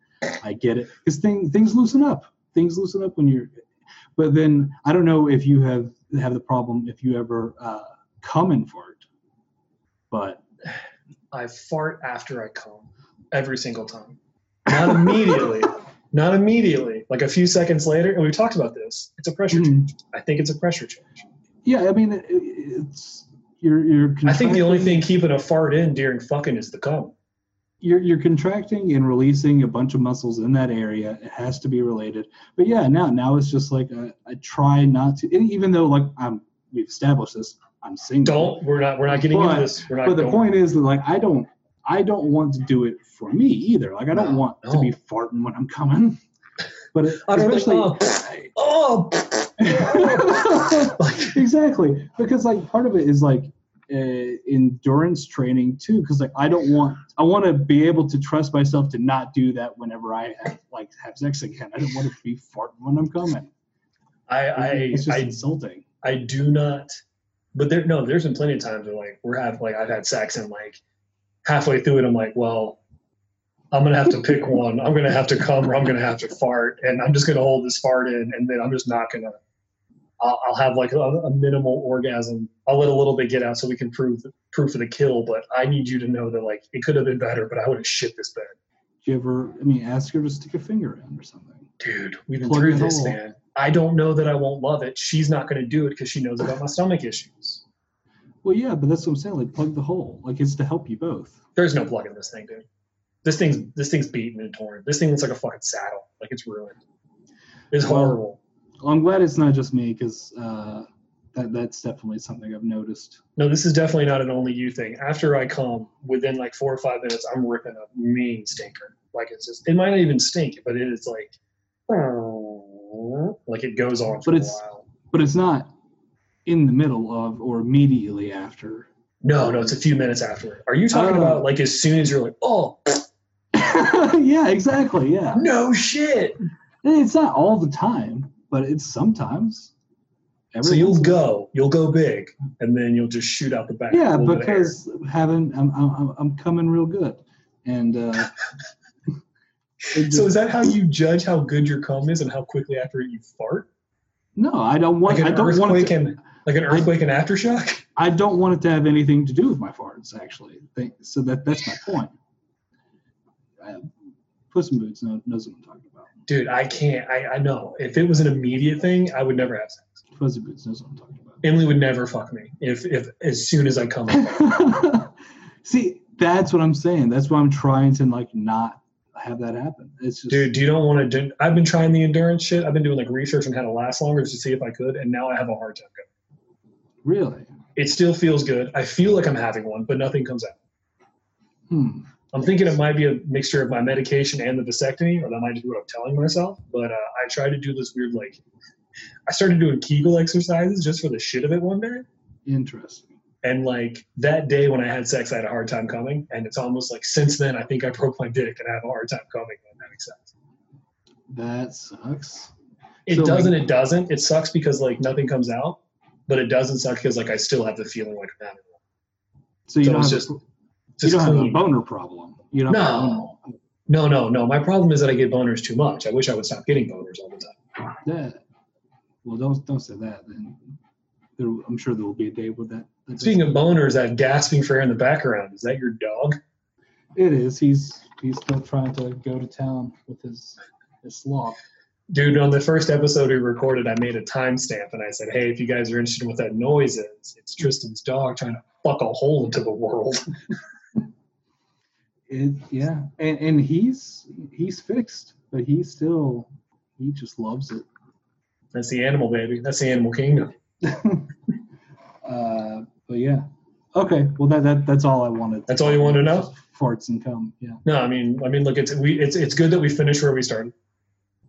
I get it because things things loosen up. Things loosen up when you're. But then I don't know if you have have the problem if you ever uh, come and fart, but
I fart after I come every single time. Not immediately. Not immediately. Like a few seconds later, and we talked about this. It's a pressure
Mhm.
change. I think it's a pressure change.
yeah, I mean it, it's you're you're.
I think the only thing
contracting-
keeping a fart in during fucking is the cum.
you're you're contracting and releasing a bunch of muscles in that area. It has to be related. But yeah, now now it's just like I, I try not to, and even though like I'm we've established this, I'm single.
Don't. We're not. We're not getting
But-
into this. We're not.
But the
going-
point is that like I don't I don't want to do it for me either. Like I don't
No,
want
no.
to be farting when I'm coming. But it,
[laughs] I don't know.
especially
Oh, like
exactly because like part of it is like uh, endurance training too because like i don't want i want to be able to trust myself to not do that whenever i have, like have sex again i don't want to be farting when i'm coming
I, I,
it's just
I,
insulting
I do not. But there, no. There's been plenty of times where like we're have like I've had sex and like halfway through it, I'm like, well, I'm gonna have to pick one. I'm gonna have to come or I'm gonna have to fart, and I'm just gonna hold this fart in, and then I'm just not gonna. I'll, I'll have like a, a minimal orgasm. I'll let a little bit get out so we can prove the proof of the kill. But I need you to know that like it could have been better, but I would have shit this bed,
do you ever i mean ask her to stick a finger in or something
dude. We've been
Plug
through
the
this,
hole.
man. I don't know that I won't love it. She's not gonna do it because she knows about my stomach issues.
well yeah but that's what i'm saying like plug the hole like it's to help you both
There's no plug in this thing, dude. This thing's this thing's beaten and torn. This thing looks like a fucking saddle. Like it's ruined. It's
Well,
horrible.
well, i'm glad it's not just me because uh, that, that's definitely something i've noticed
No, this is definitely not an only you thing. After I come, within like four or five minutes, I'm ripping a mean stinker. Like it's just, it might not even stink, but it is
[laughs]
like, like it goes on for
But
a
it's-
while.
but it's not in the middle of or immediately after. [laughs]
No, no, it's a few minutes afterward. Are you talking
Oh.
about like as soon as you're like, oh
yeah, exactly. Yeah.
no shit?
It's not all the time, but it's sometimes.
So
Every
you'll
once in a while.
go, you'll go big, and then you'll just shoot out the back.
Yeah,
a little bit of air.
because having I'm, I'm I'm- I'm coming real good, and uh, it
[laughs] So
just-
is that how you judge how good your cum is and how quickly after you fart?
no, I don't want
Like an
I don't want it
earthquake
to,
and like an earthquake and aftershock?
I don't want it to have anything to do with my farts actually. Think- So that that's my point. Uh, Puss in Boots knows, knows what I'm talking about.
Dude, I can't. I, I know. If it was an immediate thing, I would never have sex.
Fuzzy Boots knows what I'm talking about.
Emily would never fuck me if if as soon as I come.
[laughs] See, that's what I'm saying. That's why I'm trying to like not have that happen. It's just
Dude, you don't want to do. I've been trying the endurance shit. I've been doing like research on how to last longer just to see if I could, and now I have a hard time. going.
really.
It still feels good. I feel like I'm having one, but nothing comes out.
Hmm.
I'm thinking it might be a mixture of my medication and the vasectomy, or that might just be what I'm telling myself. But uh, I tried to do this weird like. I started doing Kegel exercises just for the shit of it one day,
Interesting.
and like that day when I had sex, I had a hard time coming, and it's almost like since then I think I broke my dick and I have a hard time coming. If that makes sense.
That sucks.
It
So, like-
doesn't. it doesn't. It sucks because like nothing comes out, but it doesn't suck because like I still have the feeling like I'm having one.
So you
So
don't, have,
it's
just,
just-
you
Just
don't have a
clean.
boner problem. You don't have a boner
No. No, no, no. My problem is that I get boners too much. I wish I would stop getting boners all the time.
That, well, don't don't say that. Then there, I'm sure there will be a day where that. that
Speaking of
doesn't-
boners, that gasping for air in the background is that your dog?
it is. He's he's still trying to go to town with his his sloth.
Dude, on the first episode we recorded, I made a timestamp and I said, "Hey, if you guys are interested in what that noise is, it's Tristan's dog trying to fuck a hole into the world." [laughs]
It, yeah, and and he's he's fixed, but he still he just loves it.
That's the animal, baby. That's the animal kingdom.
uh, but yeah, okay. Well, that, that that's all I wanted.
That's all you wanted to know?
Just Farts and cum. Yeah.
No, I mean, I mean, look, it's we, it's it's good that we finished where we started.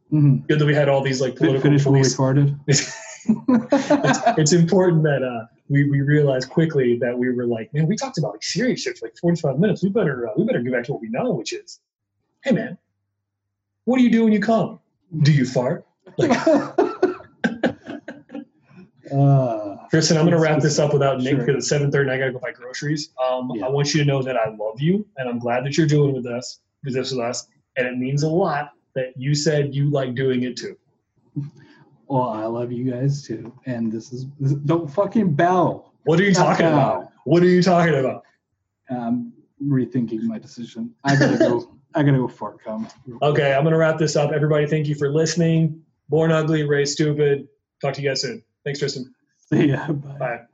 hmm
Good that we had all these like political
Finish where we
police [laughs]
farted. [laughs]
it's, it's important that uh, we, we realized quickly that we were like, man, we talked about like serious shit for like 45 minutes. We better uh, we better get back to what we know, which is, hey man, what do you do when you come? Do you fart?
uh,
Kristen, I'm gonna wrap this up without Nick
Sure.
because it's 7:30. I gotta go buy groceries. Um,
Yeah.
I want you to know that I love you and I'm glad that you're doing with us with this with us, and it means a lot that you said you like doing it too.
well, I love you guys too, and this is this, don't fucking bow.
What are you talking about? What are you talking about?
I'm rethinking my decision. I gotta go. I gotta go fart cum.
Okay, I'm going to wrap this up. Everybody, thank you for listening. Born ugly, raised stupid. Talk to you guys soon. Thanks, Tristan.
See ya. Bye.
Bye.